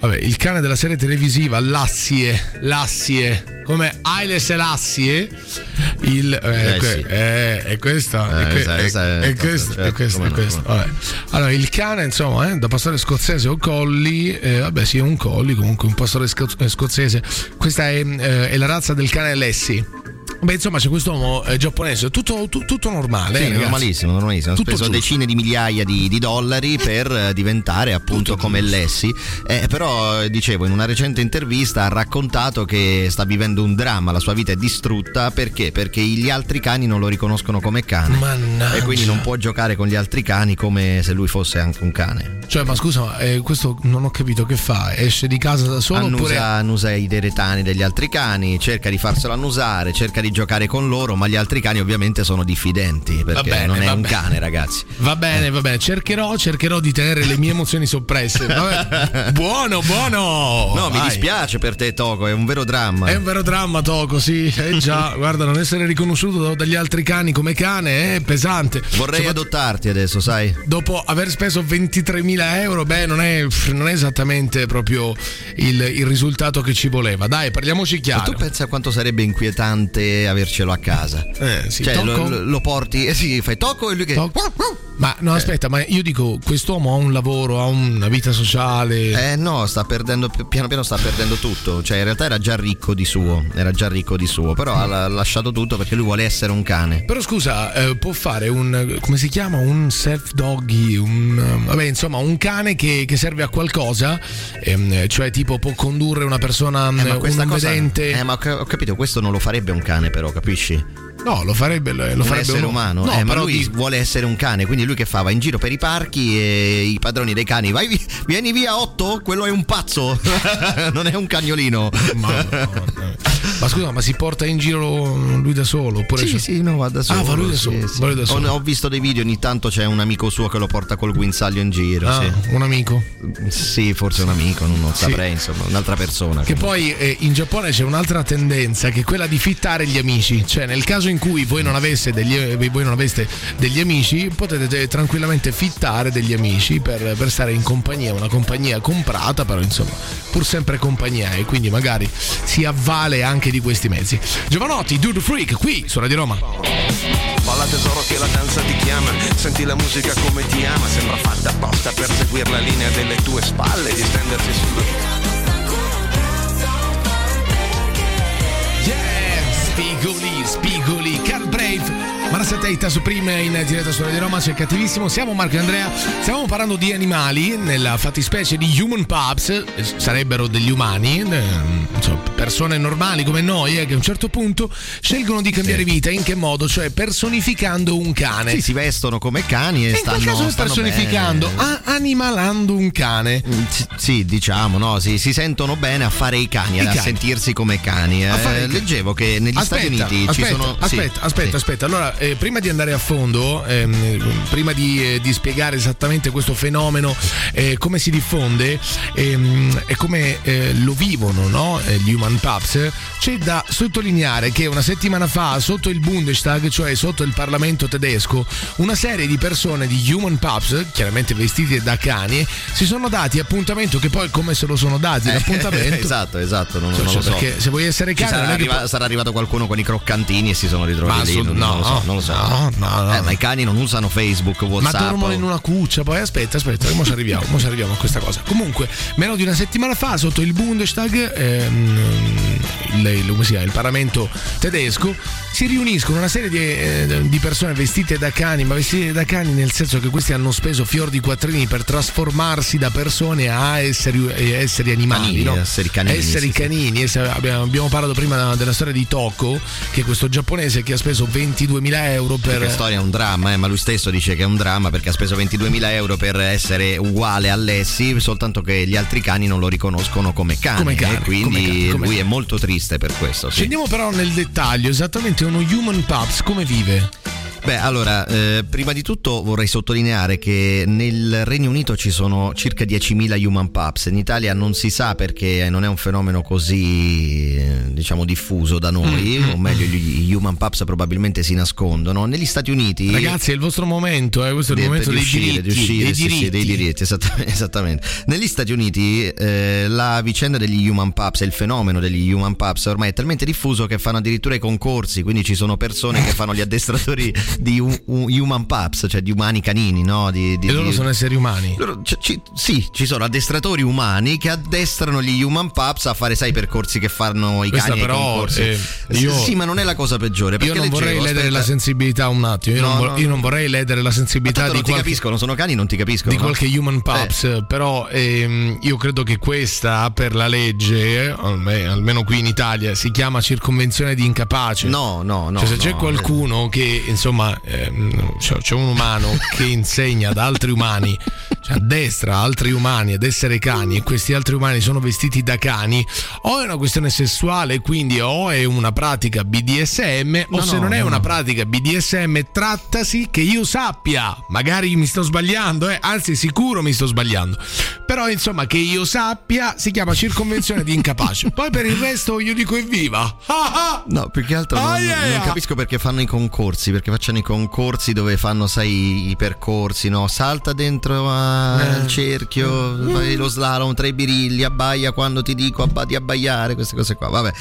Speaker 3: Vabbè, il cane della serie televisiva Lassie, Lassie, come Aile Selassie, il... Eh,
Speaker 4: Eh,
Speaker 3: que-
Speaker 4: sì.
Speaker 3: eh, è questa, è
Speaker 4: Eh,
Speaker 3: que-
Speaker 4: questa- questa
Speaker 3: è
Speaker 4: è
Speaker 3: è questa,
Speaker 4: certo,
Speaker 3: è questa,
Speaker 4: come
Speaker 3: è
Speaker 4: no,
Speaker 3: questa.
Speaker 4: come no.
Speaker 3: Vabbè. Allora, il cane, insomma, eh, da pastore scozzese o colli, eh, vabbè sì, è un colli, comunque un pastore sco- eh, scozzese. Questa è, eh, è la razza del cane Lessi. Beh, insomma, c'è quest'uomo eh, giapponese, tutto, tu- tutto normale. eh,
Speaker 4: Sì,
Speaker 3: ragazzi.
Speaker 4: normalissimo, normalissimo. Hanno
Speaker 3: Tutto
Speaker 4: speso
Speaker 3: giusto.
Speaker 4: decine di migliaia di, di dollari per eh, diventare appunto come Lessi. Eh, però, eh, dicevo, in una recente intervista ha raccontato che sta vivendo un dramma, la sua vita è distrutta perché? Perché gli altri cani non lo riconoscono come cane.
Speaker 3: Mannaggia.
Speaker 4: E quindi non può giocare con gli altri cani come se lui fosse anche un cane.
Speaker 3: Cioè, ma scusa, ma, eh, questo non ho capito che fa? Esce di casa da solo
Speaker 4: Annusa,
Speaker 3: oppure.
Speaker 4: annusa i deretani degli altri cani, cerca di farselo annusare, cerca di giocare con loro, ma gli altri cani ovviamente sono diffidenti perché
Speaker 3: bene,
Speaker 4: non è
Speaker 3: va
Speaker 4: un
Speaker 3: bene.
Speaker 4: cane, ragazzi.
Speaker 3: Va bene, va bene, cercherò, cercherò di tenere le mie emozioni soppresse. Vabbè. Buono, buono!
Speaker 4: No, mi
Speaker 3: Vai.
Speaker 4: dispiace per te, Toco, è un vero dramma.
Speaker 3: È un vero dramma, Toco, sì. Eh già, guarda, non essere riconosciuto dagli altri cani come cane è pesante.
Speaker 4: Vorrei
Speaker 3: Soprattutto-
Speaker 4: adottarti adesso, sai?
Speaker 3: dopo aver speso 23.000 euro, beh, non è, non è esattamente proprio il, il risultato che ci voleva. Dai, parliamoci
Speaker 4: Ma
Speaker 3: chiaro.
Speaker 4: tu pensa quanto sarebbe inquietante avercelo a casa?
Speaker 3: Eh, sì,
Speaker 4: cioè,
Speaker 3: Tocco?
Speaker 4: lo, Eh. lo- lo porti, eh sì, fai tocco e lui che.
Speaker 3: Ma no, aspetta, ma io dico, quest'uomo ha un lavoro, ha una vita sociale.
Speaker 4: Eh no, sta perdendo, piano piano sta perdendo tutto. Cioè, in realtà era già ricco di suo, era già ricco di suo, però
Speaker 3: Mm.
Speaker 4: ha la- lasciato tutto perché lui vuole essere un cane.
Speaker 3: Però scusa, eh, può fare un. come si chiama? Un self doggy, un. eh, vabbè, insomma, un cane che, che serve a qualcosa, ehm, cioè tipo può condurre una persona,
Speaker 4: Eh, ma
Speaker 3: eh, un
Speaker 4: questa cosa.
Speaker 3: vedente.
Speaker 4: Eh, ma ho ca- ho capito, questo non lo farebbe un cane, però, capisci?
Speaker 3: No, lo farebbe, lo
Speaker 4: un
Speaker 3: farebbe
Speaker 4: essere
Speaker 3: uno-
Speaker 4: umano,
Speaker 3: No,
Speaker 4: eh, ma
Speaker 3: però
Speaker 4: lui
Speaker 3: di-
Speaker 4: vuole essere un cane, quindi lui che fa? Va in giro per i parchi e i padroni dei cani, vai vi- vieni via Otto, quello è un pazzo, non è un cagnolino.
Speaker 3: Ma scusa, ma si porta in giro lui da solo? Oppure
Speaker 4: Sì,
Speaker 3: c'è-
Speaker 4: sì, no, va da solo.
Speaker 3: Ah, va lui da
Speaker 4: sì,
Speaker 3: solo.
Speaker 4: sì.
Speaker 3: va lui da solo.
Speaker 4: Ho, ho visto dei video, ogni tanto c'è un amico suo che lo porta col guinzaglio in giro.
Speaker 3: Ah, Un amico.
Speaker 4: Sì. Sì, forse un amico, non, non
Speaker 3: Sì.
Speaker 4: saprei, insomma, un'altra persona.
Speaker 3: Che poi eh, in Giappone c'è un'altra tendenza che è quella di fittare gli amici. Cioè, nel caso in cui voi non aveste degli, eh, voi non aveste degli amici, potete eh, tranquillamente fittare degli amici per, per stare in compagnia. Una compagnia comprata, però insomma, pur sempre compagnia. E quindi magari si avvale anche di questi mezzi. Giovanotti, Dude Freak, qui su Radio Roma.
Speaker 10: Balla tesoro che la danza ti chiama, senti la musica come ti ama, sembra fatta apposta per seguire la linea delle tue spalle, distendersi sul...
Speaker 3: Yeah, Spigoli, Spigoli, Car Brave. Marassia Teita su Prime in diretta su Radio Roma, c'è cattivissimo. Siamo Marco e Andrea, stiamo parlando di animali, nella fattispecie di human pups, eh, sarebbero degli umani, eh, insomma, persone normali come noi, eh, che a un certo punto scelgono di cambiare vita. In che modo? Cioè personificando un cane.
Speaker 4: Sì, eh, si vestono come cani
Speaker 3: E
Speaker 4: e,
Speaker 3: Eh, in
Speaker 4: stanno
Speaker 3: quel caso
Speaker 4: stanno
Speaker 3: personificando,
Speaker 4: bene.
Speaker 3: a- animalando un cane.
Speaker 4: Sì, sì, diciamo, no, sì, si sentono bene a fare i cani,
Speaker 3: I
Speaker 4: a
Speaker 3: cani.
Speaker 4: sentirsi come cani.
Speaker 3: A
Speaker 4: eh.
Speaker 3: fare i cani.
Speaker 4: Leggevo che negli
Speaker 3: aspetta,
Speaker 4: Stati Uniti
Speaker 3: aspetta,
Speaker 4: ci sono. sì,
Speaker 3: Aspetta, aspetta, aspetta. Allora, eh, prima di andare a fondo, ehm, prima di, eh, di spiegare esattamente questo fenomeno, eh, come si diffonde ehm, e come eh, lo vivono no? Eh, gli human pups, eh, c'è da sottolineare che una settimana fa, sotto il Bundestag, cioè sotto il Parlamento tedesco, una serie di persone di human pups, chiaramente vestite da cani, si sono dati appuntamento che poi come se lo sono dati
Speaker 4: Eh,
Speaker 3: l'appuntamento.
Speaker 4: esatto, esatto, non,
Speaker 3: Cioè,
Speaker 4: non lo
Speaker 3: cioè,
Speaker 4: so.
Speaker 3: perché se vuoi essere
Speaker 4: Ci
Speaker 3: cane,
Speaker 4: sarà,
Speaker 3: non è che
Speaker 4: arriva-
Speaker 3: puoi-
Speaker 4: sarà arrivato qualcuno con i croccantini e si sono
Speaker 3: Ma
Speaker 4: ritrovati lì.
Speaker 3: assolut-
Speaker 4: non, non lo so,
Speaker 3: no,
Speaker 4: non lo so.
Speaker 3: no, no, no.
Speaker 4: Eh, ma i cani non usano Facebook,
Speaker 3: Ma
Speaker 4: WhatsApp.
Speaker 3: dormono in una cuccia, poi aspetta, aspetta, che mo ci arriviamo, mo ci arriviamo a questa cosa. Comunque, meno di una settimana fa, sotto il Bundestag, ehm, il, il- come si chiama, il Parlamento tedesco, si riuniscono una serie di, eh, di persone vestite da cani, ma vestite da cani nel senso che questi hanno speso fior di quattrini per trasformarsi da persone a esseri, eh, esseri animali,
Speaker 4: Canini,
Speaker 3: no?
Speaker 4: esseri canini,
Speaker 3: Esseri
Speaker 4: sì, sì.
Speaker 3: canini, esseri- abbiamo, abbiamo parlato prima della storia di Tocco, che è questo giapponese che ha speso 22.000 euro per...
Speaker 4: Perché la storia è un dramma, eh, ma lui stesso dice che è un dramma perché ha speso 22.000 euro per essere uguale a Lessi, soltanto che gli altri cani non lo riconoscono come cane.
Speaker 3: Come cane,
Speaker 4: e quindi
Speaker 3: come cane, come
Speaker 4: lui
Speaker 3: cane.
Speaker 4: è molto triste per questo. sì.
Speaker 3: Scendiamo però nel dettaglio, esattamente uno human pups come vive?
Speaker 4: Beh, allora, eh, prima di tutto vorrei sottolineare che nel Regno Unito ci sono circa 10.000 human pubs, in Italia non si sa perché eh, non è un fenomeno così, eh, diciamo, diffuso da noi,
Speaker 3: Mm,
Speaker 4: o meglio, gli gli human pubs probabilmente si nascondono. Negli Stati Uniti...
Speaker 3: Ragazzi, è il vostro momento, eh, questo è il
Speaker 4: Di-
Speaker 3: momento
Speaker 4: di
Speaker 3: dei
Speaker 4: uscire,
Speaker 3: diritti,
Speaker 4: di uscire,
Speaker 3: dei
Speaker 4: sì, sì,
Speaker 3: diritti.
Speaker 4: dei diritti, esattamente, esattamente. Negli Stati Uniti eh, la vicenda degli human pubs e il fenomeno degli human pubs ormai è talmente diffuso che fanno addirittura i concorsi, quindi ci sono persone che fanno gli addestratori di u- u- human pubs, cioè di umani canini, no? Di, di-
Speaker 3: E loro
Speaker 4: di-
Speaker 3: sono esseri umani.
Speaker 4: Loro- ci- ci- sì, ci sono addestratori umani che addestrano gli human pubs a fare, sai, i percorsi che fanno i
Speaker 3: Questa
Speaker 4: cani ai
Speaker 3: però,
Speaker 4: concorsi.
Speaker 3: eh, io-
Speaker 4: sì, ma non è la cosa peggiore.
Speaker 3: Io
Speaker 4: perché
Speaker 3: non vorrei
Speaker 4: leggevo,
Speaker 3: ledere
Speaker 4: aspetta-
Speaker 3: la sensibilità un attimo, io,
Speaker 4: No,
Speaker 3: non, vo-
Speaker 4: no,
Speaker 3: io non vorrei ledere la sensibilità
Speaker 4: Tanto
Speaker 3: di
Speaker 4: non ti
Speaker 3: qualche
Speaker 4: capiscono, sono cani, non ti capiscono.
Speaker 3: di
Speaker 4: no? Eh.
Speaker 3: qualche human pubs, però ehm, io credo che questa per la legge, alme- almeno qui in Italia, si chiama circonvenzione di incapace.
Speaker 4: No, no, no,
Speaker 3: Cioè, se
Speaker 4: no,
Speaker 3: c'è qualcuno che, insomma, ehm, c'è, c'è un umano che insegna ad altri umani, cioè a destra altri umani ad essere cani, e questi altri umani sono vestiti da cani, o è una questione sessuale, quindi o è una pratica BDSM, o
Speaker 4: No,
Speaker 3: se
Speaker 4: no,
Speaker 3: non è
Speaker 4: no,
Speaker 3: una
Speaker 4: no.
Speaker 3: pratica BDSM trattasi che io sappia, magari mi sto sbagliando, eh, anzi sicuro mi sto sbagliando, però insomma che io sappia si chiama circonvenzione di incapace, poi per il resto io dico evviva. Ah, ah!
Speaker 4: No, più che altro non,
Speaker 3: Ah, yeah,
Speaker 4: non
Speaker 3: yeah.
Speaker 4: capisco perché fanno i concorsi, perché facciano i concorsi dove fanno, sai, i percorsi, no? Salta dentro a-
Speaker 3: Eh. Mm.
Speaker 4: al cerchio, fai lo slalom tra i birilli, abbaia quando ti dico abba- di abbaiare, queste cose qua. Vabbè,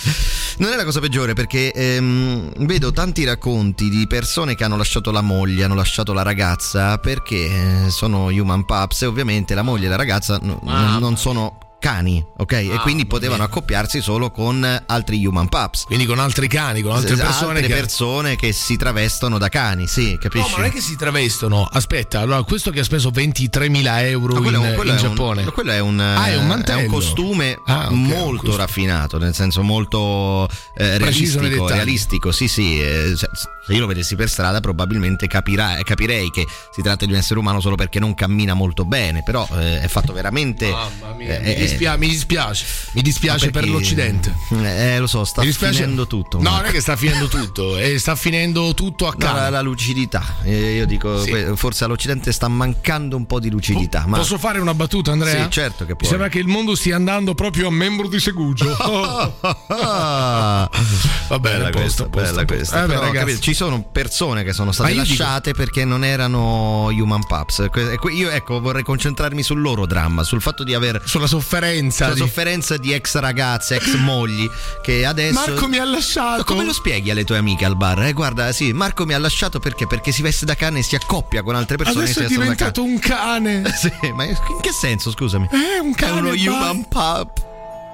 Speaker 4: non è la cosa peggiore perché ehm, vedo tanti racconti di persone che hanno lasciato la moglie, hanno lasciato la ragazza perché eh, sono human pups e ovviamente la moglie e la ragazza n-
Speaker 3: Mamma
Speaker 4: non sono cani, ok? e
Speaker 3: Mamma
Speaker 4: quindi potevano accoppiarsi solo con altri human pups.
Speaker 3: Quindi con altri cani, con altre
Speaker 4: Sì,
Speaker 3: persone
Speaker 4: Esatto, altre
Speaker 3: che-
Speaker 4: persone che si travestono da cani, sì,
Speaker 3: No,
Speaker 4: capisci?
Speaker 3: ma non è che si travestono. Aspetta, allora questo che ha speso 23.000 euro
Speaker 4: No,
Speaker 3: in,
Speaker 4: quello è un- quello
Speaker 3: in
Speaker 4: è un-
Speaker 3: Giappone.
Speaker 4: quello è un,
Speaker 3: Ah, è un mantello.
Speaker 4: costume
Speaker 3: Ah, ok,
Speaker 4: molto
Speaker 3: un costume.
Speaker 4: raffinato, nel senso molto eh,
Speaker 3: Preciso nei
Speaker 4: realistico,
Speaker 3: dettagli.
Speaker 4: realistico, sì, sì. eh, cioè, se io lo vedessi per strada, probabilmente capirà- eh, capirei che si tratta di un essere umano solo perché non cammina molto bene. Però eh, è fatto veramente.
Speaker 3: Mamma mia,
Speaker 4: eh,
Speaker 3: mi, dispia- mi dispiace, mi dispiace
Speaker 4: Ma
Speaker 3: per
Speaker 4: perché-
Speaker 3: l'Occidente.
Speaker 4: Eh, eh, lo so, sta
Speaker 3: Mi dispiace-
Speaker 4: finendo tutto.
Speaker 3: No,
Speaker 4: Marco.
Speaker 3: non è che sta finendo tutto, eh, sta finendo tutto a
Speaker 4: No,
Speaker 3: casa.
Speaker 4: la, la lucidità, Eh, io dico,
Speaker 3: Sì.
Speaker 4: que- forse all'Occidente sta mancando un po' di lucidità. Ma...
Speaker 3: Posso fare una battuta, Andrea?
Speaker 4: Sì, certo che
Speaker 3: Mi
Speaker 4: puoi.
Speaker 3: sembra che il mondo stia andando proprio a membro di Segugio.
Speaker 4: Ah,
Speaker 3: Va bene,
Speaker 4: bella
Speaker 3: posto,
Speaker 4: questa,
Speaker 3: posto,
Speaker 4: bella
Speaker 3: posto.
Speaker 4: questa.
Speaker 3: Eh, beh,
Speaker 4: Però,
Speaker 3: ragazzi.
Speaker 4: capito, ci sono persone che sono
Speaker 3: Ma
Speaker 4: state
Speaker 3: io dico-
Speaker 4: lasciate perché non erano human pups. Que- e que- Io ecco, vorrei concentrarmi sul loro dramma, sul fatto di aver
Speaker 3: Sulla sofferenza.
Speaker 4: sulla
Speaker 3: di-
Speaker 4: sofferenza di ex ragazze, ex mogli che adesso
Speaker 3: Marco mi ha
Speaker 4: Ma
Speaker 3: lasciato.
Speaker 4: Come lo spieghi alle tue amiche al bar? Eh, guarda, sì, Marco mi ha lasciato perché? Perché si veste da cane e si accoppia con altre persone
Speaker 3: Adesso
Speaker 4: che
Speaker 3: è
Speaker 4: si vestono da cane.
Speaker 3: diventato un cane.
Speaker 4: Sì, ma in che senso, scusami?
Speaker 3: Eh, un cane.
Speaker 4: è uno
Speaker 3: basta.
Speaker 4: human pup.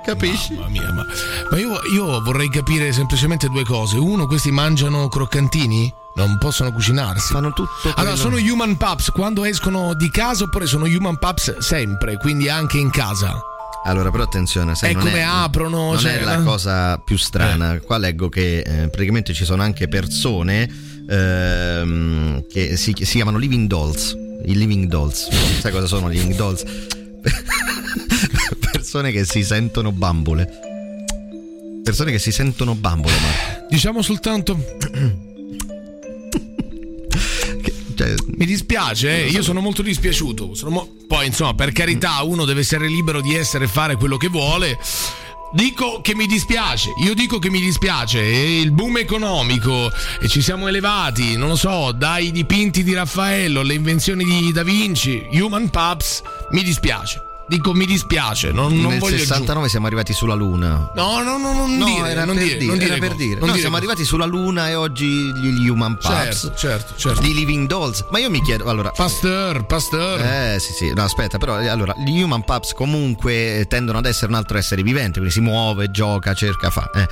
Speaker 4: Capisci?
Speaker 3: Mamma mia, ma, ma io, io vorrei capire semplicemente due cose. Uno, questi mangiano croccantini? Non possono cucinarsi.
Speaker 4: Fanno tutto.
Speaker 3: Allora, sono
Speaker 4: quello-
Speaker 3: human pups quando escono di casa oppure sono human pups sempre, quindi anche in casa.
Speaker 4: Allora, però attenzione, sai,
Speaker 3: E
Speaker 4: non
Speaker 3: come
Speaker 4: è,
Speaker 3: aprono,
Speaker 4: Non
Speaker 3: cioè,
Speaker 4: è la
Speaker 3: eh.
Speaker 4: cosa più strana. Qua leggo che eh, praticamente ci sono anche persone ehm, che si, si chiamano Living Dolls. I Living Dolls. Sai cosa sono i Living Dolls? persone che si sentono bambole. Persone che si sentono bambole, Marco.
Speaker 3: Diciamo soltanto,
Speaker 4: Cioè,
Speaker 3: mi dispiace, eh, io sono molto dispiaciuto. Sono mo- Poi, insomma, per carità,
Speaker 4: Mm.
Speaker 3: uno deve essere libero di essere e fare quello che vuole. Dico che mi dispiace, io dico che mi dispiace, e il boom economico, e ci siamo elevati, non lo so, dai dipinti di Raffaello, alle invenzioni di Da Vinci, Human Pups, mi dispiace. Dico mi dispiace, non, non
Speaker 4: nel
Speaker 3: voglio
Speaker 4: 69
Speaker 3: aggiungere.
Speaker 4: siamo arrivati sulla Luna.
Speaker 3: No, no, no, non
Speaker 4: No,
Speaker 3: dire,
Speaker 4: era
Speaker 3: non
Speaker 4: per
Speaker 3: dire,
Speaker 4: dire,
Speaker 3: non
Speaker 4: era
Speaker 3: dire
Speaker 4: per
Speaker 3: co-
Speaker 4: dire.
Speaker 3: non
Speaker 4: No,
Speaker 3: dire
Speaker 4: siamo
Speaker 3: co-
Speaker 4: arrivati sulla Luna e oggi gli gli human pups.
Speaker 3: Certo, certo, certo.
Speaker 4: Di Living Dolls. Ma io mi chiedo, allora.
Speaker 3: Pasteur, Pasteur.
Speaker 4: Eh sì sì, no aspetta però eh, allora gli human pups comunque eh, tendono ad essere un altro essere vivente, quindi si muove, gioca, cerca, fa. eh.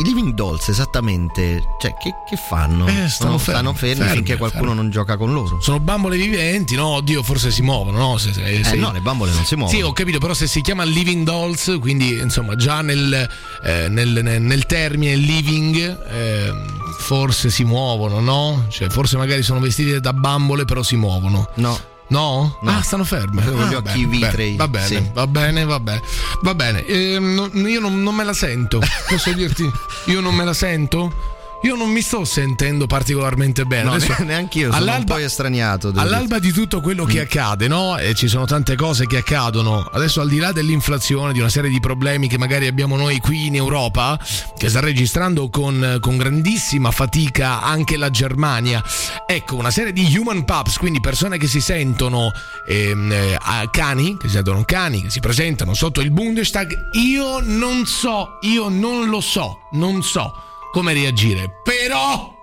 Speaker 4: I living dolls esattamente, cioè che, che fanno?
Speaker 3: Eh, stanno
Speaker 4: No,
Speaker 3: fermi, fermi,
Speaker 4: finché
Speaker 3: fermi.
Speaker 4: qualcuno non gioca con loro.
Speaker 3: Sono bambole viventi, no? Oddio, forse si muovono, no? Se- se-
Speaker 4: Eh
Speaker 3: se-
Speaker 4: no, le bambole non si muovono.
Speaker 3: Sì, ho capito, però se si chiama Living Dolls, quindi insomma già nel, eh, nel- nel- nel termine living eh, forse si muovono, no? Cioè forse magari sono vestiti da bambole però si muovono.
Speaker 4: No.
Speaker 3: No?
Speaker 4: No.
Speaker 3: Ah, stanno ferme.
Speaker 4: Con gli
Speaker 3: Ah, bene,
Speaker 4: occhi vitrei.
Speaker 3: bene. Va bene,
Speaker 4: Sì.
Speaker 3: va bene, va bene. Va bene. Ehm, no- io non, non me la sento. Posso dirti? Io non me la sento? Io non mi sto sentendo particolarmente bene.
Speaker 4: No,
Speaker 3: Adesso-
Speaker 4: neanche io sono
Speaker 3: all'alba,
Speaker 4: un po' estraniato. devo dire.
Speaker 3: all'alba di tutto quello che accade, no? E ci sono tante cose che accadono. Adesso, al di là dell'inflazione, di una serie di problemi che magari abbiamo noi qui in Europa, che sta registrando con, con grandissima fatica anche la Germania. Ecco, una serie di human pups, quindi persone che si sentono ehm, eh, a- cani, che si sentono cani, che si presentano sotto il Bundestag. Io non so, io non lo so, non so come reagire, però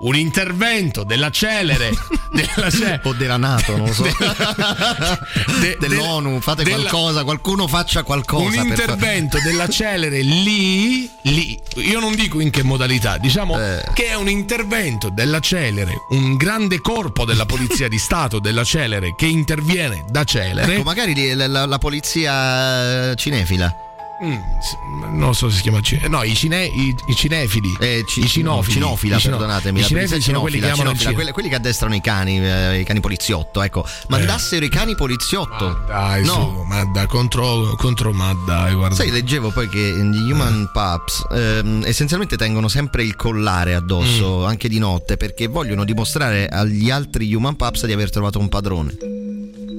Speaker 3: un intervento della celere della ce-
Speaker 4: o della Nato, non lo so.
Speaker 3: Cioè, de-
Speaker 4: Dell'ONU, fate
Speaker 3: della-
Speaker 4: qualcosa, qualcuno faccia qualcosa.
Speaker 3: un
Speaker 4: per fa-
Speaker 3: intervento della celere lì, lì, io non dico in che modalità, diciamo
Speaker 4: Eh.
Speaker 3: che è un intervento della celere, un grande corpo della polizia di Stato della celere che interviene da celere.
Speaker 4: Ecco, magari lì la, la- la polizia eh, cinefila.
Speaker 3: Mm, sì, ma non so se si chiama cine- no i, cine- i- i cinefili i cinofili
Speaker 4: Eh, Cinofila,
Speaker 3: I cino-
Speaker 4: perdonatemi.
Speaker 3: i
Speaker 4: la
Speaker 3: cinefili
Speaker 4: polizia
Speaker 3: sono
Speaker 4: cinofila,
Speaker 3: quelli che amano il
Speaker 4: cinofila,
Speaker 3: cinema
Speaker 4: quelli, quelli che addestrano i cani, eh, i cani poliziotto, ecco. Mandassero i cani poliziotto.
Speaker 3: Ah, dai
Speaker 4: no.
Speaker 3: su ma dai, contro, contro ma dai guarda
Speaker 4: Sai, leggevo poi che gli human pups ehm, essenzialmente tengono sempre il collare
Speaker 3: Mm.
Speaker 4: addosso, anche di notte, perché vogliono dimostrare agli altri human pups di aver trovato un padrone.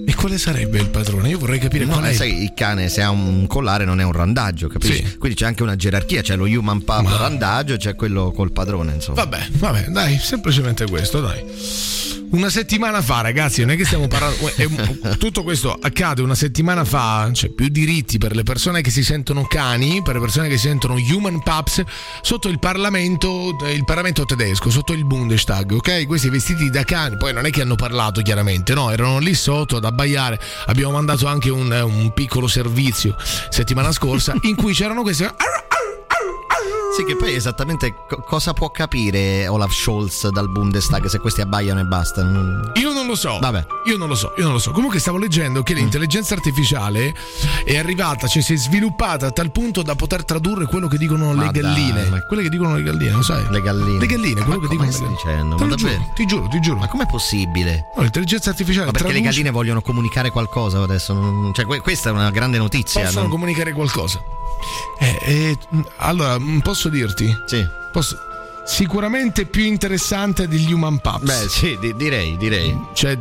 Speaker 3: e quale sarebbe il padrone io vorrei capire
Speaker 4: No,
Speaker 3: qual è
Speaker 4: eh,
Speaker 3: il-
Speaker 4: sai, il cane se ha un collare non è un randaggio, capisci? Quindi c'è anche una gerarchia, c'è lo human pup randaggio e c'è quello col padrone, insomma.
Speaker 3: Vabbè, vabbè, dai, semplicemente questo, dai. Una settimana fa, ragazzi, non è che stiamo parlando. è un- tutto questo accade una settimana fa. C'è più diritti per le persone che si sentono cani, per le persone che si sentono human pups sotto il Parlamento, il Parlamento tedesco, sotto il Bundestag, ok? Questi vestiti da cani. Poi non è che hanno parlato chiaramente, no, erano lì sotto ad abbaiare. Abbiamo mandato anche un, un piccolo servizio settimana scorsa in cui c'erano questi.
Speaker 4: Sì, che poi esattamente co- cosa può capire Olaf Scholz dal Bundestag se questi abbaiano e basta? Mm.
Speaker 3: Io non lo so.
Speaker 4: Vabbè.
Speaker 3: Io non lo so, io non lo so. Comunque stavo leggendo
Speaker 4: Mm.
Speaker 3: che l'intelligenza artificiale è arrivata, cioè si è sviluppata a tal punto da poter tradurre quello che dicono
Speaker 4: Ma
Speaker 3: le galline.
Speaker 4: dai, ma-
Speaker 3: Quelle che dicono le galline, lo sai?
Speaker 4: Le galline.
Speaker 3: Le galline, quello che
Speaker 4: Ma
Speaker 3: dicono
Speaker 4: come
Speaker 3: le
Speaker 4: stai
Speaker 3: galline.
Speaker 4: dicendo?
Speaker 3: Te
Speaker 4: Ma
Speaker 3: lo
Speaker 4: davvero?
Speaker 3: giuro, ti giuro, ti giuro.
Speaker 4: Ma com'è possibile?
Speaker 3: No, l'intelligenza artificiale
Speaker 4: Ma perché le
Speaker 3: traduce-
Speaker 4: galline vogliono comunicare qualcosa adesso? Non- Cioè, que- questa è una grande notizia.
Speaker 3: possono
Speaker 4: non-
Speaker 3: comunicare qualcosa. Eh, eh, mh, allora, mh, posso dirti?
Speaker 4: Sì.
Speaker 3: sicuramente più interessante degli Human Pups.
Speaker 4: Beh, sì, di- direi, direi.
Speaker 3: Cioè,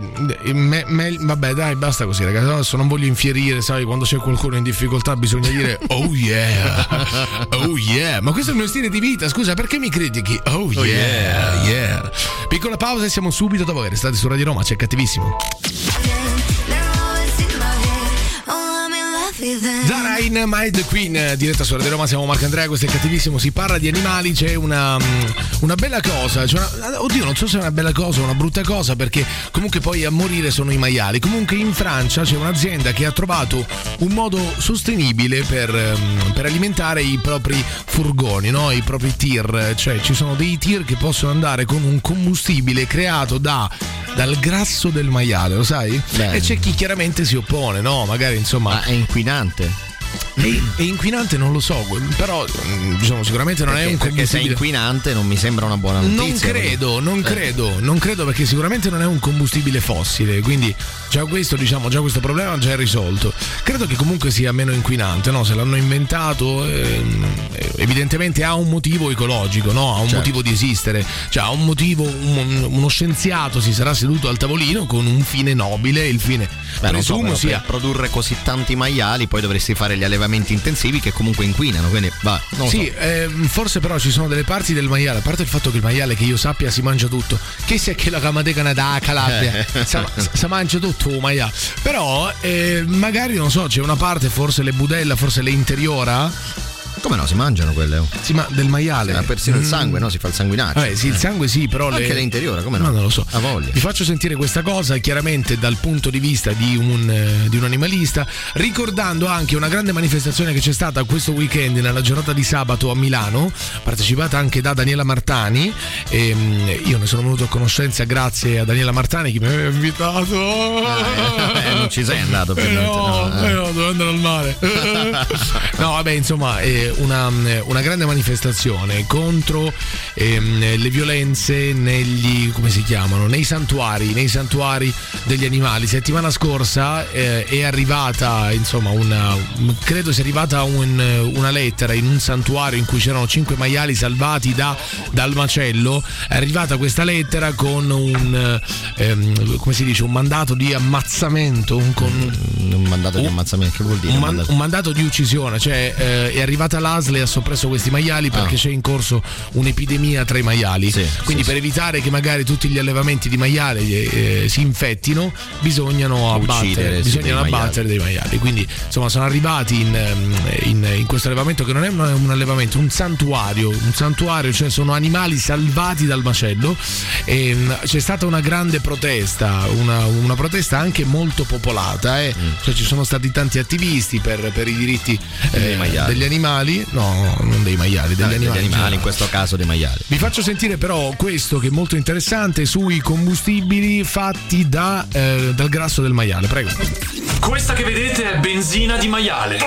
Speaker 3: me- me- vabbè, dai, basta così, ragazzi. Adesso non voglio infierire, sai, quando c'è qualcuno in difficoltà bisogna dire oh yeah, oh yeah. Ma questo è il mio stile di vita, scusa, perché mi critichi? Oh,
Speaker 5: Oh,
Speaker 3: yeah,
Speaker 5: yeah.
Speaker 3: yeah. Piccola pausa e siamo subito dopo aver state su Radio Roma, c'è cattivissimo. Zara in My The Queen, eh, diretta su Radio Roma, siamo Marco Andrea, questo è cattivissimo, si parla di animali, c'è una, mm, una bella cosa, c'è una- ah, oddio non so se è una bella cosa o una brutta cosa perché comunque poi a morire sono i maiali, comunque in Francia c'è un'azienda che ha trovato un modo sostenibile per, ehm, per alimentare i propri furgoni, no? i propri tir, cioè ci sono dei tir che possono andare con un combustibile creato da- dal grasso del maiale, lo sai? E c'è chi chiaramente si oppone, no? Magari insomma...
Speaker 4: Ma è inquinante.
Speaker 3: E, e inquinante non lo so, però mm, diciamo, sicuramente non è
Speaker 4: Perché-
Speaker 3: un
Speaker 4: perché se è
Speaker 3: combustibile.
Speaker 4: inquinante non mi sembra una buona notizia.
Speaker 3: Non credo, non
Speaker 4: Eh.
Speaker 3: credo, non credo perché sicuramente non è un combustibile fossile, quindi già questo, diciamo, già questo problema già è risolto. Credo che comunque sia meno inquinante, no? Se l'hanno inventato ehm, evidentemente ha un motivo ecologico, no? Ha un
Speaker 4: Certo.
Speaker 3: motivo di esistere, cioè ha un motivo, un- uno scienziato si sarà seduto al tavolino con un fine nobile, il fine
Speaker 4: Beh, Eh, non so,
Speaker 3: presumo
Speaker 4: però
Speaker 3: sia
Speaker 4: per produrre così tanti maiali, poi dovresti fare gli allevamenti intensivi che comunque inquinano. Quindi, va, non lo
Speaker 3: sì,
Speaker 4: so.
Speaker 3: ehm, forse però ci sono delle parti del maiale, a parte il fatto che il maiale che io sappia si mangia tutto, che se è che la camatecana da Calabria,
Speaker 4: Eh.
Speaker 3: si mangia tutto il maiale, però eh, magari non so, c'è una parte, forse le budella, forse le interiora,
Speaker 4: Come no, si mangiano quelle. oh.
Speaker 3: sì, ma del maiale.
Speaker 4: Ma persino il
Speaker 3: Mm.
Speaker 4: sangue, no? Si fa il sanguinaccio. Eh.
Speaker 3: Vabbè, sì, il sangue sì, però
Speaker 4: Anche
Speaker 3: le-
Speaker 4: l'interiore, come no?
Speaker 3: Ma non lo so.
Speaker 4: A voglia.
Speaker 3: Vi faccio sentire questa cosa chiaramente dal punto di vista di un, eh, di un animalista, ricordando anche una grande manifestazione che c'è stata questo weekend nella giornata di sabato a Milano, partecipata anche da Daniela Martani. Ehm, io ne sono venuto a conoscenza grazie a Daniela Martani che mi aveva invitato.
Speaker 4: Eh, non ci sei andato,
Speaker 3: Eh
Speaker 4: ovviamente.
Speaker 3: no,
Speaker 4: no, eh.
Speaker 3: eh no, devo andare al mare. no, vabbè, insomma, eh, una, una grande manifestazione contro ehm, le violenze negli come si chiamano? Nei santuari, nei santuari degli animali. Settimana scorsa eh, è arrivata, insomma, una, credo sia arrivata un- una lettera in un santuario in cui c'erano cinque maiali salvati da- dal macello. È arrivata questa lettera con un ehm, come si dice, un mandato di ammazzamento, un con-
Speaker 4: Un mandato di ammazzamento, che vuol dire?
Speaker 3: un, man-
Speaker 4: mandato-
Speaker 3: un mandato di uccisione, cioè eh, è arrivata l'ASL e ha soppresso questi maiali
Speaker 4: Ah.
Speaker 3: perché c'è in corso un'epidemia tra i maiali. Quindi per evitare che magari tutti gli allevamenti di maiali eh, si infettino, bisognano
Speaker 4: Uccidere,
Speaker 3: abbattere,
Speaker 4: sì,
Speaker 3: bisognano
Speaker 4: dei
Speaker 3: abbattere dei maiali. Quindi insomma sono arrivati in, ehm, in- in questo allevamento che non è un, un allevamento, un santuario, un santuario, cioè sono animali salvati dal macello. E, mh, c'è stata una grande protesta, una, una protesta anche molto popolata, eh.
Speaker 4: Mm.
Speaker 3: Cioè, ci sono stati tanti attivisti per, per i diritti eh,
Speaker 4: maiali. Ah,
Speaker 3: degli animali, no, non dei maiali, degli
Speaker 4: Degli
Speaker 3: animali. cioè. in
Speaker 4: animali,
Speaker 3: generale.
Speaker 4: in questo caso dei maiali.
Speaker 3: Vi faccio sentire però questo che è molto interessante sui combustibili fatti da, eh, dal grasso del maiale, prego.
Speaker 8: Questa che vedete è benzina di maiale.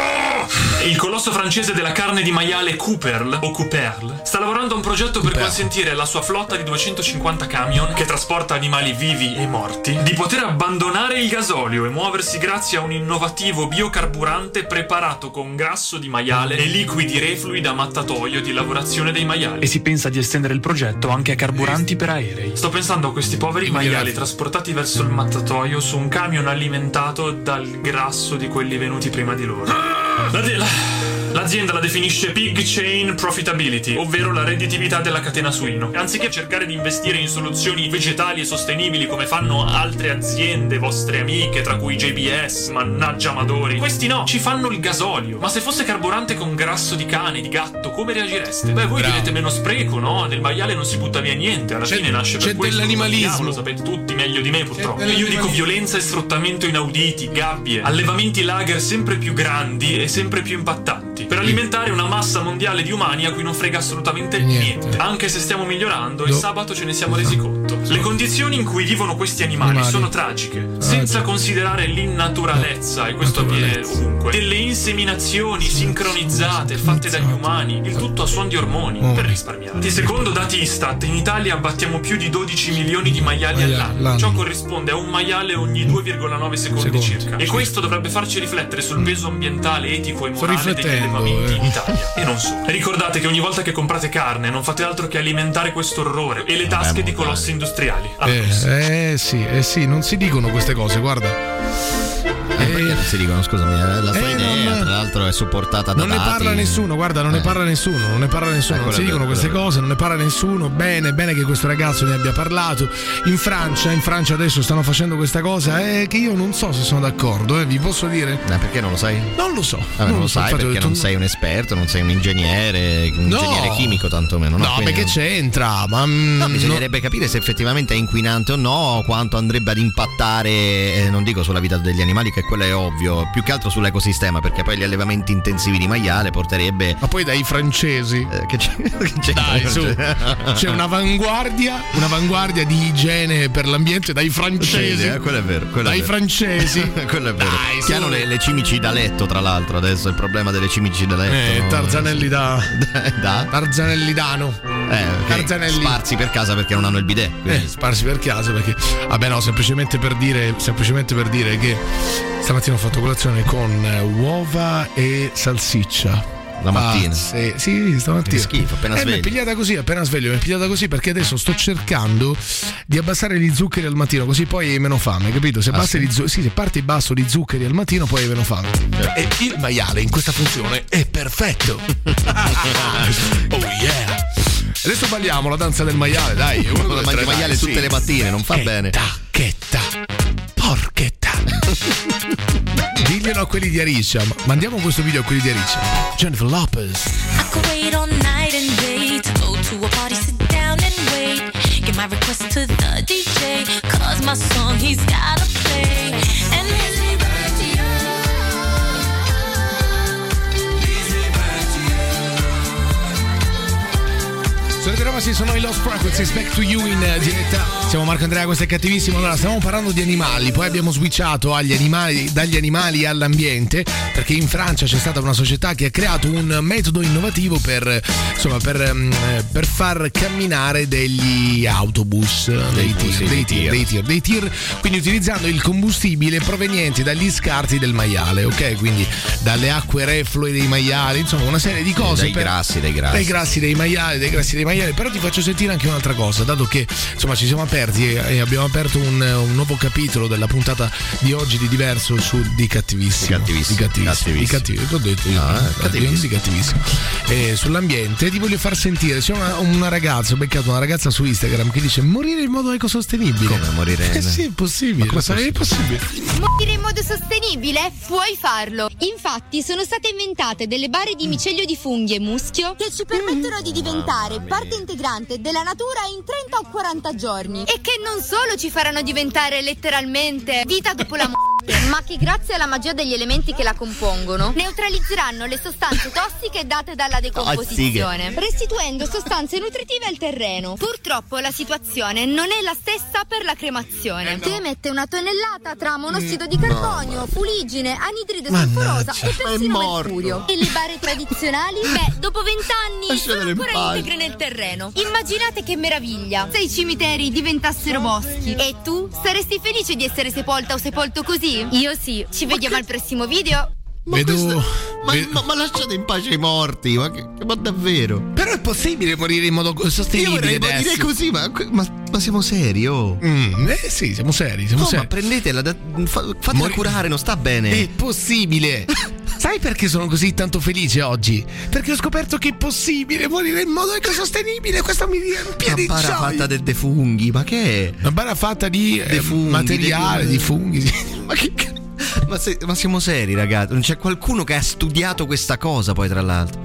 Speaker 8: Il colosso francese della carne di maiale Cooperl o Cooperl sta lavorando a un progetto per consentire alla sua flotta di 250 camion che trasporta animali vivi e morti di poter abbandonare il gasolio e muoversi grazie a un innovativo biocarburante preparato con grasso di maiale e liquidi reflui da mattatoio di lavorazione dei maiali. E si pensa di estendere il progetto anche a carburanti per aerei. Sto pensando a questi poveri maiali trasportati verso il mattatoio su un camion alimentato dal grasso di quelli venuti prima di loro. La de- la- L'azienda la definisce pig chain profitability, ovvero la redditività della catena suino. Anziché cercare di investire in soluzioni vegetali e sostenibili come fanno altre aziende, vostre amiche, tra cui JBS, mannaggia Amadori, questi no, ci fanno il gasolio. Ma se fosse carburante con grasso di cane, di gatto, come reagireste? Beh, voi direte meno spreco, no? Nel maiale non si butta via niente, alla fine nasce per
Speaker 3: c'è
Speaker 8: questo.
Speaker 3: dell'animalismo.
Speaker 8: Lo sapete tutti meglio di me, purtroppo. E io dico violenza e sfruttamento inauditi, gabbie, allevamenti lager sempre più grandi e sempre più impattanti, per alimentare una massa mondiale di umani a cui non frega assolutamente niente. Anche se stiamo migliorando, il sabato ce ne siamo resi conto. Le condizioni in cui vivono questi animali
Speaker 3: Animali.
Speaker 8: sono tragiche, senza considerare l'innaturalezza, e questo avviene ovunque, delle inseminazioni sincronizzate fatte
Speaker 3: Esatto.
Speaker 8: dagli umani, il tutto a suon di ormoni,
Speaker 3: Mm.
Speaker 8: per risparmiare. Secondo dati Istat, in Italia abbattiamo più di 12 milioni di maiali
Speaker 3: Maiali
Speaker 8: all'anno.
Speaker 3: all'anno.
Speaker 8: Ciò corrisponde a un maiale ogni 2,9 secondi
Speaker 3: Secondi,
Speaker 8: circa. E
Speaker 3: sì.
Speaker 8: questo dovrebbe farci riflettere sul peso ambientale, etico e
Speaker 3: Sto
Speaker 8: morale degli
Speaker 3: riflettendo.
Speaker 8: allevamenti
Speaker 3: eh.
Speaker 8: in Italia. E non solo. Ricordate che ogni volta che comprate carne non fate altro che alimentare questo orrore e le tasche di colossi industriali.
Speaker 3: Eh, eh sì, eh sì, non si dicono queste cose, guarda.
Speaker 4: Eh, perché non si dicono, scusami, eh, la tua
Speaker 3: Eh,
Speaker 4: idea,
Speaker 3: non-
Speaker 4: tra l'altro, è supportata da
Speaker 3: Non ne
Speaker 4: dati. Eh.
Speaker 3: parla nessuno, guarda, non ne parla nessuno, non ne parla nessuno, non
Speaker 4: quello
Speaker 3: si
Speaker 4: Eh, è
Speaker 3: dicono
Speaker 4: vero,
Speaker 3: queste
Speaker 4: quello
Speaker 3: cose, non ne parla nessuno. Bene, bene che questo ragazzo ne abbia parlato. In Francia, in Francia adesso stanno facendo questa cosa eh, che io non so se sono d'accordo, eh, vi posso dire?
Speaker 4: perché non lo sai?
Speaker 3: Non lo so.
Speaker 4: Vabbè, non, lo
Speaker 3: so,
Speaker 4: sai
Speaker 3: infatti ho
Speaker 4: perché
Speaker 3: detto
Speaker 4: non
Speaker 3: no.
Speaker 4: sei un esperto, non sei un ingegnere, un
Speaker 3: No.
Speaker 4: ingegnere chimico tantomeno. No,
Speaker 3: No,
Speaker 4: Quindi
Speaker 3: perché
Speaker 4: non-
Speaker 3: c'entra, ma
Speaker 4: No, bisognerebbe capire se effettivamente è inquinante o no, quanto andrebbe ad impattare, eh, non dico sulla vita degli animali, che quello è ovvio, più che altro sull'ecosistema, perché poi gli allevamenti intensivi di maiale porterebbe. eh,
Speaker 3: Ma poi dai francesi.
Speaker 4: che c'è, che c'è-
Speaker 3: Dai, su.
Speaker 4: cioè.
Speaker 3: C'è un'avanguardia, un'avanguardia di igiene per l'ambiente dai francesi.
Speaker 4: Sì, eh, quello è vero. Quello
Speaker 3: dai
Speaker 4: è vero.
Speaker 3: francesi.
Speaker 4: quello è vero.
Speaker 3: Eh, Dai, su.
Speaker 4: che hanno le, le cimici da letto, tra l'altro, adesso il problema delle cimici da letto.
Speaker 3: Eh,
Speaker 4: no? Eh,
Speaker 3: Tarzanelli da.
Speaker 4: da?
Speaker 3: Tarzanelli Dano.
Speaker 4: Eh, che
Speaker 3: Tarzanelli.
Speaker 4: Sparsi per casa perché non hanno il bidet. quindi-
Speaker 3: Eh, sparsi per casa perché. Vabbè, no, semplicemente per dire, semplicemente per dire che stamattina ho fatto colazione con eh, uova e salsiccia.
Speaker 4: La mattina?
Speaker 3: Pazze. sì, stamattina.
Speaker 4: Che schifo, appena
Speaker 3: eh, mi è
Speaker 4: svegli.
Speaker 3: pigliata così, appena sveglio, mi è pigliata così perché adesso sto cercando di abbassare gli zuccheri al mattino, così poi hai meno fame, capito? Se,
Speaker 4: Ah,
Speaker 3: abbassi
Speaker 4: sì.
Speaker 3: gli zu- sì, se parti basso di zuccheri al mattino, poi hai meno fame.
Speaker 4: Certo.
Speaker 3: E il maiale in questa funzione è perfetto. oh yeah! Adesso balliamo la danza del maiale, dai.
Speaker 4: Uno mangia il maiale tutte le mattine, non fa
Speaker 3: Eh,
Speaker 4: bene.
Speaker 3: Tacchetta, porchetta. Diglielo a quelli di Ariccia, ma mandiamo questo video a quelli di Ariccia. Jennifer Lopez.
Speaker 7: I could wait all night and day to go to a party, sit down and wait. Get my request to the DJ, cause my song he's gotta play. And his
Speaker 3: Sono sì, sono i Lost Frequencies, back to you in eh, diretta. Siamo Marco Andrea, questo è cattivissimo. Allora, stavamo parlando di animali, poi abbiamo switchato agli animali, dagli animali all'ambiente, perché in Francia c'è stata una società che ha creato un metodo innovativo per, eh, insomma, per, ehm, eh, per far camminare degli autobus, eh, dei tir,
Speaker 4: sì,
Speaker 3: dei
Speaker 4: dei
Speaker 3: tir,
Speaker 4: tir.
Speaker 3: dei tir, dei tir, quindi utilizzando il combustibile proveniente dagli scarti del maiale, ok? Quindi dalle acque reflue dei maiali, insomma, una serie di cose.
Speaker 4: Dai
Speaker 3: per-
Speaker 4: grassi, dai grassi.
Speaker 3: dai grassi dei maiali, dei grassi dei maiali. Però ti faccio sentire anche un'altra cosa, dato che insomma ci siamo aperti e e abbiamo aperto un, un nuovo capitolo della puntata di oggi di diverso su di cattivissimo.
Speaker 4: Di cattivissimo.
Speaker 3: Di cattivissimo.
Speaker 4: Cattivissimo.
Speaker 3: Di cattivi- l'ho detto io.
Speaker 4: Ah, eh,
Speaker 3: Eh,
Speaker 4: cattivissimo.
Speaker 3: di cattivissimo. Eh, sull'ambiente ti voglio far sentire, c'è una, una ragazza, ho beccato una ragazza su Instagram che dice morire in modo ecosostenibile. Come
Speaker 4: morire?
Speaker 3: Eh sì, è possibile. Sarebbe possibile?
Speaker 11: Morire in modo sostenibile? Puoi farlo! Infatti sono state inventate delle bare di micelio di funghi e muschio che ci permettono di diventare parte integrante della natura in 30 o 40 giorni e che non solo ci faranno diventare letteralmente vita dopo la morte. Ma che grazie alla magia degli elementi che la compongono neutralizzeranno le sostanze tossiche date dalla
Speaker 4: Ah,
Speaker 11: decomposizione,
Speaker 12: Tossiche.
Speaker 11: restituendo sostanze nutritive al terreno. Purtroppo la situazione non è la stessa per la
Speaker 4: Eh,
Speaker 11: cremazione, che emette una tonnellata tra monossido di carbonio, fuligine, anidride
Speaker 4: Mm. Mannaggia,
Speaker 11: solforosa e
Speaker 4: ma è
Speaker 11: persino
Speaker 4: morto.
Speaker 11: mercurio. E le bare tradizionali? Beh, dopo vent'anni sono
Speaker 4: Lasciatele in
Speaker 11: ancora
Speaker 4: pace.
Speaker 11: integre nel terreno. Immaginate che meraviglia se i cimiteri diventassero boschi. E tu saresti felice di essere sepolta o sepolto così? Io sì. Ci vediamo al prossimo video.
Speaker 3: Vedo.
Speaker 4: Ma, ma- ma lasciate in pace i morti, ma, che- ma davvero?
Speaker 3: Però è possibile morire in modo sostenibile.
Speaker 4: Io vorrei
Speaker 3: adesso.
Speaker 4: morire così, ma, ma- ma siamo seri, oh.
Speaker 3: eh sì, siamo seri, siamo
Speaker 4: no,
Speaker 3: seri.
Speaker 4: ma prendetela, da- fa- fatela curare, non sta bene.
Speaker 3: Cioè, È possibile. Sai perché sono così tanto felice oggi? Perché ho scoperto che è possibile morire in modo ecosostenibile. Questa mi riempie di
Speaker 4: Una bara
Speaker 3: gioia.
Speaker 4: fatta de- de funghi, ma che è?
Speaker 3: Una bara fatta di eh,
Speaker 4: funghi,
Speaker 3: materiale,
Speaker 4: dei-
Speaker 3: di funghi. sì.
Speaker 4: Ma, che ca- ma se- ma siamo seri, ragazzi. Non c'è qualcuno che ha studiato questa cosa, poi, tra l'altro.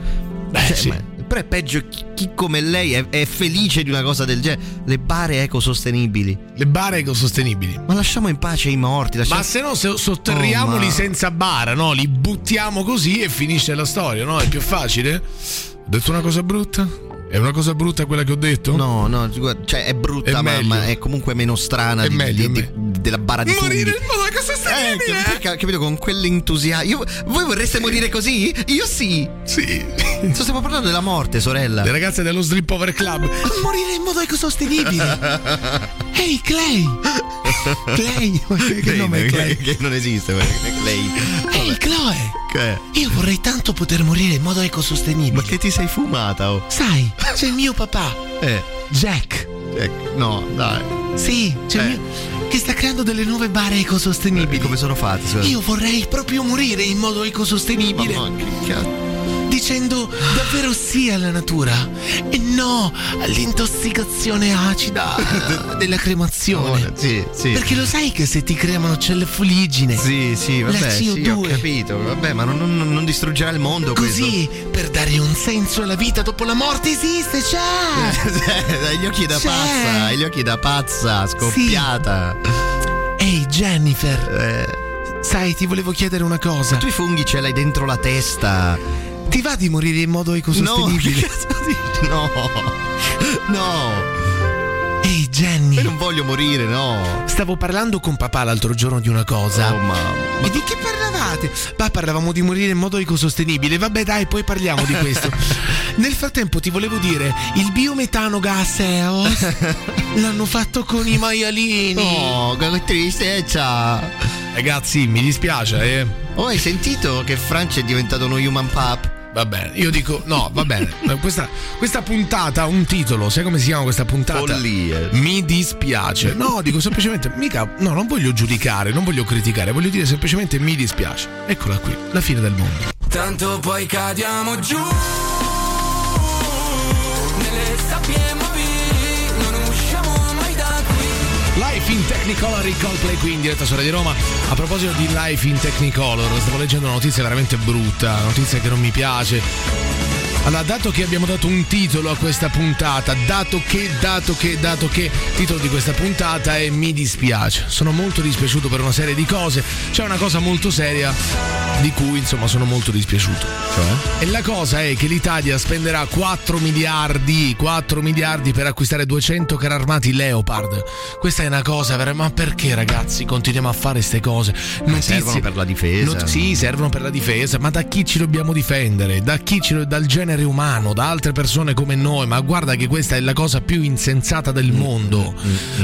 Speaker 4: Cioè, ma- però è peggio chi, chi come lei è, è felice di una cosa del genere. Le bare ecosostenibili.
Speaker 3: Le bare ecosostenibili.
Speaker 4: Ma lasciamo in pace i morti. lasciamo-
Speaker 3: Ma se no, se sotterriamoli
Speaker 4: Oh, ma-
Speaker 3: senza bara, no? Li buttiamo così e finisce la storia, no? È più facile. Ho detto una cosa brutta? È una cosa brutta quella che ho detto?
Speaker 4: No, no, guarda, cioè è brutta, ma,
Speaker 3: Certo. meglio.
Speaker 4: ma è comunque meno strana
Speaker 3: È
Speaker 4: di-
Speaker 3: meglio,
Speaker 4: di-
Speaker 3: è
Speaker 4: di- della bara di
Speaker 3: Morire
Speaker 4: funghi.
Speaker 3: in modo ecosostenibile.
Speaker 4: Eh, perché, capito, con quell'entusiasmo. Io- Voi vorreste morire così? Io sì.
Speaker 3: Sì.
Speaker 4: Stiamo parlando della morte, sorella.
Speaker 3: Le ragazze dello Slip Over Club. Morire in modo ecosostenibile. Ehi, Clay. Clay. Che
Speaker 4: Clay,
Speaker 3: nome è Clay?
Speaker 4: Che non esiste, ma è Clay.
Speaker 3: Ehi, Chloe.
Speaker 4: Che-
Speaker 3: Io vorrei tanto poter morire in modo ecosostenibile.
Speaker 4: Ma che ti sei fumata, oh?
Speaker 3: Sai, c'è il mio papà,
Speaker 4: Eh,
Speaker 3: Jack.
Speaker 4: ecco, no, dai.
Speaker 3: Sì, c'è il mio. che sta creando delle nuove bare ecosostenibili.
Speaker 4: Eh. Come sono fatti? scusa?
Speaker 3: Io vorrei proprio morire in modo ecosostenibile.
Speaker 4: Ma no, che cazzo.
Speaker 3: Dicendo davvero sì alla natura e no all'intossicazione acida della cremazione.
Speaker 4: Sì, sì.
Speaker 3: Perché lo sai che se ti cremano c'è le fuligine?
Speaker 4: Sì, sì,
Speaker 3: La
Speaker 4: vabbè, sì, ho
Speaker 3: CO2.
Speaker 4: capito. Vabbè, ma non, non- non distruggerà il mondo
Speaker 3: Così, per dare un senso alla vita dopo la morte esiste, c'è!
Speaker 4: questo. Dai, gli occhi da
Speaker 3: C'è.
Speaker 4: pazza, hai gli occhi da pazza, scoppiata.
Speaker 3: Ehi Jennifer,
Speaker 4: Eh,
Speaker 3: sai, ti volevo chiedere una cosa.
Speaker 4: tu i funghi ce l'hai dentro la testa.
Speaker 3: Ti va di morire in modo
Speaker 4: No,
Speaker 3: ecosostenibile?
Speaker 4: che cazzo dici? No. No.
Speaker 3: Ehi Jenny,
Speaker 4: Io non voglio morire, no.
Speaker 3: stavo parlando con papà l'altro giorno di una cosa.
Speaker 4: Oh, mamma.
Speaker 3: E di che parlavate? Bah, parlavamo di morire in modo ecosostenibile. Vabbè, dai, poi parliamo di questo. Nel frattempo ti volevo dire, il biometano gas EOS l'hanno fatto con i maialini.
Speaker 4: No, che tristezza.
Speaker 3: Ragazzi, mi dispiace, eh.
Speaker 4: Oh, hai sentito che Francia è diventato uno human pup?
Speaker 3: Va bene, io dico no, va bene. Questa, questa puntata ha un titolo, sai come si chiama questa puntata?
Speaker 4: Follie.
Speaker 3: Mi dispiace. No, dico semplicemente, mica, no, non voglio giudicare, non voglio criticare, voglio dire semplicemente mi dispiace. Eccola qui, la fine del mondo.
Speaker 9: Tanto poi cadiamo giù Nelle sabbie movili Non usciamo mai da qui
Speaker 3: Life in Technicolor in Coldplay qui in diretta sulla di Roma. A proposito di Life in Technicolor, stavo leggendo una notizia veramente brutta, una notizia che non mi piace. Allora, dato che abbiamo dato un titolo a questa puntata, dato che, dato che, dato che, titolo di questa puntata è Mi dispiace. Sono molto dispiaciuto per una serie di cose. C'è una cosa molto seria di cui, insomma, sono molto dispiaciuto. Cioè? E la cosa è che l'Italia spenderà 4 miliardi, 4 miliardi per acquistare 200 carri armati Leopard. Questa è una cosa vera, ma perché ragazzi continuiamo a fare queste cose? Notizie-
Speaker 4: servono per la difesa.
Speaker 3: Not- sì, servono per la difesa, ma da chi ci dobbiamo difendere? Da chi ci do- dal genere umano, da altre persone come noi, ma guarda che questa è la cosa più insensata del mondo.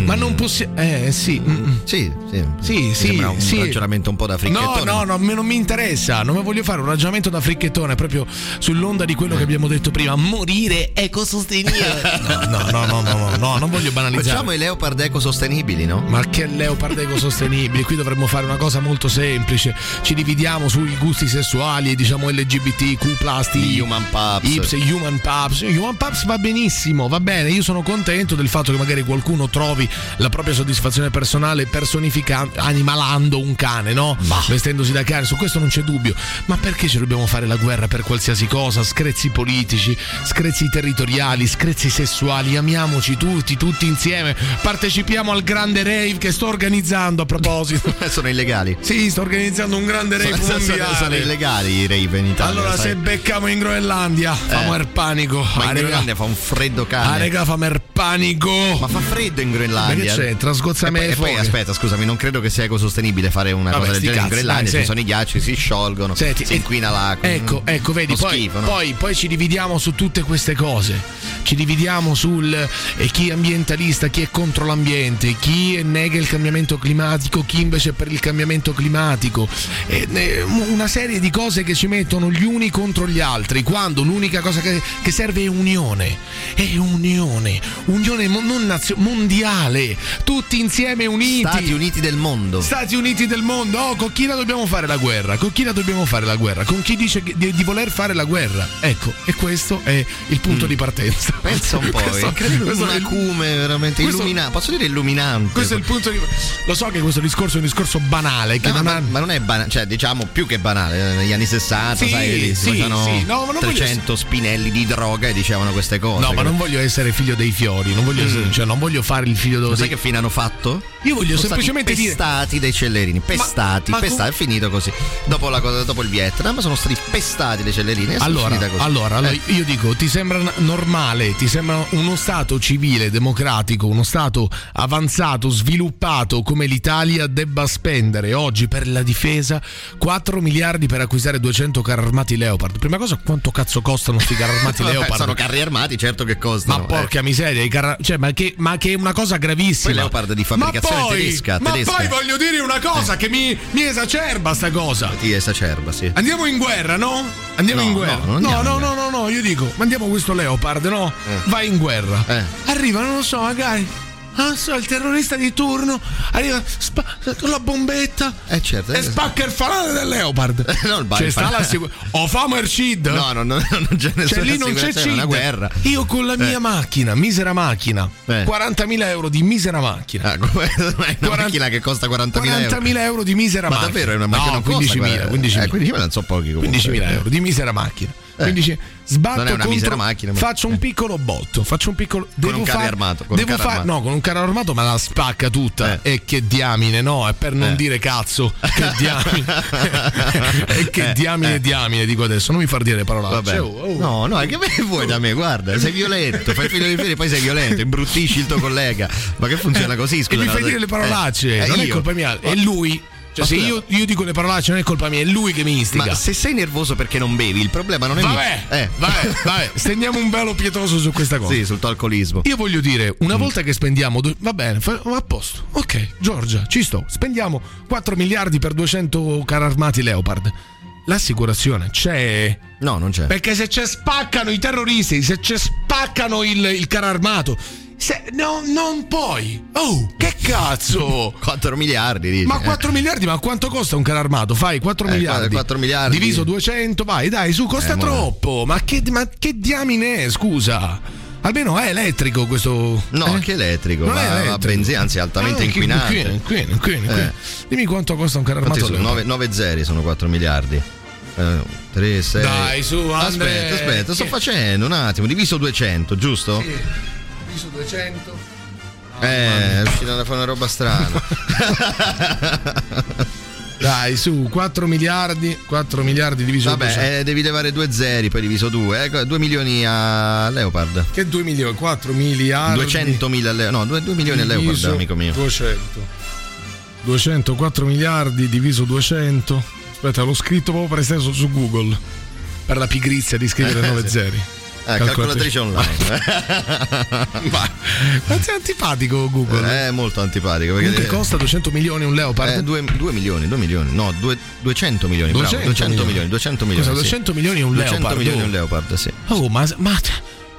Speaker 3: Ma non possiamo Eh sì.
Speaker 4: Sì, sì.
Speaker 3: Sì, sì,
Speaker 4: sembra un
Speaker 3: sì.
Speaker 4: ragionamento un po' da fricchettone.
Speaker 3: No, no, no, me- non mi interessa. Non mi voglio fare un ragionamento da fricchettone proprio sull'onda di quello che abbiamo detto prima. Morire ecosostenibile. no, no, no, no, no, no, non voglio banalizzare.
Speaker 4: Facciamo i leopard ecosostenibili, no?
Speaker 3: Ma che leopard ecosostenibile? Qui dovremmo fare una cosa molto semplice. Ci dividiamo sui gusti sessuali, diciamo LGBTQ, plasti,
Speaker 4: Human pups.
Speaker 3: Ips, human pups. Human pups va benissimo, va bene. Io sono contento del fatto che magari qualcuno trovi la propria soddisfazione personale personificando, animalando un cane, no? Vestendosi da cane, su questo non c'è dubbio. Ma perché ci dobbiamo fare la guerra per qualsiasi cosa? Screzzi politici, screzzi territoriali, screzzi sessuali. Amiamoci tutti, tutti insieme. Partecipiamo al grande rave che sto organizzando a proposito.
Speaker 4: sono illegali.
Speaker 3: Sì, sto organizzando un grande rave
Speaker 4: Sono- sono-
Speaker 3: mondiale.
Speaker 4: sono illegali i rave in Italia.
Speaker 3: Allora,
Speaker 4: sai. Eh.
Speaker 3: se becchiamo in Groenlandia, famo il panico.
Speaker 4: Ma
Speaker 3: Ah,
Speaker 4: in
Speaker 3: regà.
Speaker 4: Groenlandia fa un freddo cane.
Speaker 3: Ah, raga, famo il panico.
Speaker 4: Ma fa freddo in Groenlandia.
Speaker 3: Ma che c'è? Trasgozzamento
Speaker 4: E poi, e
Speaker 3: fuori.
Speaker 4: poi aspetta, scusami, non credo che sia ecosostenibile fare una
Speaker 3: Vabbè,
Speaker 4: cosa del
Speaker 3: sti
Speaker 4: genere in
Speaker 3: cazzi,
Speaker 4: Groenlandia.
Speaker 3: dai,
Speaker 4: Ci
Speaker 3: sì.
Speaker 4: sono i ghiacci, si sciolgono,
Speaker 3: Senti,
Speaker 4: si
Speaker 3: e-
Speaker 4: inquina l'acqua.
Speaker 3: Ecco,
Speaker 4: Mm.
Speaker 3: ecco, vedi,
Speaker 4: Fa
Speaker 3: poi,
Speaker 4: schifo, no?
Speaker 3: poi- poi ci dividiamo su tutte queste cose. Ci dividiamo sul eh, chi è ambientalista, chi è contro l'ambiente, chi è- nega il cambiamento climatico, chi invece è per il cambiamento climatico. E, eh, una serie di cose che ci mettono gli uni contro gli altri, quando l'unica cosa che, che serve è unione. È unione, unione mo- non nazio- mondiale, tutti insieme uniti.
Speaker 4: Stati Uniti del mondo.
Speaker 3: Stati Uniti del mondo, oh, con chi la dobbiamo fare la guerra? Con chi la dobbiamo fare la guerra? Con chi dice che- di, di voler fare la guerra? Ecco, e questo è il punto di partenza.
Speaker 4: Mm. Pensa un po', eh.
Speaker 3: Questo-
Speaker 4: è incredibile,
Speaker 3: questo
Speaker 4: un
Speaker 3: è il-
Speaker 4: acume veramente
Speaker 3: questo-
Speaker 4: illuminante. Posso dire illuminante?
Speaker 3: Questo è il punto di Lo so che questo discorso è un discorso banale, che
Speaker 4: No,
Speaker 3: non
Speaker 4: ma,
Speaker 3: ha
Speaker 4: ma non è banale, cioè diciamo più che banale, eh, negli anni 60,
Speaker 3: Sì,
Speaker 4: sai, lì, si
Speaker 3: sì,
Speaker 4: facevano
Speaker 3: sì, no, ma non voglio-
Speaker 4: 300 spinelli di droga e dicevano queste cose.
Speaker 3: No, ma non voglio essere figlio dei fiori, non voglio, essere- cioè, non voglio fare il figlio
Speaker 4: Lo
Speaker 3: dei
Speaker 4: Mm. sai che fine hanno fatto?
Speaker 3: Io voglio
Speaker 4: Sono stati
Speaker 3: semplicemente dire-
Speaker 4: pestati dai cellerini, pestati,
Speaker 3: ma com-
Speaker 4: pestati, è finito così. Dopo, la cosa- dopo il Vietnam sono stati pestati dai cellerini e sono
Speaker 3: Allora,
Speaker 4: finita così.
Speaker 3: allora, allora,
Speaker 4: Eh,
Speaker 3: io dico, ti sembra n- normale, ti sembra uno Stato civile, democratico, uno Stato avanzato, sviluppato come l'Italia debba spendere oggi per la difesa 4 miliardi per acquistare 200 carri armati Leopard. Prima cosa, quanto cazzo costano questi carri armati
Speaker 4: vabbè,
Speaker 3: Leopard?
Speaker 4: eh, sono carri armati, certo che costano.
Speaker 3: Ma
Speaker 4: eh.
Speaker 3: porca miseria, i carra- cioè, ma, che, ma che è una cosa gravissima.
Speaker 4: Poi Leopard di fabbricazione
Speaker 3: ma poi,
Speaker 4: tedesca,
Speaker 3: Ma
Speaker 4: tedesca. Eh.
Speaker 3: poi voglio dire una cosa che mi, mi esacerba sta cosa.
Speaker 4: Ti esacerba, sì.
Speaker 3: Andiamo in guerra, no? Andiamo
Speaker 4: No,
Speaker 3: in guerra.
Speaker 4: no, non andiamo
Speaker 3: No, no,
Speaker 4: in Eh.
Speaker 3: no, no, no, io dico, mandiamo questo Leopard, no? Vai in guerra. Arriva, non lo so, magari. Non so, il terrorista di turno arriva spa- con la bombetta
Speaker 4: Eh certo.
Speaker 3: e spacca il fanale del Leopard.
Speaker 4: no, il
Speaker 3: Cioè,
Speaker 4: Biden.
Speaker 3: sta la sicu- o famo il CID.
Speaker 4: No, no, no, no, non
Speaker 3: Cioè
Speaker 4: c'è nessuna
Speaker 3: lì non c'è
Speaker 4: sicurezza, è una
Speaker 3: CID.
Speaker 4: guerra.
Speaker 3: Io con la mia
Speaker 4: Eh.
Speaker 3: macchina, misera macchina,
Speaker 4: Eh.
Speaker 3: 40.000 euro di misera macchina.
Speaker 4: è Ah, una macchina che costa 40.000 euro.
Speaker 3: 40.000 euro di misera
Speaker 4: Ma
Speaker 3: macchina.
Speaker 4: davvero è una macchina
Speaker 3: No,
Speaker 4: non costa
Speaker 3: 15.000,
Speaker 4: 15.000.
Speaker 3: 15.000.
Speaker 4: Eh, 15.000 non so pochi comunque.
Speaker 3: 15.000 euro di misera macchina.
Speaker 4: Eh.
Speaker 3: Quindi dice, sbatto
Speaker 4: Non è una
Speaker 3: contro-
Speaker 4: misera macchina, ma-
Speaker 3: faccio un piccolo botto, faccio un piccolo devo
Speaker 4: un carro
Speaker 3: fare-
Speaker 4: armato, con un
Speaker 3: devo
Speaker 4: carro
Speaker 3: fare-
Speaker 4: armato.
Speaker 3: no, con un carro armato ma la spacca tutta. E che diamine, no, è per non
Speaker 4: Eh.
Speaker 3: dire cazzo, che diamine. e che
Speaker 4: Eh,
Speaker 3: diamine
Speaker 4: eh.
Speaker 3: diamine dico adesso, non mi far dire parolacce.
Speaker 4: Vabbè.
Speaker 3: Oh, oh.
Speaker 4: No, no, che me vuoi da me? Guarda, sei violento, fai figlio di fede, poi sei violento, imbruttisci il tuo collega. Ma che funziona così?
Speaker 3: Eh, E
Speaker 4: Scusa,
Speaker 3: mi fai
Speaker 4: no?
Speaker 3: dire le parolacce,
Speaker 4: Eh, eh,
Speaker 3: non è
Speaker 4: io.
Speaker 3: colpa mia, è
Speaker 4: Ma-
Speaker 3: lui. Cioè,
Speaker 4: Ma
Speaker 3: se
Speaker 4: scusa,
Speaker 3: io, io dico le parolacce non è colpa mia, è lui che mi instiga.
Speaker 4: Ma se sei nervoso perché non bevi, il problema non è
Speaker 3: Vabbè,
Speaker 4: mio. Eh.
Speaker 3: vabbè, vabbè, stendiamo un velo pietoso su questa cosa.
Speaker 4: Sì, sul tuo alcolismo.
Speaker 3: Io voglio dire,
Speaker 4: Mm.
Speaker 3: una volta che spendiamo, du- va bene, fa- a posto. Ok, Giorgia, ci sto. Spendiamo 4 miliardi per 200 carri armati Leopard. L'assicurazione c'è.
Speaker 4: No, non c'è.
Speaker 3: Perché se ci spaccano i terroristi, se ci spaccano il, il carro armato, se- no, non puoi. Oh, che cazzo!
Speaker 4: 4 miliardi, dici.
Speaker 3: Ma
Speaker 4: eh.
Speaker 3: 4 miliardi, ma quanto costa un carro armato? Fai 4
Speaker 4: Eh,
Speaker 3: miliardi.
Speaker 4: 4 miliardi.
Speaker 3: Diviso 200, vai, dai, su, costa
Speaker 4: Eh, mo-
Speaker 3: troppo. Ma che, ma che diamine è, scusa? Almeno è elettrico questo.
Speaker 4: No,
Speaker 3: eh?
Speaker 4: che elettrico,
Speaker 3: Non è
Speaker 4: ma, ma
Speaker 3: elettrico.
Speaker 4: benzina, anzi altamente
Speaker 3: Ah, che-
Speaker 4: inquinante.
Speaker 3: inquinante, inquinante, inquinante.
Speaker 4: Eh.
Speaker 3: Dimmi quanto costa un carro
Speaker 4: Infatti
Speaker 3: armato.
Speaker 4: sono
Speaker 3: elettrico.
Speaker 4: 9, zeri sono 4 miliardi. 3, 6.
Speaker 3: Dai, su, Andre.
Speaker 4: Aspetta, aspetta, sto
Speaker 3: Che-
Speaker 4: facendo un attimo. Diviso 200, giusto?
Speaker 3: Sì. Diviso 200.
Speaker 4: Eh, riuscirò a fare una roba strana.
Speaker 3: Dai, su, 4 miliardi, 4 miliardi diviso
Speaker 4: Vabbè, eh, devi levare due zeri, poi diviso due. Ecco, 2 milioni a Leopard.
Speaker 3: Che 2 milioni? 4 miliardi.
Speaker 4: 200 mila Leopard. No, 2, milioni a Leopard,
Speaker 3: Ah, Diviso
Speaker 4: amico mio.
Speaker 3: 200. 200, 4 miliardi diviso 200. Aspetta, l'ho scritto proprio per esteso su Google. Per la pigrizia di scrivere
Speaker 4: Eh,
Speaker 3: 9
Speaker 4: sì.
Speaker 3: zeri.
Speaker 4: Eh, calcolatrice online.
Speaker 3: Ma quanto è antipatico Google?
Speaker 4: Eh, È molto antipatico. Perché
Speaker 3: Comunque costa 200 milioni un Leopard.
Speaker 4: 2, milioni, 2 milioni, no, due- 200 milioni,
Speaker 3: 200
Speaker 4: 200 200
Speaker 3: milioni.
Speaker 4: milioni, 200 milioni.
Speaker 3: Cosa,
Speaker 4: sì.
Speaker 3: 200 milioni è un
Speaker 4: 200
Speaker 3: Leopard,
Speaker 4: milioni
Speaker 3: oh.
Speaker 4: è un Leopard, sì.
Speaker 3: Oh, ma, ma-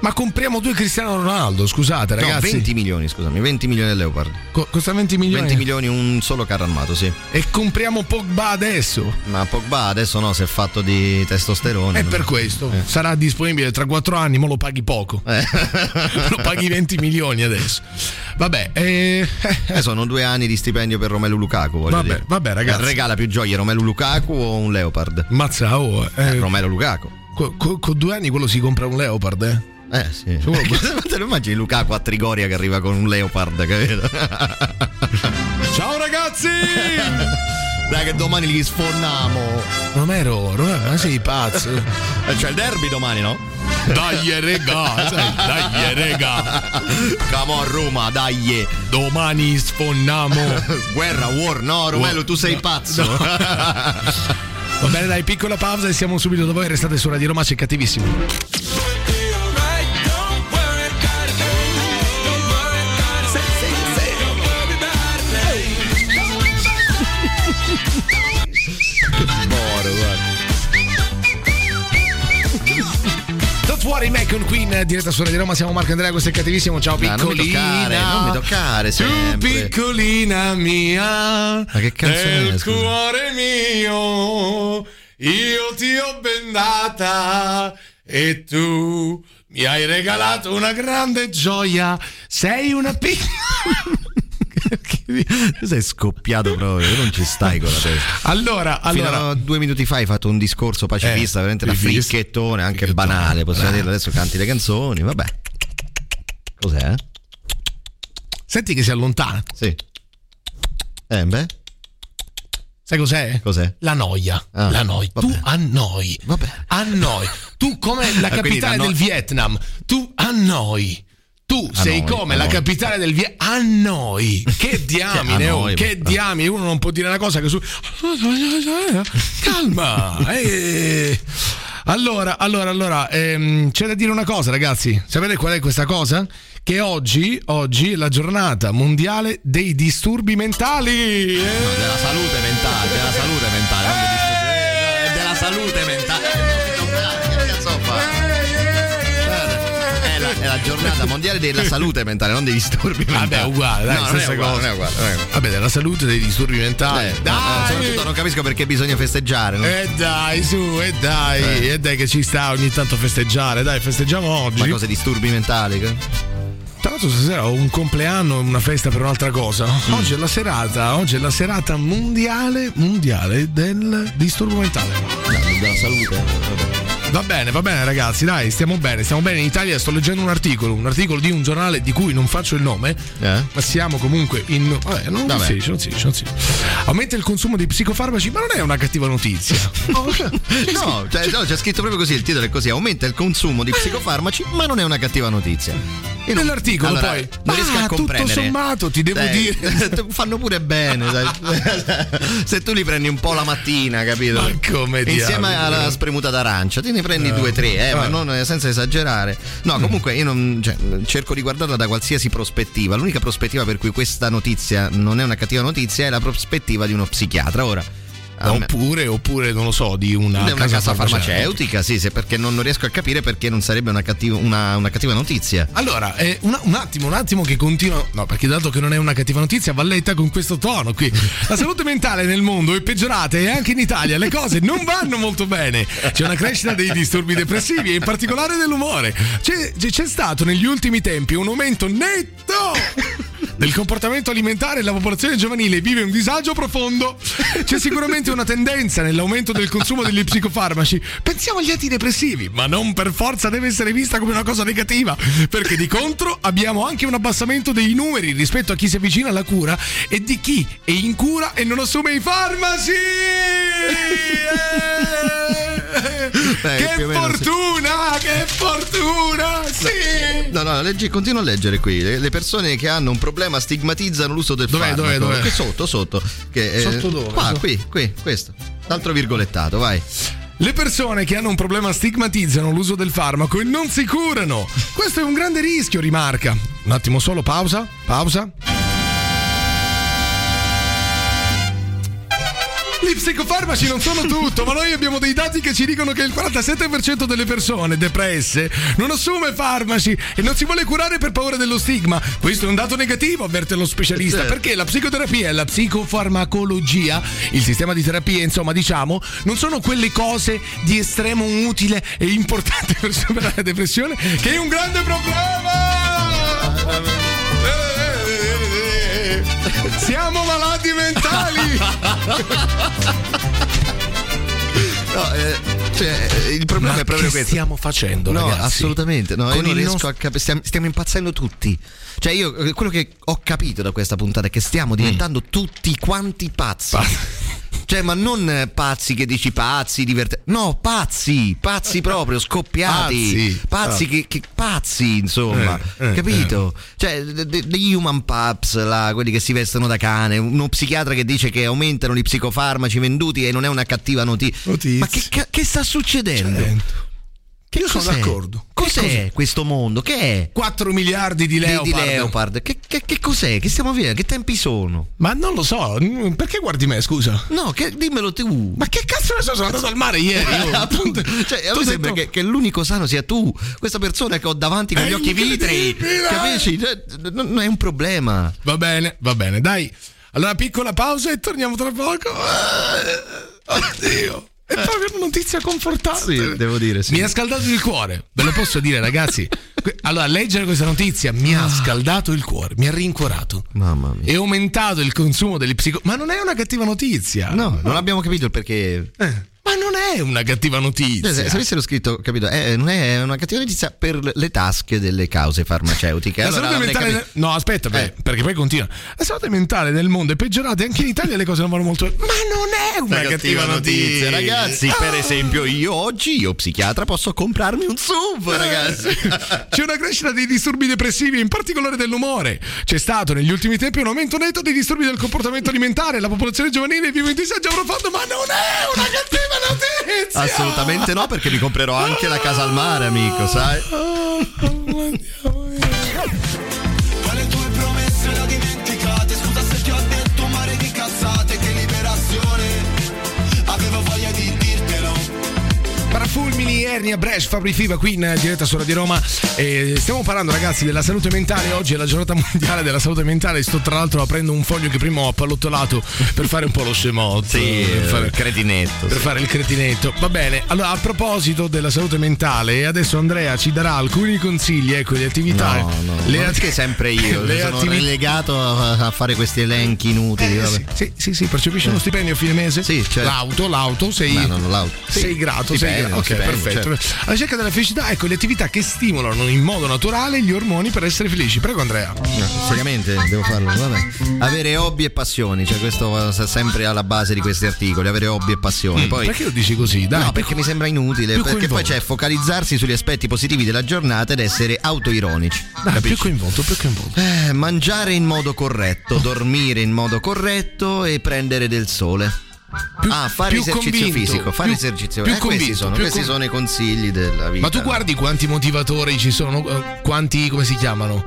Speaker 3: ma compriamo due Cristiano Ronaldo, scusate
Speaker 4: No,
Speaker 3: ragazzi.
Speaker 4: 20 milioni, scusami, 20 milioni a Leopard.
Speaker 3: Co- costa 20 milioni.
Speaker 4: 20 milioni un solo carro armato, sì.
Speaker 3: E compriamo Pogba adesso.
Speaker 4: Ma Pogba adesso no, si è fatto di testosterone.
Speaker 3: È
Speaker 4: no?
Speaker 3: per questo. Eh. Sarà disponibile tra 4 anni, ma lo paghi poco. lo paghi 20 milioni adesso. Vabbè, eh,
Speaker 4: Eh, sono due anni di stipendio per Romelu Lukaku. voglio
Speaker 3: Vabbè,
Speaker 4: dire.
Speaker 3: vabbè, ragazzi.
Speaker 4: Eh, Regala più gioie Romelu Lukaku o un Leopard?
Speaker 3: Mazza, oh, eh,
Speaker 4: Romelu Lukaku.
Speaker 3: co- co- con due anni quello si compra un Leopard, eh?
Speaker 4: Eh sì. Te lo immagini Lukaku a Trigoria che arriva con un Leopard, capito?
Speaker 3: Ciao ragazzi!
Speaker 4: Dai che domani li sforniamo.
Speaker 3: Romero, Romero, ma sei Ah, pazzo.
Speaker 4: Eh, C'è il derby domani, no?
Speaker 3: Dai, regà, sai, dai, regà.
Speaker 4: Come a Roma, dai.
Speaker 3: Domani sfonniamo.
Speaker 4: Guerra, war, no, Romelu, tu sei pazzo.
Speaker 3: No. Va bene, dai, piccola pausa e siamo subito da voi. Restate su Radio Roma, c'è cattivissimo.
Speaker 4: Moro, guarda.
Speaker 3: Don't worry, Macon Queen, eh, diretta su Radio Roma. Siamo Marco Andrea, questo è cattivissimo. Ciao,
Speaker 4: Dai, non mi
Speaker 3: piccolina.
Speaker 4: toccare, non mi toccare sempre.
Speaker 3: Tu, piccolina mia. Ma
Speaker 4: che canzone è, scusa?
Speaker 3: cuore mio, io ti ho bendata e tu mi hai regalato una grande gioia. Sei una piccola.
Speaker 4: Tu sei scoppiato proprio, non ci stai con la testa.
Speaker 3: Allora,
Speaker 4: Fino
Speaker 3: allora.
Speaker 4: a due minuti fa hai fatto un discorso pacifista,
Speaker 3: Eh,
Speaker 4: veramente da
Speaker 3: pacifista.
Speaker 4: fricchettone, Eh. anche banale, possiamo dirlo adesso canti le canzoni, vabbè. Cos'è? eh?
Speaker 3: Senti che si allontana.
Speaker 4: Sì. Eh beh,
Speaker 3: Sai cos'è?
Speaker 4: cos'è?
Speaker 3: La noia.
Speaker 4: Ah,
Speaker 3: la noia. Tu annoi. Annoi. Tu come la
Speaker 4: Ah, quindi
Speaker 3: capitale
Speaker 4: la no-
Speaker 3: del Vietnam. Tu annoi. Tu sei
Speaker 4: noi,
Speaker 3: come
Speaker 4: a
Speaker 3: la
Speaker 4: noi.
Speaker 3: capitale del Vietnam. Annoi. Che diamine,
Speaker 4: a
Speaker 3: oh,
Speaker 4: noi,
Speaker 3: che
Speaker 4: ma-
Speaker 3: diamine. Uno non può dire una cosa che su... Calma. eh. Allora, allora, allora, ehm, c'è da dire una cosa ragazzi, sapete qual è questa cosa? Che oggi, oggi è la giornata mondiale dei disturbi mentali. Eh.
Speaker 4: No, della salute mentale, della salute mentale, non mi disturbi- eh, della salute mentale. Eh, Che cazzo ho fatto? Guarda, È la, è la giornata mondiale della salute mentale, non dei disturbi mentali.
Speaker 3: Vabbè, uguale, dai,
Speaker 4: No, non è
Speaker 3: stessa
Speaker 4: uguale,
Speaker 3: cosa.
Speaker 4: non è uguale, non è uguale.
Speaker 3: Vabbè, della salute dei disturbi mentali.
Speaker 4: Eh, no,
Speaker 3: dai! Eh,
Speaker 4: soprattutto non capisco perché bisogna festeggiare. no?
Speaker 3: E dai, su, e dai,
Speaker 4: Eh.
Speaker 3: e dai che ci sta ogni tanto festeggiare, dai, festeggiamo oggi.
Speaker 4: Ma cosa disturbi mentali? che-
Speaker 3: Tra l'altro stasera ho un compleanno e una festa per un'altra cosa.
Speaker 4: Mm.
Speaker 3: Oggi è la serata, oggi è la serata mondiale, mondiale del disturbo mentale.
Speaker 4: No, della salute.
Speaker 3: Va bene, va bene ragazzi, dai, stiamo bene, stiamo bene in Italia, sto leggendo un articolo, un articolo di un giornale di cui non faccio il nome,
Speaker 4: Eh?
Speaker 3: ma siamo comunque in. Vabbè, non
Speaker 4: Vabbè.
Speaker 3: si dice, non si dice, non si dice. Aumenta il consumo di psicofarmaci, ma non è una cattiva notizia.
Speaker 4: No, cioè, no, c'è scritto proprio così, il titolo è così, aumenta il consumo di
Speaker 3: Eh.
Speaker 4: psicofarmaci, ma non è una cattiva notizia. Io non-
Speaker 3: Nell'articolo
Speaker 4: Allora,
Speaker 3: poi.
Speaker 4: non riesco
Speaker 3: "Ma, Ah,
Speaker 4: a
Speaker 3: tutto
Speaker 4: comprendere.
Speaker 3: sommato ti devo
Speaker 4: Dai,
Speaker 3: dire.
Speaker 4: fanno pure bene, dai. se tu li prendi un po' la mattina, capito?
Speaker 3: Ma come
Speaker 4: Insieme
Speaker 3: diavolo.
Speaker 4: alla spremuta d'arancia, te ne prendi due o tre, eh, ma non, senza esagerare. No,
Speaker 3: Mm.
Speaker 4: comunque io non- cioè, cerco di guardarla da qualsiasi prospettiva. L'unica prospettiva per cui questa notizia non è una cattiva notizia è la prospettiva di uno psichiatra. Ora, a me-
Speaker 3: Oppure, oppure, non lo so, di una,
Speaker 4: è Ah, una casa farmaceutica, sì, sì, perché non, non riesco a capire perché non sarebbe una cattiva, una- una cattiva notizia.
Speaker 3: Allora, eh, una- un attimo, un attimo che continua. No, perché dato che non è una cattiva notizia, va letta con questo tono qui. La salute mentale nel mondo è peggiorata e anche in Italia le cose non vanno molto bene. C'è una crescita dei disturbi depressivi e in particolare dell'umore. C'è, c'è- c'è stato negli ultimi tempi un aumento netto Del comportamento alimentare la popolazione giovanile vive un disagio profondo. C'è sicuramente una tendenza nell'aumento del consumo degli psicofarmaci. Pensiamo agli antidepressivi, ma non per forza deve essere vista come una cosa negativa, perché di contro abbiamo anche un abbassamento dei numeri rispetto a chi si avvicina alla cura e di chi è in cura e non assume i farmaci.
Speaker 4: Beh, Eh, più
Speaker 3: che
Speaker 4: o meno sì.
Speaker 3: fortuna, che fortuna! Sì!
Speaker 4: No, no, leggi, continua a leggere qui. Le, le persone che hanno un problema stigmatizzano l'uso del
Speaker 3: Dov'è,
Speaker 4: farmaco.
Speaker 3: dov'è, dov'è?
Speaker 4: Qui sotto, sotto. Che, eh,
Speaker 3: Sotto dove?
Speaker 4: Qua,
Speaker 3: Sotto-
Speaker 4: qui, qui, questo. L'altro virgolettato, vai.
Speaker 3: Le persone che hanno un problema stigmatizzano l'uso del farmaco e non si curano. Questo è un grande rischio, rimarca. Un attimo solo, pausa, pausa. Gli psicofarmaci non sono tutto, ma noi abbiamo dei dati che ci dicono che il 47% delle persone depresse non assume farmaci e non si vuole curare per paura dello stigma. Questo è un dato negativo, avverte lo specialista,
Speaker 4: Certo.
Speaker 3: perché la psicoterapia e la psicofarmacologia, il sistema di terapia, insomma, diciamo, non sono quelle cose di estremo utile e importante per superare la depressione, che è un grande Eh, problema! eh, Siamo malati mentali!
Speaker 4: No, eh, cioè, eh, il problema
Speaker 3: Ma
Speaker 4: è proprio
Speaker 3: che
Speaker 4: questo.
Speaker 3: stiamo facendo,
Speaker 4: No,
Speaker 3: ragazzi?
Speaker 4: assolutamente. No,
Speaker 3: Con
Speaker 4: io non
Speaker 3: il
Speaker 4: riesco
Speaker 3: nostro-
Speaker 4: a capire. Stiamo, stiamo impazzendo tutti. Cioè, io eh, quello che ho capito da questa puntata è che
Speaker 3: Mm.
Speaker 4: stiamo diventando tutti quanti pazzi. Cioè, ma non eh, pazzi che dici pazzi, divertenti. No, pazzi, pazzi proprio, scoppiati.
Speaker 3: Pazzi.
Speaker 4: Pazzi,
Speaker 3: Ah.
Speaker 4: che, che- pazzi, insomma.
Speaker 3: Eh, eh,
Speaker 4: capito? Cioè, de- de- degli human pups, là, quelli che si vestono da cane. Uno psichiatra che dice che aumentano gli psicofarmaci venduti e non è una cattiva notizia. Ma che, ca- che sta succedendo? Che
Speaker 3: Io sono
Speaker 4: cos'è?
Speaker 3: d'accordo.
Speaker 4: Cos'è, questo mondo? Che è?
Speaker 3: 4 miliardi di leopard.
Speaker 4: leopard. Che, che- che cos'è? Che stiamo vivendo? Che tempi sono?
Speaker 3: Ma non lo so, mm, perché guardi me, scusa?
Speaker 4: No, che- dimmelo tu. Ah,
Speaker 3: Ma che cazzo ne so, sono andato al mare ieri. oh. io.
Speaker 4: Appunto, cioè, a
Speaker 3: Tu sei
Speaker 4: me sembra
Speaker 3: troppo-
Speaker 4: che, che l'unico sano sia tu, questa persona che ho davanti con
Speaker 3: È
Speaker 4: gli occhi vitrei.
Speaker 3: incredibile!
Speaker 4: Capisci? Cioè, n- non è un problema.
Speaker 3: Va bene, va bene, dai. Allora, piccola pausa e torniamo tra poco. Eh, Oddio. È proprio una notizia confortante.
Speaker 4: Eh. Sì, devo dire, sì.
Speaker 3: Mi ha scaldato il cuore, ve lo posso dire, ragazzi. Que- Allora, leggere questa notizia mi ha scaldato il cuore, mi ha rincuorato.
Speaker 4: Ah. Mamma mia.
Speaker 3: È aumentato il consumo degli psico. Ma non è una cattiva notizia. Eh.
Speaker 4: No, non abbiamo capito il perché.
Speaker 3: Ma non è una cattiva notizia.
Speaker 4: Cioè, se, se avessero scritto, capito, eh, non è una cattiva notizia per le tasche delle cause farmaceutiche.
Speaker 3: La
Speaker 4: Allora
Speaker 3: salute
Speaker 4: avrei
Speaker 3: mentale.
Speaker 4: capito-
Speaker 3: No, aspetta, beh, perché poi continua. La salute mentale nel mondo è peggiorata e anche in Italia le cose non vanno molto bene. Ma non è una
Speaker 4: Una
Speaker 3: cattiva, notizia, Ah!
Speaker 4: ragazzi. Per esempio, io oggi, io psichiatra, posso comprarmi un SUV, ragazzi.
Speaker 3: C'è una crescita dei disturbi depressivi, in particolare dell'umore. C'è stato negli ultimi tempi un aumento netto dei disturbi del comportamento alimentare. La popolazione giovanile vive in disagio profondo, ma non è una cattiva notizia!
Speaker 4: Assolutamente no, perché mi comprerò anche la casa al mare, amico, sai?
Speaker 9: Quale tue promesse le ho dimenticate Scusa se ti ho detto un mare di cazzate Che liberazione Avevo voglia di dirtelo
Speaker 3: Parafulmini, Ernia, Brescia, Fabri Fiva qui in diretta su Radio Roma. E stiamo parlando ragazzi della salute mentale. Oggi è la giornata mondiale della salute mentale. Sto tra l'altro aprendo un foglio che prima ho appallottolato per fare un po' lo scemotto.
Speaker 4: Sì,
Speaker 3: per fare,
Speaker 4: il cretinetto.
Speaker 3: per
Speaker 4: sì.
Speaker 3: fare il cretinetto. Va bene, allora a proposito della salute mentale, adesso Andrea ci darà alcuni consigli, ecco, le attività.
Speaker 4: No, no,
Speaker 3: le
Speaker 4: ma perché
Speaker 3: atti-
Speaker 4: sempre io
Speaker 3: le
Speaker 4: sono
Speaker 3: attività-
Speaker 4: relegato a, a fare questi elenchi inutili.
Speaker 3: Eh,
Speaker 4: vabbè.
Speaker 3: sì, sì, sì, sì, percepisci uno stipendio a fine mese?
Speaker 4: Eh. Sì, certo.
Speaker 3: L'auto, l'auto, sei,
Speaker 4: No, no, no, l'auto.
Speaker 3: sei
Speaker 4: Sì,
Speaker 3: grato, sei
Speaker 4: stipendio,
Speaker 3: grato. Ok,
Speaker 4: stipendio,
Speaker 3: perfetto.
Speaker 4: certo.
Speaker 3: Alla ricerca della felicità, ecco le attività che stimolano in modo naturale gli ormoni per essere felici. Prego, Andrea.
Speaker 4: No, seriamente devo farlo, vabbè. Avere hobby e passioni, cioè questo sta sempre alla base di questi articoli, avere hobby e passioni.
Speaker 3: Mm,
Speaker 4: Poi,
Speaker 3: perché lo dici così? Dai,
Speaker 4: no,
Speaker 3: più-
Speaker 4: perché mi sembra inutile,
Speaker 3: più
Speaker 4: perché poi
Speaker 3: coinvolto.
Speaker 4: c'è focalizzarsi sugli aspetti positivi della giornata ed essere autoironici.
Speaker 3: Dai, più
Speaker 4: capisci?
Speaker 3: coinvolto, più coinvolto.
Speaker 4: Eh, mangiare in modo corretto, dormire in modo corretto e prendere del sole. ah, fare
Speaker 3: più
Speaker 4: esercizio
Speaker 3: convinto,
Speaker 4: fisico, fare
Speaker 3: più-
Speaker 4: esercizio.
Speaker 3: più
Speaker 4: eh, questi
Speaker 3: convinto,
Speaker 4: sono,
Speaker 3: più
Speaker 4: questi
Speaker 3: con-
Speaker 4: sono i consigli della vita.
Speaker 3: Ma tu guardi quanti motivatori ci sono, eh, quanti come si chiamano?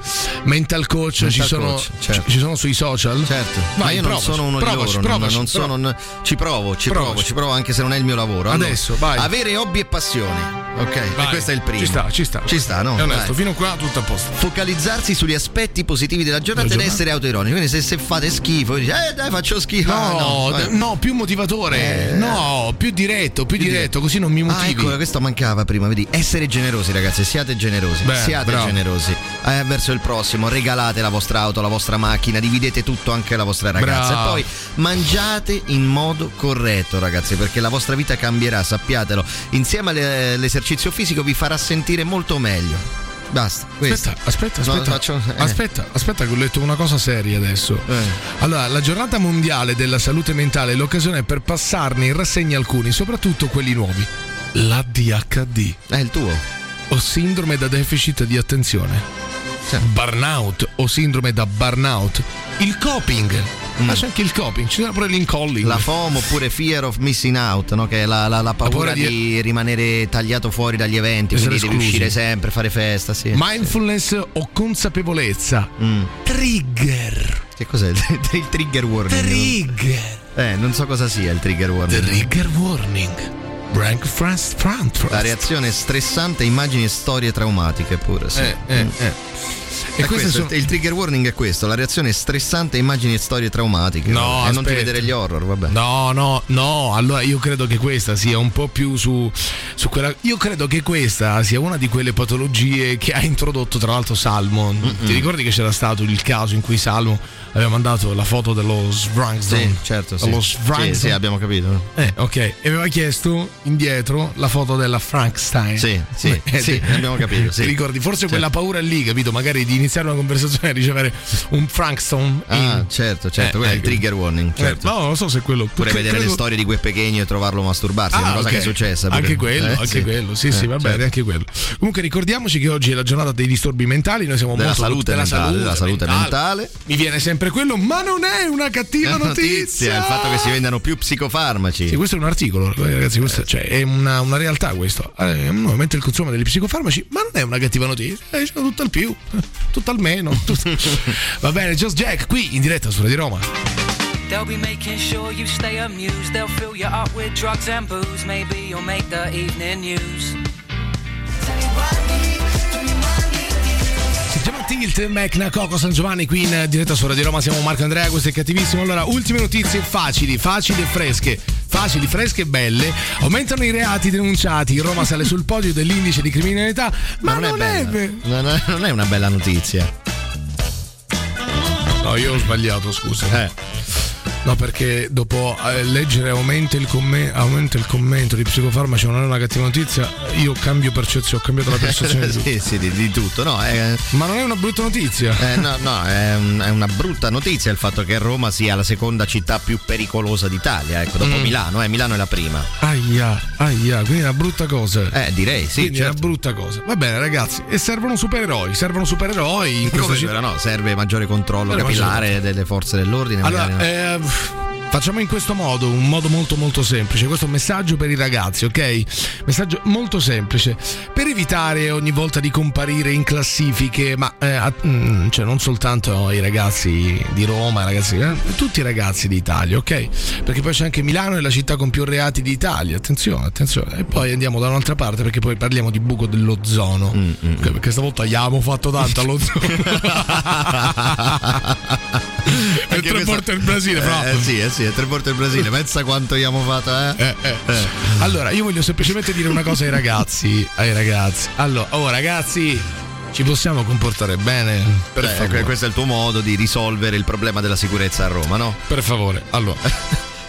Speaker 3: Mental coach
Speaker 4: Mental
Speaker 3: ci sono
Speaker 4: coach, certo.
Speaker 3: ci- ci sono sui social?
Speaker 4: Certo, ma
Speaker 3: Vai,
Speaker 4: io non
Speaker 3: provaci,
Speaker 4: sono uno
Speaker 3: provaci,
Speaker 4: di loro, non-
Speaker 3: provaci,
Speaker 4: non
Speaker 3: provaci.
Speaker 4: sono- non- ci provo, ci provo,
Speaker 3: Provaci.
Speaker 4: ci provo anche se non è il mio lavoro. Allora,
Speaker 3: Adesso, vai.
Speaker 4: Avere hobby e passioni. Ok,
Speaker 3: Vai.
Speaker 4: e questo è il primo.
Speaker 3: Ci sta, ci sta.
Speaker 4: Ci sta, no?
Speaker 3: È onesto,
Speaker 4: Dai.
Speaker 3: fino a qua tutto a posto.
Speaker 4: Focalizzarsi sugli aspetti positivi della giornata
Speaker 3: Della
Speaker 4: ed
Speaker 3: giornata.
Speaker 4: essere autoironici. Quindi se, se fate schifo, dice, eh dai, faccio schifo. Ah,
Speaker 3: No,
Speaker 4: vai.
Speaker 3: d- no, più motivatori, calore.
Speaker 4: Eh.
Speaker 3: No, più diretto, più diretto, così non mi
Speaker 4: Ah,
Speaker 3: motivi.
Speaker 4: ecco, questo mancava prima, vedi? Essere generosi, ragazzi, siate generosi,
Speaker 3: Beh,
Speaker 4: siate
Speaker 3: bravo.
Speaker 4: generosi. Eh, verso il prossimo, regalate la vostra auto, la vostra macchina, dividete tutto anche alla vostra ragazza.
Speaker 3: Bravo.
Speaker 4: E poi mangiate in modo corretto, ragazzi, perché la vostra vita cambierà, sappiatelo. Insieme alle- all'esercizio fisico vi farà sentire molto meglio. Basta. questo.
Speaker 3: Aspetta, aspetta,
Speaker 4: No,
Speaker 3: aspetta.
Speaker 4: faccio- eh.
Speaker 3: aspetta, aspetta che ho letto una cosa seria adesso. Allora, la giornata mondiale della salute mentale è l'occasione per passarne in rassegna alcuni, soprattutto quelli nuovi. L'ADHD.
Speaker 4: È il tuo.
Speaker 3: O sindrome da deficit di attenzione. Burnout o sindrome da burnout. Il coping. Ma c'è anche il coping, ci sarà pure l'incolling.
Speaker 4: Mm. La FOMO oppure Fear of Missing Out, no? che è la, la- la paura
Speaker 3: paura di-
Speaker 4: di... rimanere tagliato fuori dagli eventi,
Speaker 3: Essere
Speaker 4: quindi devi
Speaker 3: esclusi.
Speaker 4: uscire sempre, fare festa. Sì, Mm.
Speaker 3: Mindfulness o consapevolezza. Trigger.
Speaker 4: Che cos'è il, il trigger warning?
Speaker 3: Trigger.
Speaker 4: Eh, non so cosa sia il trigger warning.
Speaker 3: Trigger warning. Frank Franz Franz.
Speaker 4: La reazione stressante, immagini e storie traumatiche pure, sì.
Speaker 3: Eh, eh,
Speaker 4: Mm.
Speaker 3: eh.
Speaker 4: È
Speaker 3: queste
Speaker 4: questo,
Speaker 3: sono-
Speaker 4: Il trigger warning è questo, la reazione stressante, immagini e storie traumatiche.
Speaker 3: No,
Speaker 4: e non ti
Speaker 3: aspetta.
Speaker 4: vedere gli horror, vabbè.
Speaker 3: No, no, no, allora io credo che questa sia un po' più su, su quella. Io credo che questa sia una di quelle patologie che ha introdotto tra l'altro Salmon. Ti ricordi che c'era stato il caso in cui Salmon aveva mandato la foto dello Svrankstone?
Speaker 4: Sì, certo, sì.
Speaker 3: Dello
Speaker 4: Sì,
Speaker 3: Svrankstone?
Speaker 4: sì, abbiamo capito.
Speaker 3: Eh, ok, e aveva chiesto indietro la foto della Frankenstein.
Speaker 4: Sì, sì,
Speaker 3: Eh,
Speaker 4: sì,
Speaker 3: ti-
Speaker 4: abbiamo capito, sì.
Speaker 3: Ti ricordi? Forse
Speaker 4: Certo.
Speaker 3: quella paura lì, capito? Magari di iniziare una conversazione e ricevere un Frankenstein.
Speaker 4: Ah, certo,
Speaker 3: Eh,
Speaker 4: certo, quello è il
Speaker 3: ecco.
Speaker 4: trigger warning, certo.
Speaker 3: no, non so se quello.
Speaker 4: Pure
Speaker 3: che-
Speaker 4: vedere le
Speaker 3: credo-
Speaker 4: storie di quel pechegno e trovarlo masturbarsi, è una
Speaker 3: Ah,
Speaker 4: cosa
Speaker 3: ok.
Speaker 4: che è successa. pure.
Speaker 3: Anche quello,
Speaker 4: Eh,
Speaker 3: anche quello, sì,
Speaker 4: Eh,
Speaker 3: sì, va bene,
Speaker 4: certo.
Speaker 3: anche quello. Comunque ricordiamoci che oggi è la giornata dei disturbi mentali, noi siamo
Speaker 4: Della
Speaker 3: molto
Speaker 4: salute
Speaker 3: della
Speaker 4: mentale,
Speaker 3: salute,
Speaker 4: della salute mentale.
Speaker 3: Mi viene sempre quello, ma non è una
Speaker 4: È
Speaker 3: cattiva
Speaker 4: una
Speaker 3: notizia.
Speaker 4: notizia, il fatto che si Eh, vendano più psicofarmaci.
Speaker 3: Sì, questo è un articolo, ragazzi, questo, cioè, è una, una realtà questo. Eh, uno aumenta il consumo degli psicofarmaci, ma non è una cattiva notizia, eh, c'è tutto al più, eh, tutto al meno. tutto- Va bene, Just Jack qui in diretta su Radio Roma.
Speaker 12: They'll be making sure you stay amused. They'll fill you up with drugs and booze. Maybe you'll make the evening news.
Speaker 3: Siamo a Tilt, Mecna, Coco, San Giovanni qui in diretta su Radio Roma, siamo Marco Andrea, questo è cattivissimo. Allora, ultime notizie facili, facili e fresche. Facili, fresche e belle. Aumentano i reati denunciati. Roma sale sul podio dell'indice di criminalità, ma, non, è, vero.
Speaker 4: Non è, non è una bella notizia.
Speaker 3: No, io ho sbagliato, scusa. Eh. No, perché dopo eh, leggere aumenta il, komme- aumenta il commento di psicofarmaci non è una cattiva notizia, io cambio percezione, ho cambiato la percezione di tutto.
Speaker 4: sì, sì, di, di tutto, no?
Speaker 3: Ma non è una brutta notizia?
Speaker 4: no, no, è, un- è una brutta notizia il fatto che Roma sia la seconda città più pericolosa d'Italia, ecco, dopo
Speaker 3: Mm.
Speaker 4: Milano, eh, Milano è la prima.
Speaker 3: Aia, aia, quindi è una brutta cosa.
Speaker 4: Eh, direi, sì,
Speaker 3: Quindi è una
Speaker 4: certo.
Speaker 3: brutta cosa. Va bene, ragazzi, e servono supereroi, servono supereroi in
Speaker 4: Come
Speaker 3: questa
Speaker 4: vera,
Speaker 3: città.
Speaker 4: no? Serve maggiore controllo
Speaker 3: Serve
Speaker 4: capillare delle forze dell'ordine.
Speaker 3: Allora,
Speaker 4: magari, no?
Speaker 3: eh, facciamo in questo modo, un modo molto molto semplice. Questo è un messaggio per i ragazzi, ok? Messaggio molto semplice. Per evitare ogni volta di comparire in classifiche, ma eh, a- mm, cioè non soltanto i ragazzi di Roma, i ragazzi, eh, tutti i ragazzi d'Italia, ok? Perché poi c'è anche Milano, è la città con più reati d'Italia. Attenzione, attenzione. E poi andiamo da un'altra parte perché poi parliamo di buco dell'ozono.
Speaker 4: Mm,
Speaker 3: Ok, Perché stavolta gli abbiamo fatto tanto all'ozono.
Speaker 4: Anche
Speaker 3: tre
Speaker 4: questa-
Speaker 3: volte il Brasile, però.
Speaker 4: Eh, sì, eh, sì, è tre volte il Brasile. Pensa quanto gli abbiamo fatto, eh? Eh.
Speaker 3: Allora, io voglio semplicemente dire una cosa ai ragazzi. Ai ragazzi. Allora, oh ragazzi, ci possiamo comportare bene? Per
Speaker 4: Beh,
Speaker 3: favore.
Speaker 4: ecco, questo è il tuo modo di risolvere il problema della sicurezza a Roma, no?
Speaker 3: Per favore, allora.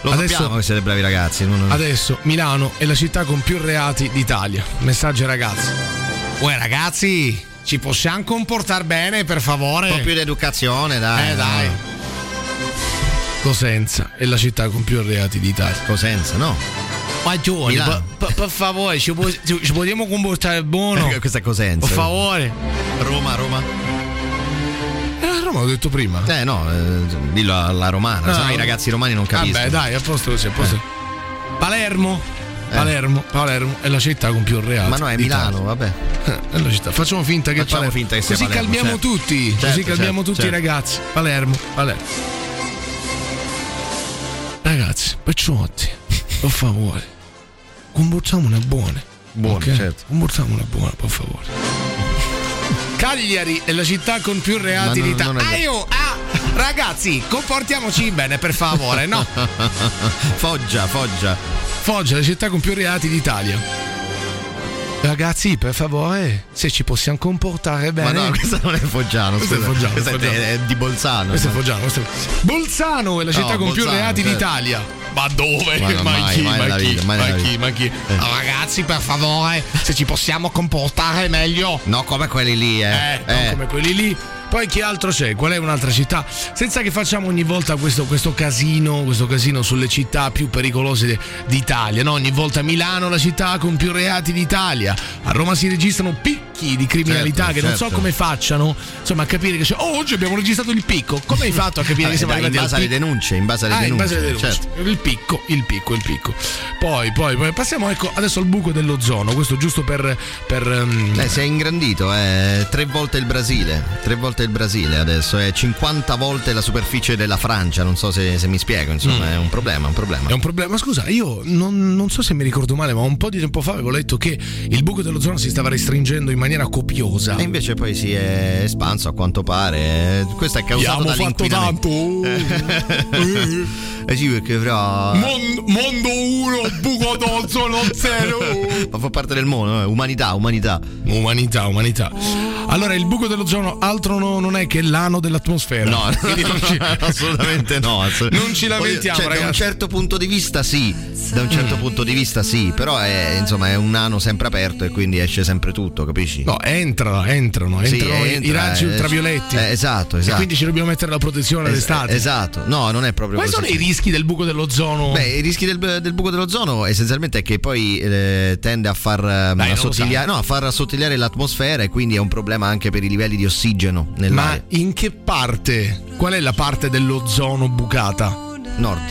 Speaker 4: Lo
Speaker 3: Adesso-
Speaker 4: sappiamo che siete bravi ragazzi. non-
Speaker 3: Adesso Milano è la città con più reati d'Italia. Messaggio ai ragazzi. Uè ragazzi, ci possiamo comportare bene, per favore?
Speaker 4: Un po' più di educazione, dai.
Speaker 3: Eh, dai. Cosenza è la città con più reati d'Italia.
Speaker 4: Cosenza, no?
Speaker 3: Ma giovani,
Speaker 4: Milano.
Speaker 3: per- per per favore, ci, pu- ci- ci potremmo comportare buono?
Speaker 4: Eh, Questa è Cosenza.
Speaker 3: Per favore.
Speaker 4: Roma, Roma.
Speaker 3: Eh, a Roma l'ho detto prima.
Speaker 4: Eh no, eh, dillo alla romana,
Speaker 3: No,
Speaker 4: sennò
Speaker 3: no.
Speaker 4: i ragazzi romani non capiscono.
Speaker 3: Vabbè, dai, a posto così, a posto. Eh. Palermo. Palermo, Palermo è la città con più reati.
Speaker 4: Ma no, è
Speaker 3: d'Italia.
Speaker 4: Milano, vabbè.
Speaker 3: È la città. Facciamo finta che
Speaker 4: Facciamo
Speaker 3: Palermo.
Speaker 4: finta che sia
Speaker 3: Così
Speaker 4: Palermo,
Speaker 3: calmiamo
Speaker 4: certo.
Speaker 3: tutti, così
Speaker 4: Certo,
Speaker 3: calmiamo
Speaker 4: certo,
Speaker 3: tutti
Speaker 4: certo.
Speaker 3: i ragazzi. Palermo, Palermo. Ragazzi, percioti, per favore, comportiamone buone.
Speaker 4: Buone,
Speaker 3: ok?
Speaker 4: certo.
Speaker 3: Comportiamone buone, per favore. Cagliari è la città con più reati
Speaker 4: Ma no,
Speaker 3: d'Italia.
Speaker 4: non è-
Speaker 3: Ah, io, ah, Ragazzi, comportiamoci bene, per favore, no?
Speaker 4: Foggia, Foggia.
Speaker 3: Foggia, la città con più reati d'Italia. Ragazzi, per favore, se ci possiamo comportare bene.
Speaker 4: Ma no, questa non è Foggiano.
Speaker 3: Eh, Questo è
Speaker 4: scusa.
Speaker 3: Foggiano,
Speaker 4: Questa è,
Speaker 3: Foggiano.
Speaker 4: è di Bolzano.
Speaker 3: Questo è Foggiano. questo è- Bolzano è la città
Speaker 4: No,
Speaker 3: con più
Speaker 4: Bolzano,
Speaker 3: reati
Speaker 4: certo.
Speaker 3: d'Italia. Ma dove?
Speaker 4: Ma no,
Speaker 3: Ma
Speaker 4: mai,
Speaker 3: chi?
Speaker 4: mai
Speaker 3: Ma
Speaker 4: nella
Speaker 3: chi?
Speaker 4: vita, mai
Speaker 3: Ma
Speaker 4: nella
Speaker 3: chi?
Speaker 4: vita.
Speaker 3: Ma chi?
Speaker 4: Eh.
Speaker 3: Ragazzi, per favore, se ci possiamo comportare meglio.
Speaker 4: No, come quelli lì, eh.
Speaker 3: Eh, non come quelli lì. Poi chi altro c'è? Qual è un'altra città? Senza che facciamo ogni volta questo, questo casino, questo casino sulle città più pericolose de- d'Italia, no? Ogni volta Milano la città con più reati d'Italia. A Roma si registrano picchi di criminalità
Speaker 4: Certo,
Speaker 3: che non so
Speaker 4: certo.
Speaker 3: come facciano, insomma, a capire che c'è. Oh, oggi abbiamo registrato il picco. Come hai fatto a capire che
Speaker 4: Vabbè,
Speaker 3: siamo
Speaker 4: dai, in
Speaker 3: arrivati al
Speaker 4: base alle
Speaker 3: picco?
Speaker 4: denunce, in base alle
Speaker 3: Ah, in
Speaker 4: denunce.
Speaker 3: base alle denunce.
Speaker 4: certo.
Speaker 3: Il picco, il picco, il picco. Poi, poi, poi passiamo ecco, adesso al buco dell'ozono. Questo giusto per. per ehm,
Speaker 4: Eh, si è ingrandito, eh. tre volte il Brasile, tre volte il Brasile adesso, è 50 volte la superficie della Francia, non so se, se mi spiego, insomma, è un problema, un problema.
Speaker 3: Mm. È un problema, scusa, io non, non so se mi ricordo male, ma un po' di tempo fa avevo letto che il buco dell'ozono si stava restringendo in maniera copiosa.
Speaker 4: E invece poi si è espanso a quanto pare, eh, questo è causato
Speaker 3: Abbiamo fatto
Speaker 4: dall'inquinamento.
Speaker 3: tanto!
Speaker 4: Eh sì, perché fra...
Speaker 3: Mon- mondo 1, buco d'ozono 0!
Speaker 4: Ma fa parte del mondo, eh, umanità, umanità.
Speaker 3: Umanità, umanità. Allora, il buco dell'ozono altro no- non è che l'ano dell'atmosfera.
Speaker 4: No,
Speaker 3: Quindi non ci-
Speaker 4: assolutamente no.
Speaker 3: Non ci lamentiamo,
Speaker 4: Cioè, Da un
Speaker 3: ragazzi.
Speaker 4: certo punto di vista sì, da un certo punto di vista sì, però è, insomma, è un nano sempre aperto e quindi esce sempre tutto, capisci?
Speaker 3: No, entrano, entrano,
Speaker 4: Sì,
Speaker 3: entrano i- i
Speaker 4: entra,
Speaker 3: raggi
Speaker 4: eh,
Speaker 3: ultravioletti.
Speaker 4: eh, esatto,
Speaker 3: E
Speaker 4: esatto.
Speaker 3: quindi ci dobbiamo mettere la protezione
Speaker 4: Es-
Speaker 3: all'estate.
Speaker 4: esatto, no, non è proprio
Speaker 3: Quali
Speaker 4: così.
Speaker 3: sono i rischi del buco dell'ozono?
Speaker 4: Beh, i rischi del, del buco dell'ozono essenzialmente è che poi eh, tende a far,
Speaker 3: Dai,
Speaker 4: ehm,
Speaker 3: non lo
Speaker 4: assottigliare,
Speaker 3: sai.
Speaker 4: no, a far assottigliare l'atmosfera e quindi è un problema anche per i livelli di ossigeno
Speaker 3: Ma
Speaker 4: nell'aria.
Speaker 3: in che parte? Qual è la parte dell'ozono bucata?
Speaker 4: Nord.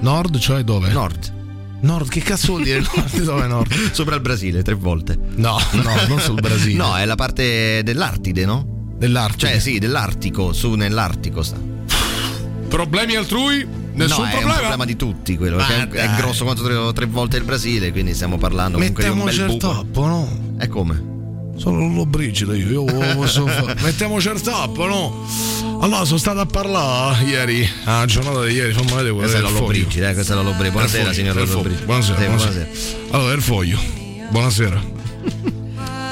Speaker 3: Nord, cioè dove?
Speaker 4: Nord.
Speaker 3: Nord, che cazzo vuol dire nord? Dove è nord?
Speaker 4: Sopra il Brasile, tre volte.
Speaker 3: No, no, non sul Brasile.
Speaker 4: No, è la parte dell'Artide, no?
Speaker 3: Dell'Artico.
Speaker 4: Cioè, sì, dell'Artico, su nell'Artico sta.
Speaker 3: Problemi altrui? Nessun
Speaker 4: no, è un
Speaker 3: problema.
Speaker 4: problema di tutti quello.
Speaker 3: Ma
Speaker 4: che è, è
Speaker 3: dai.
Speaker 4: grosso quanto tre, tre volte il Brasile, quindi stiamo parlando comunque di un bel
Speaker 3: Mettiamoci il
Speaker 4: buco.
Speaker 3: certo tappo, no?
Speaker 4: E
Speaker 3: Eh,
Speaker 4: come?
Speaker 3: Sono l'obbrigida io, io lo posso fare. Mettiamo certappo, no? Allora, sono stato a parlare ieri, alla giornata di ieri, fammi vedere quello
Speaker 4: Questa è la
Speaker 3: del foglio.
Speaker 4: Lollobrigida, eh, questa è la Lollobrigida. Buonasera,
Speaker 3: Del foglio,
Speaker 4: signor
Speaker 3: del foglio.
Speaker 4: Lollobrigida.
Speaker 3: Buonasera,
Speaker 4: Sì,
Speaker 3: buonasera. Allora, il foglio. Buonasera.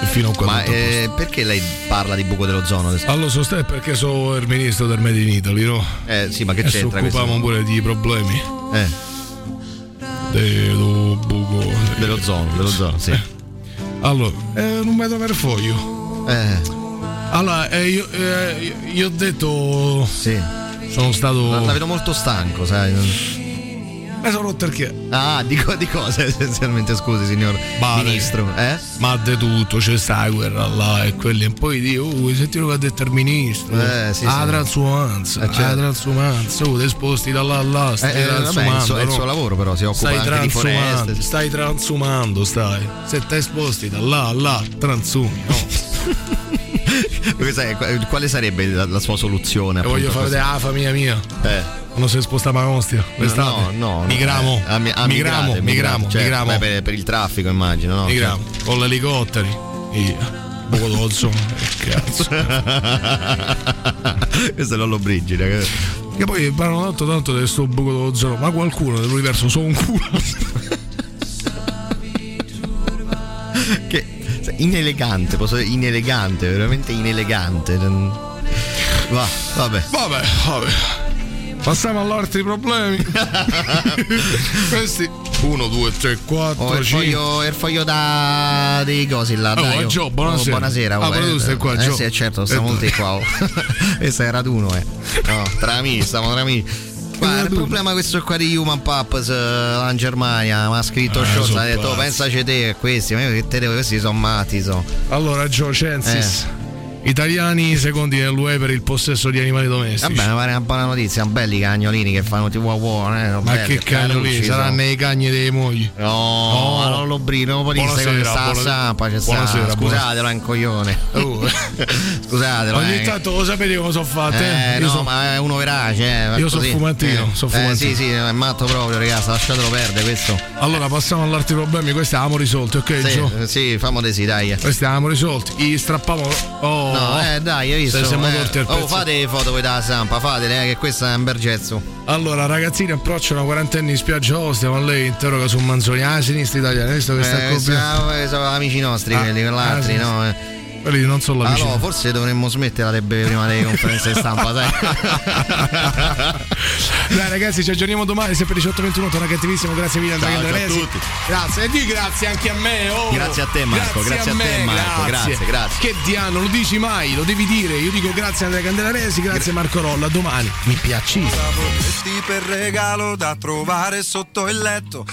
Speaker 3: E fino a qua
Speaker 4: Ma
Speaker 3: tutto a posto.
Speaker 4: eh, perché lei parla di buco dell'ozono adesso?
Speaker 3: Allora, so stai perché sono il ministro del Made in Italy, no?
Speaker 4: Eh sì, ma che
Speaker 3: e ci
Speaker 4: c'entra questo?
Speaker 3: occupiamo pure di problemi.
Speaker 4: Eh.
Speaker 3: Dello buco.
Speaker 4: Dell'ozono, dell'ozono,
Speaker 3: Eh.
Speaker 4: sì.
Speaker 3: Allora, eh, non vedo per foglio.
Speaker 4: Eh.
Speaker 3: Allora, eh, io, eh, io- io ho detto.
Speaker 4: Sì.
Speaker 3: Sono stato.
Speaker 4: La vedo molto stanco, sai.
Speaker 3: Ma sono rotto perché?
Speaker 4: Ah, di, co- di cosa essenzialmente, scusi, signor
Speaker 3: Vale.
Speaker 4: ministro. Eh?
Speaker 3: Ma di tutto, c'è sta la guerra là e quelli. E poi dico, oh, senti quello che ha detto il ministro.
Speaker 4: Eh, sì,
Speaker 3: la
Speaker 4: sì.
Speaker 3: transumanza,
Speaker 4: Eh, certo.
Speaker 3: la transumanza, oh, ti sposti da là a là, stai
Speaker 4: Eh, eh, vabbè,
Speaker 3: transumando.
Speaker 4: il suo- è il
Speaker 3: no?
Speaker 4: suo lavoro, però, si occupa
Speaker 3: stai
Speaker 4: anche di
Speaker 3: transumando,
Speaker 4: foreste.
Speaker 3: Stai transumando, stai. Se ti sposti da là a là, transumi. No?
Speaker 4: Questa è- qu- quale sarebbe la, la sua soluzione?
Speaker 3: E voglio fare
Speaker 4: appunto,
Speaker 3: vedere la famiglia mia.
Speaker 4: a questo? Eh.
Speaker 3: Non si è spostata a Ostia.
Speaker 4: No,
Speaker 3: quest'estate.
Speaker 4: no, no,
Speaker 3: Migramo.
Speaker 4: eh, ah, mi- ah,
Speaker 3: migramo,
Speaker 4: migrate,
Speaker 3: migramo,
Speaker 4: migrate, certo,
Speaker 3: migramo.
Speaker 4: beh, Per, per il traffico, immagino, no? certo.
Speaker 3: Migramo. Con gli elicotteri. Via. Buco d'ozzo. Cazzo.
Speaker 4: Questo è l'ollobrigida. che-
Speaker 3: Che poi parlano tanto tanto di sto buco dell'ozono, ma qualcuno dell'universo sono un culo.
Speaker 4: Che sai, inelegante, posso dire inelegante, veramente inelegante. non- Va, vabbè.
Speaker 3: Vabbè, vabbè. Passiamo all'altri problemi. Questi 1, 2, 3,
Speaker 4: Oh,
Speaker 3: 4,
Speaker 4: il,
Speaker 3: 5.
Speaker 4: foglio, il foglio da dei cosi là.
Speaker 3: Oh,
Speaker 4: dai,
Speaker 3: eh, Gio, buonasera.
Speaker 4: buonasera.
Speaker 3: Ah,
Speaker 4: oh,
Speaker 3: però
Speaker 4: eh,
Speaker 3: tu stai qua,
Speaker 4: eh,
Speaker 3: Gio.
Speaker 4: sì, certo, siamo
Speaker 3: Eh,
Speaker 4: tutti qua. oh. Questo è raduno, eh. No, tra amici, stiamo tra amici. Ma il problema è questo qua di Human Paps in Germania, mi ha scritto
Speaker 3: Eh,
Speaker 4: Scholz,
Speaker 3: sono
Speaker 4: ha detto
Speaker 3: pazzi.
Speaker 4: "Oh, pensaci te a questi, ma io che te devo, questi sono matti, sono.
Speaker 3: Allora, Gio Censis.
Speaker 4: Eh.
Speaker 3: Italiani secondi nell'UE per il possesso di animali domestici.
Speaker 4: Vabbè, mi pare una buona notizia, sono belli i cagnolini che fanno tipo wow, eh, sono
Speaker 3: Ma
Speaker 4: belli,
Speaker 3: che cagno lì,
Speaker 4: carucci,
Speaker 3: saranno
Speaker 4: sono.
Speaker 3: i cagni dei mogli.
Speaker 4: No, ma non lo brino, poi
Speaker 3: Buonasera,
Speaker 4: questa sta
Speaker 3: buona-
Speaker 4: stampa, c'è
Speaker 3: buonasera,
Speaker 4: sta. Scusatelo, è un coglione.
Speaker 3: Oh.
Speaker 4: Scusatelo.
Speaker 3: Ogni
Speaker 4: eh.
Speaker 3: tanto lo sapete come sono fatte?
Speaker 4: Eh,
Speaker 3: Io
Speaker 4: no,
Speaker 3: so-
Speaker 4: ma è uno verace. Eh, va
Speaker 3: Io sono
Speaker 4: così.
Speaker 3: fumantino,
Speaker 4: Eh,
Speaker 3: sono
Speaker 4: eh,
Speaker 3: fumantino.
Speaker 4: sì, sì, è matto proprio, ragazzi. Lasciatelo perdere questo.
Speaker 3: Allora, passiamo all'altro problemi. Questi abbiamo risolti, ok,
Speaker 4: Sì,
Speaker 3: Gio?
Speaker 4: eh, sì, famo dei sì, dai. eh.
Speaker 3: Questi abbiamo risolti. Gli strappavano. Oh,
Speaker 4: No, eh dai, hai visto.
Speaker 3: Se siamo
Speaker 4: eh.
Speaker 3: corti al
Speaker 4: Oh,
Speaker 3: pezzo.
Speaker 4: fate le foto voi dalla stampa, fatele, eh, che questo è un bel gezzo.
Speaker 3: Allora, ragazzini, approccia una quarantenni in spiaggia Ostia, ma lei interroga su Manzoni. Ah, sinistra italiana, visto che sta
Speaker 4: Eh,
Speaker 3: copiando.
Speaker 4: sono, sono amici nostri
Speaker 3: Ah,
Speaker 4: quelli, quell'altri,
Speaker 3: ah, sì,
Speaker 4: no? eh.
Speaker 3: Quelli non sono la
Speaker 4: Allora, forse dovremmo smetterla di bere prima delle conferenze stampa, sai?
Speaker 3: Dai, ragazzi, ci aggiorniamo domani, sempre 18.21, torna cattivissimo, grazie mille
Speaker 4: Ciao,
Speaker 3: Andrea
Speaker 4: ciao a
Speaker 3: Gandresi.
Speaker 4: tutti.
Speaker 3: Grazie, e di grazie anche a me. oh.
Speaker 4: Grazie a te, Marco, grazie a te,
Speaker 3: me,
Speaker 4: Marco, grazie, grazie.
Speaker 3: Che diano, lo dici mai, lo devi dire. Io dico grazie a Andrea Candelaresi, grazie Marco Rolla, a domani. Mi piaci.
Speaker 9: Questi per regalo da trovare sotto il letto.